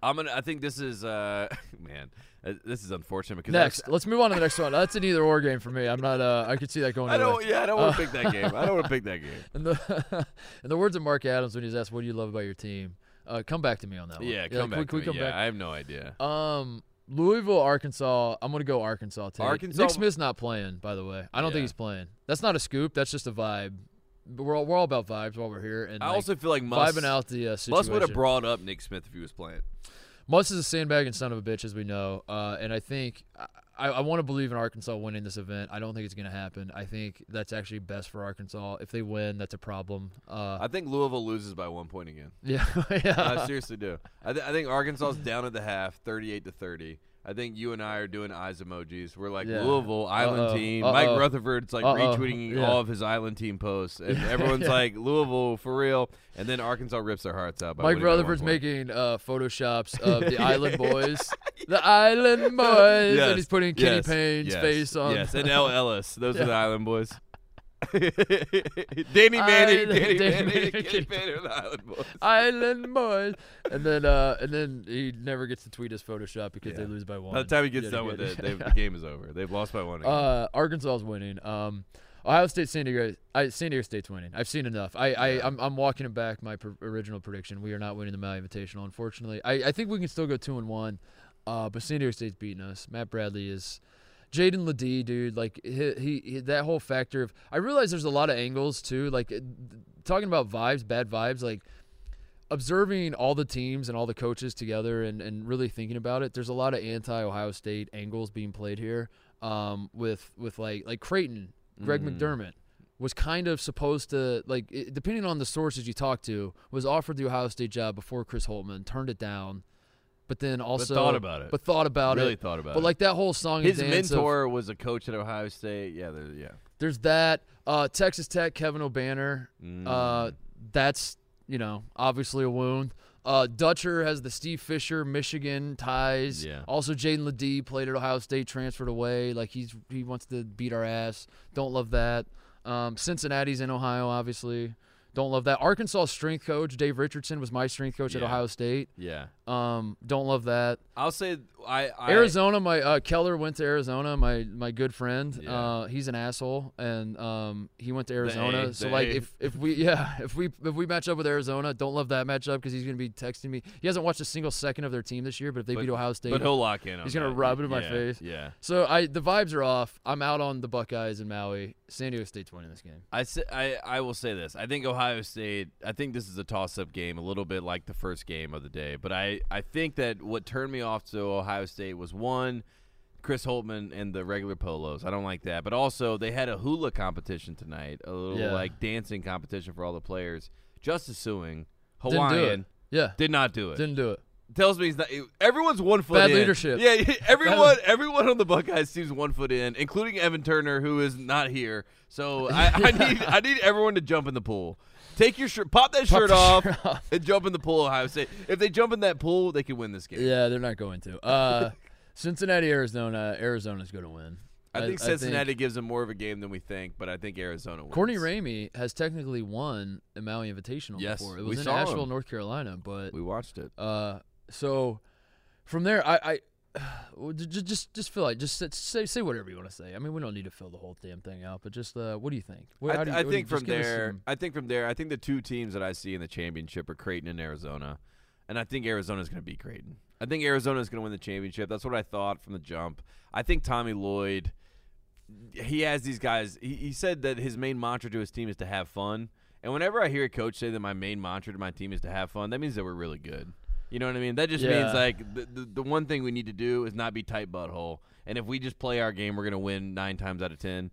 [SPEAKER 3] I'm gonna. I think this is uh, man, uh, this is unfortunate because I
[SPEAKER 2] Next, let's move on to the next one. That's an either or game for me. I'm not. Uh, I could see that going.
[SPEAKER 3] I,
[SPEAKER 2] either way.
[SPEAKER 3] don't. Yeah, I don't
[SPEAKER 2] Uh,
[SPEAKER 3] want to pick that game. I don't want to pick that game.
[SPEAKER 2] In the, in the words of Mark Adams when he's asked, "What do you love about your team?" Uh, come back to me on that one.
[SPEAKER 3] Yeah, come
[SPEAKER 2] can we-
[SPEAKER 3] back.
[SPEAKER 2] can we
[SPEAKER 3] to me.
[SPEAKER 2] come
[SPEAKER 3] yeah,
[SPEAKER 2] back?
[SPEAKER 3] I have no idea.
[SPEAKER 2] Um, Louisville, Arkansas. I'm gonna go Arkansas. Take it.
[SPEAKER 3] Arkansas-
[SPEAKER 2] Nick Smith's not playing, by the way. I don't
[SPEAKER 3] Yeah.
[SPEAKER 2] think he's playing. That's not a scoop. That's just a vibe. But we're all, we're all about vibes while we're here. And
[SPEAKER 3] I
[SPEAKER 2] like,
[SPEAKER 3] also feel like Muss,
[SPEAKER 2] vibing out the uh, situation.
[SPEAKER 3] Muss would have brought up Nick Smith if he was playing.
[SPEAKER 2] Muss is a sandbagging son of a bitch, as we know. Uh, and I think I, I want to believe in Arkansas winning this event. I don't think it's going to happen. I think that's actually best for Arkansas. If they win, that's a problem. Uh,
[SPEAKER 3] I think Louisville loses by one point again.
[SPEAKER 2] yeah, yeah.
[SPEAKER 3] I seriously do. I, th- I think Arkansas's down at the half, thirty-eight to thirty. I think you and I are doing eyes emojis. We're like
[SPEAKER 2] Yeah.
[SPEAKER 3] Louisville Island
[SPEAKER 2] Uh-oh.
[SPEAKER 3] team. Mike
[SPEAKER 2] Uh-oh.
[SPEAKER 3] Rutherford's like
[SPEAKER 2] Uh-oh.
[SPEAKER 3] retweeting
[SPEAKER 2] Yeah.
[SPEAKER 3] all of his Island team posts, and everyone's like Louisville for real. And then Arkansas rips their hearts out. By
[SPEAKER 2] Mike
[SPEAKER 3] winning by one
[SPEAKER 2] Rutherford's
[SPEAKER 3] point.
[SPEAKER 2] making uh, photoshops of the Island Boys, the Island Boys,
[SPEAKER 3] Yes,
[SPEAKER 2] and he's putting Kenny
[SPEAKER 3] yes,
[SPEAKER 2] Payne's
[SPEAKER 3] yes,
[SPEAKER 2] face on.
[SPEAKER 3] Yes, and L. Ellis. Those are the Island boys. Danny Manning,
[SPEAKER 2] Island- Danny
[SPEAKER 3] Danny, Manning,
[SPEAKER 2] Manning,
[SPEAKER 3] Kenny
[SPEAKER 2] Kenny-
[SPEAKER 3] Payne are the Island boys.
[SPEAKER 2] Island Boys, and then uh, and then he never gets to tweet his Photoshop because they lose by one.
[SPEAKER 3] By the time he gets
[SPEAKER 2] Yet
[SPEAKER 3] done with
[SPEAKER 2] again.
[SPEAKER 3] it, they, the game is over. They've lost by one. Again.
[SPEAKER 2] Uh, Arkansas is winning. Um, Ohio State, San Diego, I, San Diego State's winning. I've seen enough. I, I I'm, I'm walking it back my pr- original prediction. We are not winning the Maui Invitational, unfortunately. I, I think we can still go two and one, uh, but San Diego State's beating us. Matt Bradley is. Jaden Ledee, dude, like he, he, he- that whole factor of. I realize there's a lot of angles too. Like it- talking about vibes, bad vibes. Like observing all the teams and all the coaches together and, and really thinking about it, there's a lot of anti Ohio State angles being played here. Um, with with like like Creighton, Greg
[SPEAKER 3] Mm.
[SPEAKER 2] McDermott was kind of supposed to like it, depending on the sources you talk to was offered the Ohio State job before Chris Holtman turned it down, but then also
[SPEAKER 3] thought about it.
[SPEAKER 2] But thought about it.
[SPEAKER 3] Really thought about
[SPEAKER 2] But
[SPEAKER 3] it.
[SPEAKER 2] like that whole song
[SPEAKER 3] His
[SPEAKER 2] and dance of-
[SPEAKER 3] mentor was a coach at Ohio State. Yeah, there- yeah.
[SPEAKER 2] there's that. Uh, Texas Tech, Kevin O'Banner.
[SPEAKER 3] Mm.
[SPEAKER 2] Uh, that's, you know, obviously a wound. Uh, Dutcher has the Steve Fisher, Michigan ties.
[SPEAKER 3] Yeah.
[SPEAKER 2] Also, Jaden Ledee played at Ohio State, transferred away. Like, he's he wants to beat our ass. Don't love that. Um, Cincinnati's in Ohio, obviously. Don't love that. Arkansas strength coach, Dave Richardson, was my strength coach at
[SPEAKER 3] Yeah.
[SPEAKER 2] Ohio State.
[SPEAKER 3] Yeah.
[SPEAKER 2] Um, don't love that.
[SPEAKER 3] I'll say I, I
[SPEAKER 2] Arizona, my uh, Keller went to Arizona. My my good friend,
[SPEAKER 3] Yeah.
[SPEAKER 2] uh, he's an asshole, and um, he went to Arizona.
[SPEAKER 3] A,
[SPEAKER 2] so
[SPEAKER 3] the
[SPEAKER 2] like,
[SPEAKER 3] A.
[SPEAKER 2] if if we yeah, if we if we match up with Arizona, don't love that matchup because he's gonna be texting me. He hasn't watched a single second of their team this year, but if they beat Ohio State,
[SPEAKER 3] But he'll lock in. On
[SPEAKER 2] he's gonna
[SPEAKER 3] that.
[SPEAKER 2] rub it in my
[SPEAKER 3] Yeah,
[SPEAKER 2] face.
[SPEAKER 3] Yeah.
[SPEAKER 2] so I the vibes are off. I'm out on the Buckeyes in Maui. San Diego State's winning this game.
[SPEAKER 3] I, say, I I will say this. I think Ohio State. I think this is a toss-up game, a little bit like the first game of the day. But I I think that what turned me off to Ohio State was one, Chris Holtman and the regular polos. I don't like that. But also they had a hula competition tonight, a little
[SPEAKER 2] Yeah.
[SPEAKER 3] like dancing competition for all the players. Justice suing
[SPEAKER 2] Didn't
[SPEAKER 3] Hawaiian.
[SPEAKER 2] do it. Yeah,
[SPEAKER 3] Did not do it.
[SPEAKER 2] didn't do it.
[SPEAKER 3] tells me he's not. Everyone's one foot.
[SPEAKER 2] Bad
[SPEAKER 3] in.
[SPEAKER 2] leadership.
[SPEAKER 3] Yeah, everyone, everyone on the Buckeyes team's one foot in, including Evan Turner, who is not here. So I, I need, I need everyone to jump in the pool. Take your shirt, pop that shirt,
[SPEAKER 2] the
[SPEAKER 3] off,
[SPEAKER 2] shirt off.
[SPEAKER 3] and jump in the pool. Ohio State. If they jump in that pool, they could win this game.
[SPEAKER 2] Yeah, they're not going to. Uh, Cincinnati, Arizona. Arizona's going to win.
[SPEAKER 3] I think Cincinnati gives them more of a game than we think, but I think Arizona wins.
[SPEAKER 2] Courtney Ramey has technically won a Maui Invitational
[SPEAKER 3] Yes,
[SPEAKER 2] before. It
[SPEAKER 3] we
[SPEAKER 2] was in
[SPEAKER 3] saw
[SPEAKER 2] Asheville,
[SPEAKER 3] him.
[SPEAKER 2] North Carolina, but
[SPEAKER 3] We watched it.
[SPEAKER 2] uh, so from there, I, I well, ju- ju- just just feel like just say- say say whatever you want to say. I mean, we don't need to fill the whole damn thing out, but just uh, what do you think? What,
[SPEAKER 3] I,
[SPEAKER 2] how do you,
[SPEAKER 3] I
[SPEAKER 2] what do you-
[SPEAKER 3] think
[SPEAKER 2] just
[SPEAKER 3] from
[SPEAKER 2] give us
[SPEAKER 3] there,
[SPEAKER 2] some-
[SPEAKER 3] I think from there, I think the two teams that I see in the championship are Creighton and Arizona, and I think Arizona's going to beat Creighton. I think Arizona's going to win the championship. That's what I thought from the jump. I think Tommy Lloyd, he has these guys. He, he said that his main mantra to his team is to have fun, and whenever I hear a coach say that my main mantra to my team is to have fun, that means that we're really good. You know what I mean? That just
[SPEAKER 2] Yeah.
[SPEAKER 3] means like the, the the one thing we need to do is not be tight butthole, and if we just play our game, we're going to win nine times out of ten.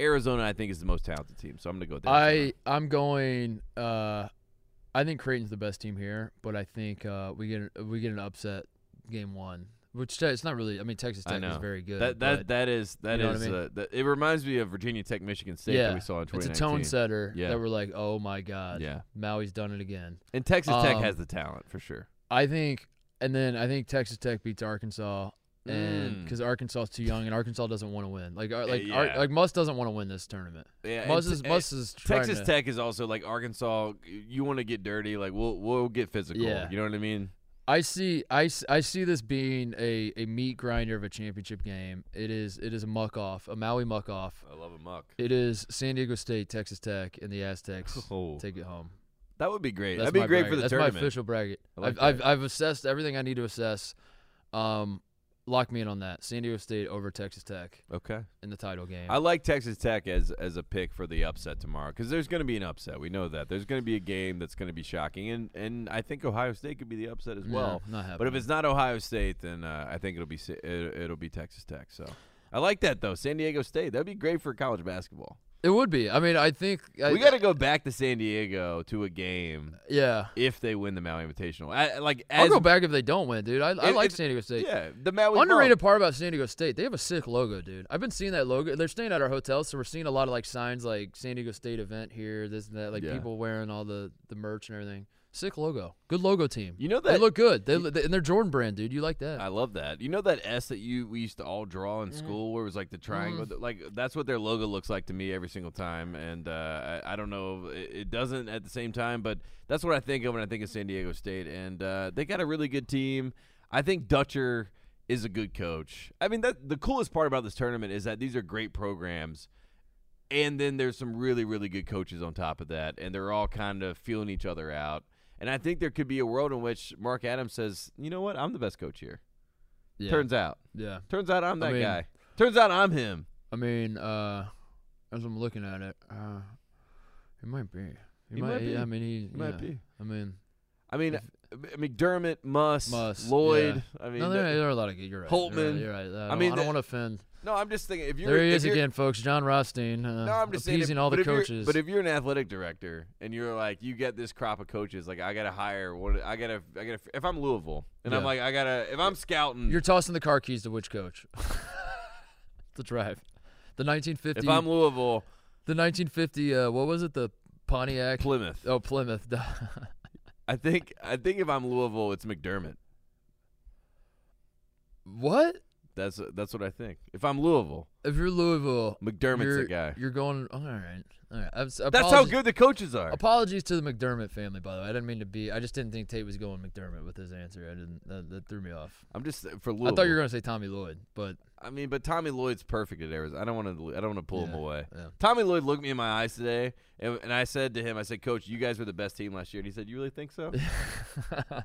[SPEAKER 3] Arizona, I think, is the most talented team, so I'm gonna go with Arizona.
[SPEAKER 2] I I'm going. Uh, I think Creighton's the best team here, but I think uh, we get we get an upset game one, which te- it's not really. I mean, Texas
[SPEAKER 3] I
[SPEAKER 2] Tech is
[SPEAKER 3] know.
[SPEAKER 2] very good.
[SPEAKER 3] That
[SPEAKER 2] but
[SPEAKER 3] that that is
[SPEAKER 2] you
[SPEAKER 3] that
[SPEAKER 2] know what
[SPEAKER 3] is
[SPEAKER 2] I mean?
[SPEAKER 3] uh, that, it reminds me of Virginia Tech, Michigan State
[SPEAKER 2] yeah,
[SPEAKER 3] that we saw in
[SPEAKER 2] it's a
[SPEAKER 3] 2019.
[SPEAKER 2] tone setter
[SPEAKER 3] Yeah.
[SPEAKER 2] that we're like, oh my god,
[SPEAKER 3] Yeah,
[SPEAKER 2] Maui's done it again.
[SPEAKER 3] and Texas Tech
[SPEAKER 2] Um,
[SPEAKER 3] has the talent for sure.
[SPEAKER 2] I think, and then I think Texas Tech beats Arkansas, and
[SPEAKER 3] Mm.
[SPEAKER 2] because Arkansas's too young and Arkansas doesn't want to win. Like uh, like Ar-
[SPEAKER 3] yeah.
[SPEAKER 2] like Muss doesn't want to win this tournament.
[SPEAKER 3] Yeah,
[SPEAKER 2] Muss
[SPEAKER 3] and
[SPEAKER 2] is
[SPEAKER 3] Te- eh,
[SPEAKER 2] Muss is trying
[SPEAKER 3] Texas
[SPEAKER 2] to,
[SPEAKER 3] Tech is also like Arkansas. You want to get dirty, like we'll we'll get physical.
[SPEAKER 2] Yeah.
[SPEAKER 3] You know what I mean?
[SPEAKER 2] I see I, s- I see this being a, a meat grinder of a championship game. It is it is a muck off, a Maui muck off.
[SPEAKER 3] I love a muck.
[SPEAKER 2] It is San Diego State, Texas Tech, and the Aztecs
[SPEAKER 3] Oh.
[SPEAKER 2] take it home.
[SPEAKER 3] That would be great.
[SPEAKER 2] That's
[SPEAKER 3] That'd be
[SPEAKER 2] my
[SPEAKER 3] great
[SPEAKER 2] bracket.
[SPEAKER 3] for the
[SPEAKER 2] That's
[SPEAKER 3] tournament.
[SPEAKER 2] my official bracket.
[SPEAKER 3] I like
[SPEAKER 2] I've,
[SPEAKER 3] that.
[SPEAKER 2] I've I've assessed everything I need to assess. Um, lock me in on that. San Diego State over Texas Tech
[SPEAKER 3] Okay.
[SPEAKER 2] in the title game.
[SPEAKER 3] I like Texas Tech as as a pick for the upset tomorrow because there's going to be an upset. We know that there's going to be a game that's going to be shocking, and and I think Ohio State could be the upset as
[SPEAKER 2] No,
[SPEAKER 3] well.
[SPEAKER 2] not
[SPEAKER 3] but if
[SPEAKER 2] happening.
[SPEAKER 3] it's not Ohio State, then uh, I think it'll be it, it'll be Texas Tech. So I like that though. San Diego State that'd be great for college basketball.
[SPEAKER 2] it would be. I mean, I think I,
[SPEAKER 3] we got to go back to San Diego to a game
[SPEAKER 2] Yeah,
[SPEAKER 3] if they win the Maui Invitational. I, like
[SPEAKER 2] I'll
[SPEAKER 3] as
[SPEAKER 2] go back if they don't win, dude. I, I
[SPEAKER 3] If-
[SPEAKER 2] like
[SPEAKER 3] if-
[SPEAKER 2] San Diego State.
[SPEAKER 3] yeah, the Maui
[SPEAKER 2] Underrated part about San Diego State, they have a sick logo, dude. I've been seeing that logo. They're staying at our hotel, so we're seeing a lot of like signs like San Diego State event here, this and that, like
[SPEAKER 3] Yeah.
[SPEAKER 2] people wearing all the the merch and everything. Sick logo, good logo team.
[SPEAKER 3] You know
[SPEAKER 2] they
[SPEAKER 3] that- Uh,
[SPEAKER 2] look good. They, they and they're Jordan brand, dude. You like that?
[SPEAKER 3] I love that. You know that S that you we used to all draw in school, where it was like the triangle. Like that's what their logo looks like to me every single time. And uh, I, I don't know, it, it doesn't at the same time, but that's what I think of when I think of San Diego State. And uh, they got a really good team. I think Dutcher is a good coach. I mean, that the coolest part about this tournament is that these are great programs. And then there's some really, really good coaches on top of that, and they're all kind of feeling each other out. And I think there could be a world in which Mark Adams says, "You know what? I'm the best coach here."
[SPEAKER 2] yeah.
[SPEAKER 3] Turns out,
[SPEAKER 2] yeah.
[SPEAKER 3] turns out I'm
[SPEAKER 2] I
[SPEAKER 3] that
[SPEAKER 2] mean-
[SPEAKER 3] guy. Turns out I'm him.
[SPEAKER 2] I mean, uh, as I'm looking at it, uh, it might be. He,
[SPEAKER 3] He
[SPEAKER 2] might,
[SPEAKER 3] might
[SPEAKER 2] he-
[SPEAKER 3] be.
[SPEAKER 2] I mean, he,
[SPEAKER 3] might
[SPEAKER 2] yeah.
[SPEAKER 3] be.
[SPEAKER 2] I mean,
[SPEAKER 3] I mean, uh, McDermott, Muss,
[SPEAKER 2] Muss,
[SPEAKER 3] Lloyd. I mean,
[SPEAKER 2] no, there,
[SPEAKER 3] th-
[SPEAKER 2] there are a lot of good. You're right. you're right,
[SPEAKER 3] Holtman.
[SPEAKER 2] You're right. I,
[SPEAKER 3] mean,
[SPEAKER 2] mean, I
[SPEAKER 3] the-
[SPEAKER 2] don't want to offend.
[SPEAKER 3] no, I'm just thinking if you're
[SPEAKER 2] There he
[SPEAKER 3] if
[SPEAKER 2] is
[SPEAKER 3] you're-
[SPEAKER 2] again, folks. John Rothstein. Uh,
[SPEAKER 3] No, I'm just saying
[SPEAKER 2] appeasing
[SPEAKER 3] if-
[SPEAKER 2] all
[SPEAKER 3] but
[SPEAKER 2] the
[SPEAKER 3] if you're-
[SPEAKER 2] coaches.
[SPEAKER 3] But if you're an athletic director and you're like, you get this crop of coaches, like I gotta hire one. I gotta, I gotta. If I'm Louisville and I'm
[SPEAKER 2] Yeah.
[SPEAKER 3] like, I gotta. If I'm scouting,
[SPEAKER 2] You're tossing the car keys to which coach? the drive. The 1950.
[SPEAKER 3] if I'm Louisville,
[SPEAKER 2] the 1950. Uh, what was it? The Pontiac.
[SPEAKER 3] Plymouth.
[SPEAKER 2] oh, Plymouth.
[SPEAKER 3] I think, I think if I'm Louisville, it's McDermott.
[SPEAKER 2] what?
[SPEAKER 3] That's that's what I think. If I'm Louisville,
[SPEAKER 2] If you're Louisville,
[SPEAKER 3] McDermott's
[SPEAKER 2] you're,
[SPEAKER 3] a guy.
[SPEAKER 2] You're going. All right. All right. That's
[SPEAKER 3] That's how good the coaches are.
[SPEAKER 2] Apologies to the McDermott family, by the way. I didn't mean to be. I just didn't think Tate was going McDermott with his answer. I didn't. That, that threw me off.
[SPEAKER 3] I'm just for Louisville.
[SPEAKER 2] I thought you were going to say Tommy Lloyd, but
[SPEAKER 3] I mean, but Tommy Lloyd's perfect at Arizona. I don't want to. I don't want to pull him
[SPEAKER 2] Yeah,
[SPEAKER 3] away.
[SPEAKER 2] yeah.
[SPEAKER 3] Tommy Lloyd looked me in my eyes today, and, and I said to him, "I said, Coach, you guys were the best team last year." And he said, "You really think so?"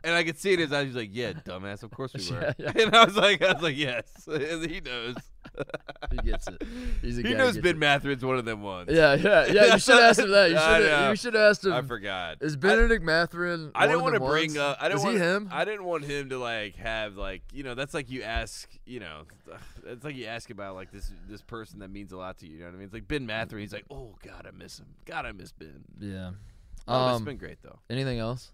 [SPEAKER 3] and I could see it in his eyes. He's like, "Yeah, dumbass. Of course we were."
[SPEAKER 2] Yeah,
[SPEAKER 3] And I was like, "I was like, yes, And he knows.
[SPEAKER 2] he gets it. He's a guy
[SPEAKER 3] he
[SPEAKER 2] who
[SPEAKER 3] knows
[SPEAKER 2] gets
[SPEAKER 3] Ben
[SPEAKER 2] it.
[SPEAKER 3] Matherin's one of them ones."
[SPEAKER 2] Yeah, yeah, yeah. You should have asked him that. You
[SPEAKER 3] I
[SPEAKER 2] should
[SPEAKER 3] know.
[SPEAKER 2] have. You should have asked him.
[SPEAKER 3] I forgot.
[SPEAKER 2] Is
[SPEAKER 3] I-
[SPEAKER 2] Benedict Matherin?
[SPEAKER 3] I didn't
[SPEAKER 2] want
[SPEAKER 3] want to bring up. I didn't
[SPEAKER 2] Is
[SPEAKER 3] want
[SPEAKER 2] he him?
[SPEAKER 3] I didn't want him to like have like you know that's like you ask you know it's like you ask about like this this person that means a lot to you. You know what I mean? It's like Ben Matherin. He's like, oh god, I miss him. God, I miss Ben.
[SPEAKER 2] yeah.
[SPEAKER 3] Oh, it's
[SPEAKER 2] Um,
[SPEAKER 3] been great though.
[SPEAKER 2] anything else?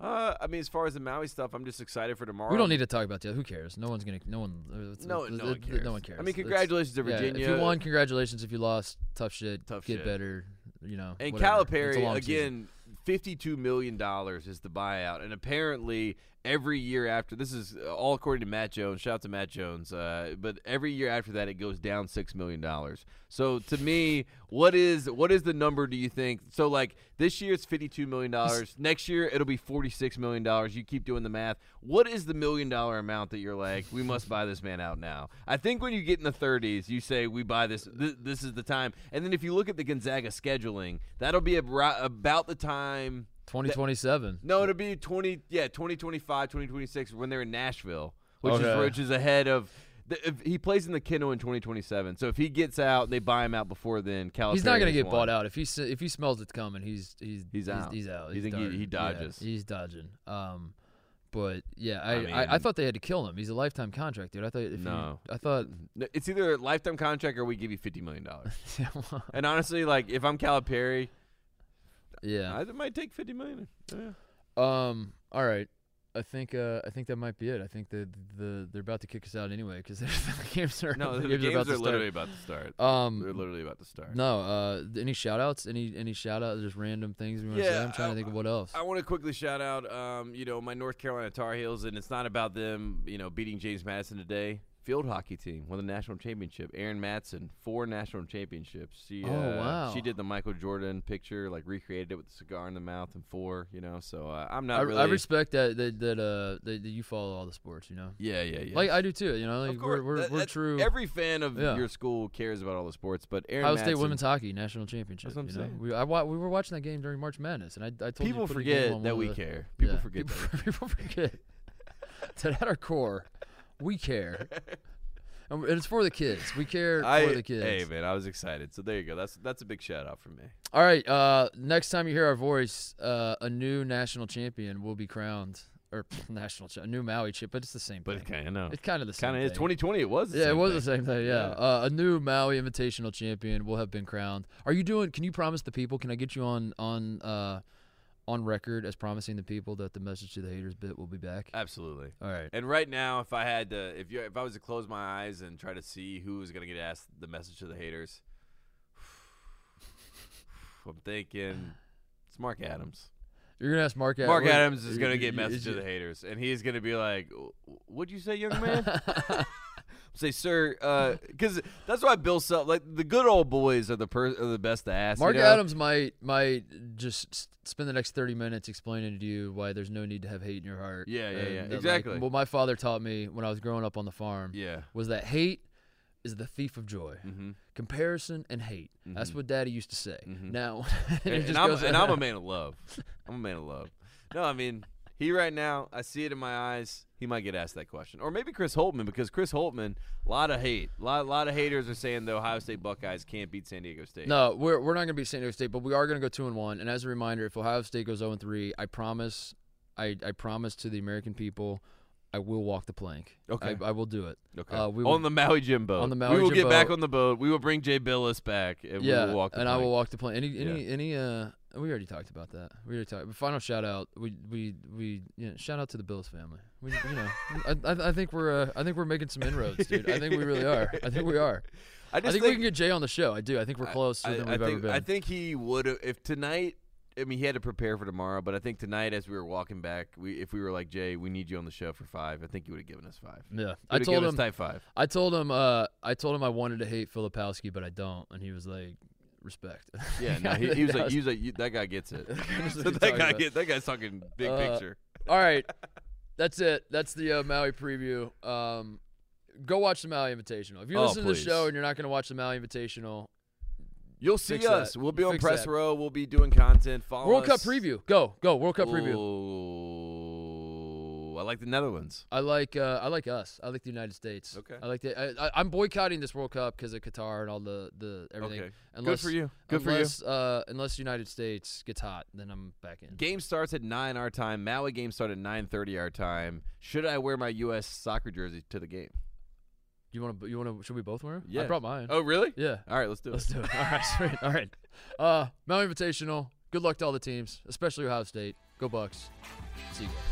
[SPEAKER 3] Uh, I mean, as far as the Maui stuff, I'm just excited for tomorrow.
[SPEAKER 2] We don't need to talk about that. Who cares? No one's gonna. No one. it's-
[SPEAKER 3] No,
[SPEAKER 2] it's-
[SPEAKER 3] no one
[SPEAKER 2] it-
[SPEAKER 3] cares.
[SPEAKER 2] No one cares.
[SPEAKER 3] I mean,
[SPEAKER 2] It's-
[SPEAKER 3] congratulations to
[SPEAKER 2] yeah,
[SPEAKER 3] Virginia.
[SPEAKER 2] if you won, congratulations. If you lost, tough shit.
[SPEAKER 3] Tough
[SPEAKER 2] Get
[SPEAKER 3] shit.
[SPEAKER 2] better. You know.
[SPEAKER 3] And
[SPEAKER 2] whatever. It's a
[SPEAKER 3] Calipari
[SPEAKER 2] long
[SPEAKER 3] again
[SPEAKER 2] season.
[SPEAKER 3] fifty-two million dollars is the buyout, and apparently every year after this is all according to Matt Jones. Shout out to Matt Jones, uh, but every year after that it goes down six million dollars. So to me, what is what is the number? Do you think so? Like this year it's fifty-two million dollars. Next year it'll be forty-six million dollars. You keep doing the math. What is the million-dollar amount that you're like we must buy this man out now? I think when you get in the thirties, you say we buy this. Th- this is the time. And then if you look at the Gonzaga scheduling, that'll be abro- about the time.
[SPEAKER 2] 2027.
[SPEAKER 3] No, it'll be 20, yeah, 2025, 2026 when they're in Nashville, which is
[SPEAKER 2] Okay.
[SPEAKER 3] which is ahead of. The, if he plays in the Kennel in 2027, so if he gets out, they buy him out before then. Calipari
[SPEAKER 2] He's not going to get bought out if he s- if he smells it's coming. He's he's
[SPEAKER 3] He's out.
[SPEAKER 2] He's, out.
[SPEAKER 3] You
[SPEAKER 2] He's
[SPEAKER 3] think he-
[SPEAKER 2] done.
[SPEAKER 3] he
[SPEAKER 2] Yeah,
[SPEAKER 3] dodges.
[SPEAKER 2] he's dodging. Um, but yeah, I, I,
[SPEAKER 3] mean-
[SPEAKER 2] I, thought they had to kill him. He's a lifetime contract, dude. I thought if
[SPEAKER 3] No.
[SPEAKER 2] you, I thought
[SPEAKER 3] It's either a lifetime contract or we give you 50 million dollars. and honestly, like if I'm Calipari,
[SPEAKER 2] yeah.
[SPEAKER 3] I might take 50 million. Oh, Yeah.
[SPEAKER 2] Um. All right. I think uh, I think that might be it. I think the the they're about to kick us out anyway because the games are
[SPEAKER 3] No, the
[SPEAKER 2] games are, about
[SPEAKER 3] games
[SPEAKER 2] to
[SPEAKER 3] are
[SPEAKER 2] start.
[SPEAKER 3] literally about to start.
[SPEAKER 2] um
[SPEAKER 3] They're literally about to start.
[SPEAKER 2] No, uh, th- any shout outs? Any any shout outs? Just random things we want to say?
[SPEAKER 3] Yeah,
[SPEAKER 2] I'm trying to think of what else.
[SPEAKER 3] I want to quickly shout out, um, you know, my North Carolina Tar Heels, and it's not about them, you know, beating James Madison today. Field hockey team won the national championship. Erin Matson, four national championships. She,
[SPEAKER 2] Oh,
[SPEAKER 3] uh,
[SPEAKER 2] wow.
[SPEAKER 3] She did the Michael Jordan picture, like recreated it with the cigar in the mouth and four, you know. So uh, I'm
[SPEAKER 2] I,
[SPEAKER 3] not really.
[SPEAKER 2] I respect that that, that uh that, that you follow all the sports, you know.
[SPEAKER 3] yeah, yeah, yeah.
[SPEAKER 2] Like I do too, you know. Like
[SPEAKER 3] Of course,
[SPEAKER 2] we're we're,
[SPEAKER 3] that-
[SPEAKER 2] we're
[SPEAKER 3] that-
[SPEAKER 2] true.
[SPEAKER 3] Every fan of
[SPEAKER 2] Yeah.
[SPEAKER 3] your school cares about all the sports, but Erin
[SPEAKER 2] Ohio
[SPEAKER 3] Matson,
[SPEAKER 2] State women's hockey national championship.
[SPEAKER 3] That's what I'm
[SPEAKER 2] you know?
[SPEAKER 3] saying.
[SPEAKER 2] We I wa- we were watching that game during March Madness, and I I told you
[SPEAKER 3] People
[SPEAKER 2] to put a game on
[SPEAKER 3] forget
[SPEAKER 2] one
[SPEAKER 3] that
[SPEAKER 2] of
[SPEAKER 3] we
[SPEAKER 2] the-
[SPEAKER 3] care. People
[SPEAKER 2] yeah,
[SPEAKER 3] forget. that.
[SPEAKER 2] People, people forget that at our core, we care, and, we- and it's for the kids. We care for
[SPEAKER 3] I,
[SPEAKER 2] the kids.
[SPEAKER 3] hey man, I was excited. So there you go. That's that's a big shout out from me.
[SPEAKER 2] All right. Uh, next time you hear our voice, uh, a new national champion will be crowned, or pff, national cha- a new Maui chip, but it's the same thing.
[SPEAKER 3] kind of no.
[SPEAKER 2] It's kind of the same.
[SPEAKER 3] Kind of is.
[SPEAKER 2] thing.
[SPEAKER 3] 2020, it was. The
[SPEAKER 2] Yeah,
[SPEAKER 3] same
[SPEAKER 2] it was
[SPEAKER 3] thing.
[SPEAKER 2] the same thing. Yeah, Uh, a new Maui Invitational champion will have been crowned. Are you doing? Can you promise the people? Can I get you on on uh, on record as promising the people that the message to the haters bit will be back?
[SPEAKER 3] Absolutely.
[SPEAKER 2] All right.
[SPEAKER 3] And right now, if I had to, if you, if I was to close my eyes and try to see who was going to get asked the message to the haters, I'm thinking it's Mark Adams.
[SPEAKER 2] You're gonna ask Mark. Ad-
[SPEAKER 3] Mark
[SPEAKER 2] wait,
[SPEAKER 3] Adams is going to
[SPEAKER 2] you-
[SPEAKER 3] get
[SPEAKER 2] you-
[SPEAKER 3] message
[SPEAKER 2] is
[SPEAKER 3] to
[SPEAKER 2] you-
[SPEAKER 3] the haters, and he's going to be like, "Wh- "What'd you say, young man?" Say, sir, because that's why Bill Self, like the good old boys, are the per- are the best to ask. you
[SPEAKER 2] Mark
[SPEAKER 3] know?
[SPEAKER 2] Adams might might just s- spend the next thirty minutes explaining to you why there's no need to have hate in your heart.
[SPEAKER 3] Yeah,
[SPEAKER 2] and
[SPEAKER 3] yeah, yeah.
[SPEAKER 2] that, like,
[SPEAKER 3] Exactly.
[SPEAKER 2] what my father taught me when I was growing up on the farm
[SPEAKER 3] Yeah. Mm-hmm.
[SPEAKER 2] was that hate is the thief of joy. Comparison and hate. That's what Daddy used to say. Now, and it
[SPEAKER 3] and,
[SPEAKER 2] just
[SPEAKER 3] I'm,
[SPEAKER 2] goes-
[SPEAKER 3] and I'm Mm-hmm. a man of love. I'm a man of love. No, I mean, he right now, I see it in my eyes. He might get asked that question. Or maybe Chris Holtman, because Chris Holtman, a lot of hate. A lot, lot of haters are saying the Ohio State Buckeyes can't beat San Diego State.
[SPEAKER 2] No, we're, we're not going to be San Diego State, but we are going to go two and one. And as a reminder, if Ohio State goes zero and three, I promise, I, I promise to the American people, I will walk the plank.
[SPEAKER 3] Okay.
[SPEAKER 2] I, I will do it.
[SPEAKER 3] Okay.
[SPEAKER 2] Uh, we will,
[SPEAKER 3] on the Maui Jim boat.
[SPEAKER 2] On the Maui
[SPEAKER 3] We will
[SPEAKER 2] Jim
[SPEAKER 3] get back
[SPEAKER 2] boat.
[SPEAKER 3] on the boat. We will bring Jay Billis back, and
[SPEAKER 2] yeah,
[SPEAKER 3] we will walk the
[SPEAKER 2] and I
[SPEAKER 3] plank.
[SPEAKER 2] will walk the plane. Any, any, any. Uh, we already talked about that. We already talked. Final shout out. We, we, we. You know, shout out to the Bills family. We, you know, I, I, I think we're, uh, I think we're making some inroads, dude. I think we really are. I think we are.
[SPEAKER 3] I
[SPEAKER 2] I
[SPEAKER 3] just
[SPEAKER 2] think, we
[SPEAKER 3] think,
[SPEAKER 2] can get Jay on the show. I do. I think we're closer
[SPEAKER 3] I,
[SPEAKER 2] than
[SPEAKER 3] I
[SPEAKER 2] we've
[SPEAKER 3] think,
[SPEAKER 2] ever been.
[SPEAKER 3] I think he would have if tonight. I mean, he had to prepare for tomorrow, but I think tonight, as we were walking back, we if we were like Jay, we need you on the show for five. I think he would have given us five.
[SPEAKER 2] yeah,
[SPEAKER 3] He
[SPEAKER 2] I
[SPEAKER 3] would've
[SPEAKER 2] told
[SPEAKER 3] given
[SPEAKER 2] him.
[SPEAKER 3] us type five.
[SPEAKER 2] I told him. Uh, I told him I wanted to hate Filipowski, but I don't. And he was like, "Respect."
[SPEAKER 3] Yeah, no, he, he was like, he was like, you, that guy gets it.
[SPEAKER 2] That's what
[SPEAKER 3] So
[SPEAKER 2] he's
[SPEAKER 3] that
[SPEAKER 2] talking
[SPEAKER 3] guy
[SPEAKER 2] about.
[SPEAKER 3] get, that guy's talking big
[SPEAKER 2] Uh,
[SPEAKER 3] picture.
[SPEAKER 2] All right, that's it. That's the uh, Maui preview. Um, go watch the Maui Invitational. If you
[SPEAKER 3] Oh,
[SPEAKER 2] listen to the
[SPEAKER 3] please.
[SPEAKER 2] show and you're not going to watch the Maui Invitational,
[SPEAKER 3] You'll see
[SPEAKER 2] fix that.
[SPEAKER 3] us. We'll be on
[SPEAKER 2] Fix
[SPEAKER 3] press
[SPEAKER 2] that.
[SPEAKER 3] row. We'll be doing content. Follow
[SPEAKER 2] World Cup
[SPEAKER 3] us.
[SPEAKER 2] preview. Go, go. World Cup preview.
[SPEAKER 3] Ooh, I like the Netherlands.
[SPEAKER 2] I like uh, I like us. I like the United States.
[SPEAKER 3] Okay.
[SPEAKER 2] I like the. I, I, I'm boycotting this World Cup because of Qatar and all the the everything.
[SPEAKER 3] Okay. Good
[SPEAKER 2] Unless,
[SPEAKER 3] for you. Good for you.
[SPEAKER 2] unless, Uh, unless United States gets hot, then I'm back in.
[SPEAKER 3] Game starts at nine our time. Maui game start at nine thirty our time. Should I wear my U.S. soccer jersey to the game?
[SPEAKER 2] You want to? You want to? Should we both wear? 'em? I
[SPEAKER 3] Yeah.
[SPEAKER 2] brought mine.
[SPEAKER 3] Oh, really?
[SPEAKER 2] Yeah.
[SPEAKER 3] All right, let's do
[SPEAKER 2] Let's
[SPEAKER 3] it.
[SPEAKER 2] do it. All right. Sweet. All right. Uh, Maui Invitational. Good luck to all the teams, especially Ohio State. Go Bucks. See you. guys.